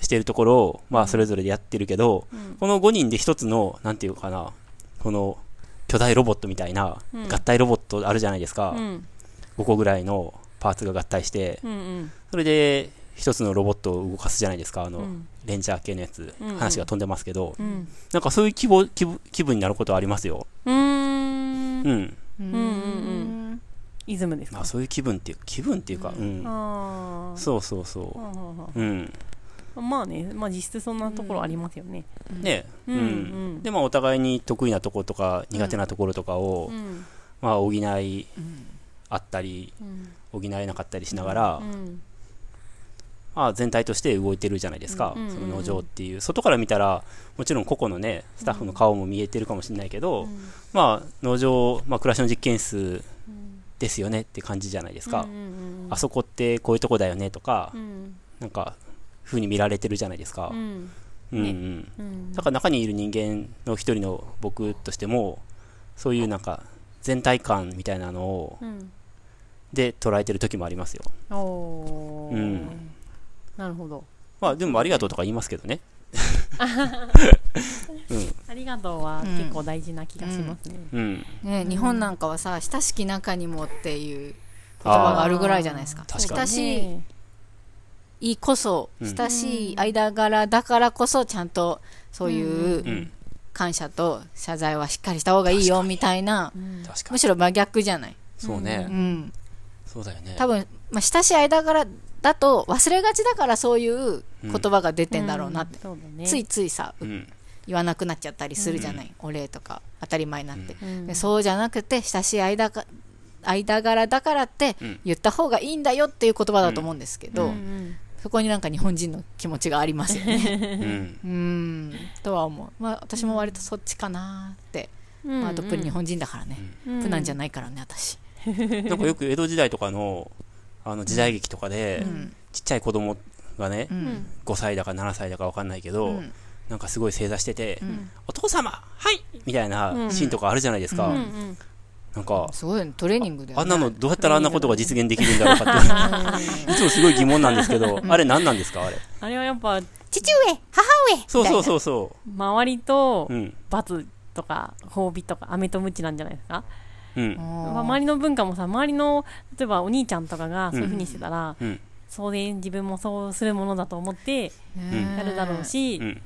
B: してるところをまあそれぞれでやってるけど、この5人で一つのなんていうかなこの巨大ロボットみたいな
A: うん
B: 合体ロボットあるじゃないですか、
A: うん
B: 5個ぐらいのパーツが合体して
A: うんうん
B: それで一つのロボットを動かすじゃないですかあの、
A: うん
B: レンジャー系のやつ、
A: うんうん
B: 話が飛んでますけど
A: うん
B: なんかそういう気分気分気分になることはありますよ
A: うーん
B: うん、
E: うん
A: うんうんイズムです
B: ま
A: か
B: あ、そういう気分っていう気分っていうか、うん
A: あー
B: そうそうそ
A: はあはあは
B: ううん
A: あまあね、まあ、実質そんなところありますよね。
B: ね
A: うんうん
B: でまあお互いに得意なところとか苦手なところとかを、
A: うん
B: まあ、補いあったり
A: うん
B: 補えなかったりしながら、
A: うん
B: まあ、全体として動いてるじゃないですか、
A: うんうんうん
B: その農場っていう外から見たらもちろん個々のねスタッフの顔も見えてるかもしれないけど、まあ農場、まあ、暮らしの実験室ですよねって感じじゃないですか、
A: うんうんうん
B: あそこってこういうとこだよねとか、
A: うん
B: なんか風に見られてるじゃないですか、
A: うん
B: うんうん
A: うん
B: だから中にいる人間の一人の僕としてもそういうなんか全体感みたいなのを
A: うん
B: で捉えてる時もありますよ
A: おー
B: うん
A: なるほど。
B: まあでもありがとうとか言いますけどね
A: ありがとうは結構大事な気がしますね。
B: うん
E: ね、日本なんかはさ親しき中にもっていう言葉があるぐらいじゃないですか
B: 確か
E: 親しいいこそ
B: うん
E: 親しい間柄だからこそちゃんとそうい
B: にう
E: うん感謝と謝罪はしっかりした方がいいよみたいな
B: 確か
E: む
B: に
E: しろ真逆じゃない、
B: そう
E: う
B: ね
E: ん、
B: そうだよね
E: 多分、まあ、親しい間柄だと忘れがちだからそういう言葉が出てんだろうなって、
A: そうだね。
E: ついついさ
B: うん
E: 言わなくなっちゃったりするじゃない、お礼とか当たり前になって、
A: うん
E: でそうじゃなくて親しい間が間柄だからって
B: うん
E: 言った方がいいんだよっていう言葉だと思うんですけ
A: うん
E: ど、
A: うん
E: そこになんか日本人の気持ちがあります よね
B: うん
E: うんとは思う、まあ、私も割とそっちかなって、
A: うん
E: まあ、どっぷり日本人だからね、
A: うん
E: 普段じゃないからね私、
B: なんかよく江戸時代とかのあの時代劇とかでちっちゃい子供がね
E: うん
A: ん
B: 5歳だか7歳だかわかんないけ
E: う
B: ど
E: ん
B: なんかすごい正座してて
E: ん
B: 「お父様はい!」みたいなシーンとかあるじゃないですか
A: うんうん
B: なんか
E: すごいよねトレーニングだよ、ね、
B: あんなのどうやったらあんなことが実現できるんだろうかっていつもすごい疑問なんですけどあれ何なんですかあれ
A: あれはやっぱ
E: 父上母上
B: そうそう
E: う
B: そうそ
A: 周りと
B: ううん
A: 罰とか褒美とか飴と鞭なんじゃないですか
B: うん
A: まあ周りの文化もさ周りの例えばお兄ちゃんとかがそういうふうにしてたら、
B: うん
A: そうで自分もそうするものだと思ってやるだろうし、
B: うん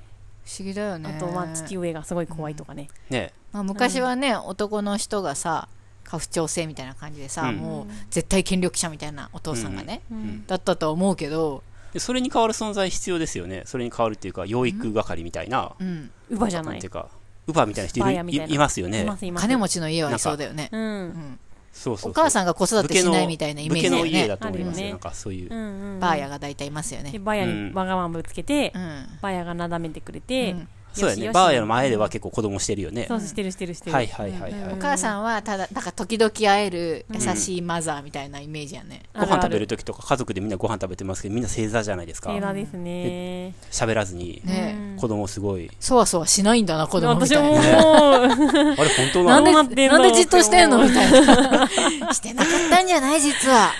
E: 不思議だよね
A: あとまあ父上がすごい怖いとかね、
B: ね
E: まあ、昔はね、男の人がさ家父長制みたいな感じでさ、
B: うん
E: もう絶対権力者みたいなお父さんがね、
A: うん
E: だったとは思うけど、
B: でそれに代わる存在必要ですよねそれに代わるっていうか養育係みたいな
E: うん、
A: 乳母じゃ
B: な
A: なんい
B: ていうかウバみたいな人い
A: スパ
B: る
A: イアみたいない
B: いますよ
A: い
B: ね
A: ますいます
E: 金持ちの家はいそうだよね
A: うん、うん
B: そうそう
E: お母
B: ん
E: さんが子育てしないみたいなイメージだ
B: 武
E: よ
B: 家の家
E: ね
B: だと思います
A: あるよ
B: よ
A: ね
B: なんかそういううん
A: うん
E: バーヤが大体いますよね
A: でバーヤ
B: う
A: に
B: ん
A: わがままぶつけて、
E: うん
A: バーヤがなだめてくれて、
E: うん
B: そうだ
A: よし
B: ね
A: よし
B: バーやの前では結構子供してるよね
A: そうしてるしてるしてる、
B: はいはいはいは
E: お
B: い
E: 母さんはただなんか時々会える優しいマザーみたいなイメージやね、
B: ご飯食べる時とか家族でみんなご飯食べてますけどみんな正座じゃないですか
A: 映画ですね
B: 喋らずに
E: ねえ
B: 子供すごい
E: そわそわしないんだな子供み
A: 私
E: たい
A: も
E: な
A: もう
B: あれ本当
E: な
B: なの
A: どうん
E: で
A: な
E: なんん
A: でじ
E: でじ
A: っ
E: っ
A: と
E: と
A: し
E: してて
A: ん
E: ん
A: の
E: のみたいな してなかったんじゃない実は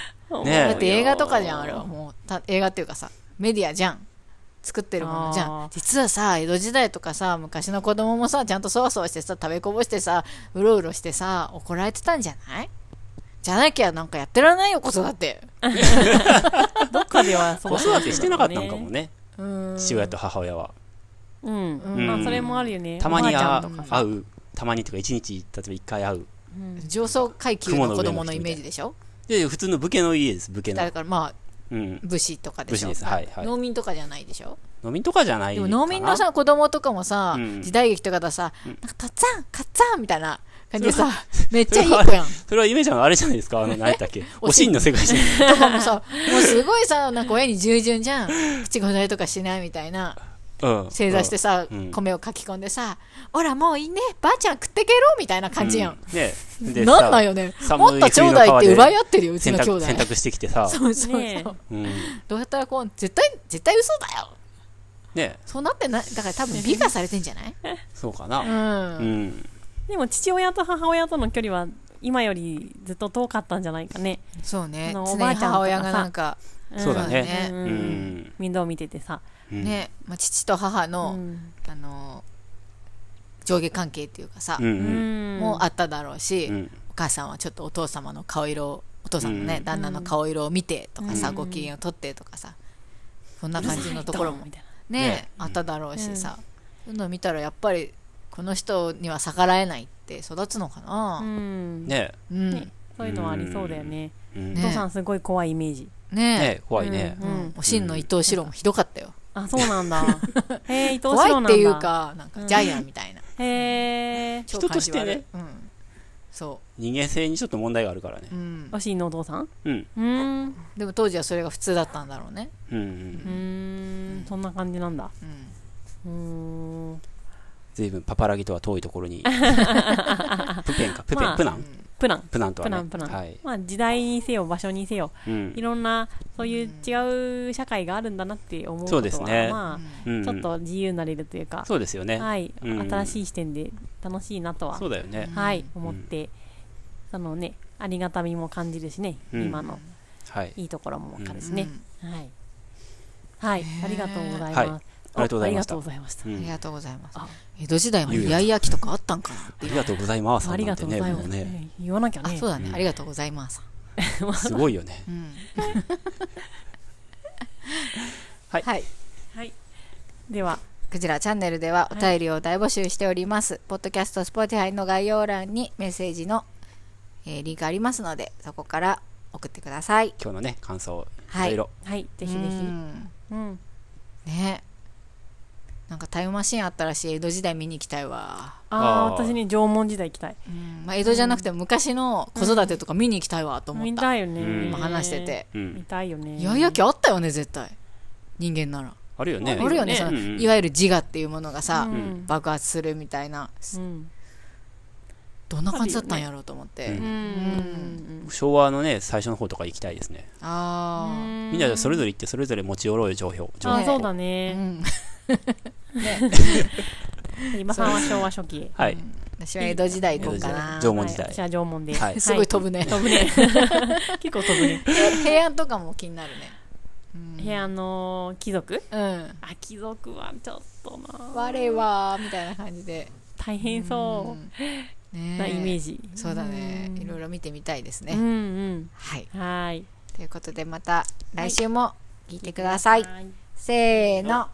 B: ねえ
E: だって映画とかじゃんあれはもうた映画っていうかさメディアじゃん作ってるものじゃ
A: あー
E: ん実はさ江戸時代とかさ昔の子供もさちゃんとそわそわしてさ食べこぼしてさうろうろしてさ怒られてたんじゃないじゃなきゃなんかやってらんないよ子育て
A: どっかではそう
B: 子育てしてなかったんかもね
E: うん
B: 父親と母親は
A: うん、
E: うん
A: まあそれもあるよね
B: たまに
A: おばあちゃ
B: あ
A: んとか
B: 会うたまにとか一日例えば一回会う
E: 上層階級の子供のイメージでしょ
B: で普通の武家の家です武家の
E: だからまあ
B: うん
E: 武士とかでしょ
B: 武士ですはいはい
E: 農民とかじゃないでしょ
B: 農民とかじゃない
E: で
B: か
E: も
B: な
E: 農民のさ子供とかもさ、
B: うん
E: 時代劇とかださ「なんかたっつぁんかっつぁん」みたいな感じでさめっ
B: そ
E: ちゃ
B: れ
E: いい
B: は
E: 子やん
B: それはゆめちゃんのあれじゃないですかあの何や ったっけお
E: お
B: し
E: し
B: ん
E: ん
B: の世界じゃない
E: とかもさもうすごいさなんか親に従順じゃん口答えとかしないみたいな
B: うん
E: 正座してさ、
B: うん
E: 米をかき込んでさ「ほらもういいねばあちゃん食ってけろ」みたいな感じやん、
B: うねで
E: なん
B: さ
E: なんよね
B: さ
E: もっとちょうだいって奪い合ってるようち
B: 洗
E: の兄
B: 濯
E: 弟
B: 洗濯してきてさ
E: そうそうそう、
A: ねえ
B: うん
E: どうやったらこう絶対絶対嘘だよ
B: ね
E: そうなってないだから多分美化されてんじゃない
B: そうか
E: う、
B: なんうん
A: でも父親と母親との距離は今よりずっと遠かったんじゃないかね、
E: そうね
A: そ
E: 常
A: の
E: に
A: おばあちゃんとかさ
E: 母親がなんか
A: ん
B: そうだね
A: う
E: うんん
B: うん
A: 面倒見ててさ、
B: うん
E: ね、まあ、父と母
A: う
E: の、
A: ん
E: あの上下関係っていうかさ、
B: うんうん
E: もあっただろうし、
B: うん
E: お母さんはちょっとお父様の顔色お父さんのね、
B: うん
E: 旦那の顔色を見てとかさ、
A: うん
E: ご機嫌を取ってとかさそんな感じのところも
A: みたい
E: ね
B: ね
E: あっただろうしさ、そういうのを見たらやっぱりこの人には逆らえないって育つのか
A: な。う
E: な、
A: ん。
B: ね
E: うん
A: ねそういうのはありそうだよね。
B: え、うん
A: お
E: ね
A: 父さんすごい怖いイメージ。
E: ね
B: ねえ怖いね。
E: う
A: うんん、
E: おしんの伊藤四郎もひどかったよ、
A: あ、そうなん だ。へえ、伊藤四
E: 怖
A: 郎
E: い
A: なん
E: っ
A: だ。
E: ていう。かなんかジャイアンみたいな、
A: へえ。
E: 超
B: 人としてね
E: 感じ悪い、うん、そ
B: 人間性にちょっと問題があるからね
E: う、う。ん
A: お、しんのお父さん
B: うん。
A: うーん。
E: でも当時はそれが普通だったんだろうね、
B: うんうん
A: う。ーん。そんな感じなんだ。
E: うん、
A: うーん。
B: 随分パパラギとは遠いところに。プペンか。プペ
A: ま
B: ン、
A: あ
B: プナ
A: プラ
B: ン
A: ン。
B: プナンと
A: プ
B: は
A: ラ
B: ね。
A: ン、プラン。
B: はい。
A: まあ、時代にせよ、場所にせよ、
B: うん
A: いろんな、そういう違う社会があるんだなって思うこと
B: そ
A: は、
B: うですね
A: ま
B: う
A: あ、
B: ん
A: ちょっと自由になれるというか、
B: そうですよね。
A: はい、
B: うん
A: 新しい視点で楽しいなとは
B: そうだよね。
A: はい、思って、そのね、ありがたみも感じるしね、
B: うん
A: 今の
B: はい。
A: いいところもわかるし
E: う
A: ね、
E: ん
A: はい、はい、ありがとうございます。
B: はいありがとうございました
A: おありがとうございました
B: う。
E: あ
A: あ。
B: ん
E: りがとうございます江戸時代もイヤイヤ期とかあったんかな
B: ありがとうございます。
A: ありがとうございま
B: な
A: す。
B: んてねもうね
A: ね言わなきゃ
E: あ、
A: ね
E: そう。だね
B: う。ん
E: ありがとうございます。
B: すごいよね。
E: うん。
B: はい
E: はい。
A: はい。では、
E: クジラチャンネルではお便りを大募集しております。ポッドキャスト、スポティファイの概要欄にメッセージの、えーリンクありますので、そこから送ってください。
B: 今日のね、感想、い
E: は
B: ろ
E: い
B: いろ。
A: はい、ぜひぜ
E: うん
A: ひ。うん。
E: ね。なんかタイムマシンあったらしい江戸時代見に行きたいわ。
A: ああー、
B: あー
A: 私に縄文時代行きたい。
E: うんまあ、江戸じゃなくても昔の子育てとか見に行きたいわと思っ
A: 見
E: た。
A: たいよね。
B: うん
E: 今話して。て。
B: う
A: 見
B: ん。
A: たいよね。
E: イヤイヤ期あったよね、絶対。人間なら。
B: あるよね。
E: あるよね、その
B: うんうん
E: いわゆる自我っていうものがさ、
A: うん
E: 爆発するみたいな、
A: うん。
E: どんな感じだったんやろうと思って、
B: うん
A: うん。
B: 昭和のね、最初の方とか行きたいですね。
E: あ
B: みんなでそれ
A: ぞ
B: ぞれ行って、それぞれ持ち寄ろうよ、情報。情
A: あ
B: 報
A: ー、そうだ
E: あ、う
A: ね。
E: ん、
A: 今さんは昭和初期。
B: はい。
E: 私は江戸時代行こうかな、
B: 江戸時代縄文時代
A: はい私は縄文で。
B: はい
E: すごい飛ぶね、
A: 飛ぶね。 結構飛ぶね。
E: 平安とかも気になるね、う
A: 部
E: ん
A: 屋の貴族
E: うん、
A: あ、貴族はちょっとな。
E: 我はみたいな感じで、
A: 大変そ
E: うん
A: う
E: ね
A: なイメー
E: ジ
A: ジ。
E: そうだね、
A: うん
E: いろいろ見てみたいですね、
A: うんうん。
E: はい
A: はい。
E: ということでまた来週も聞いてください、
A: はい
E: せーの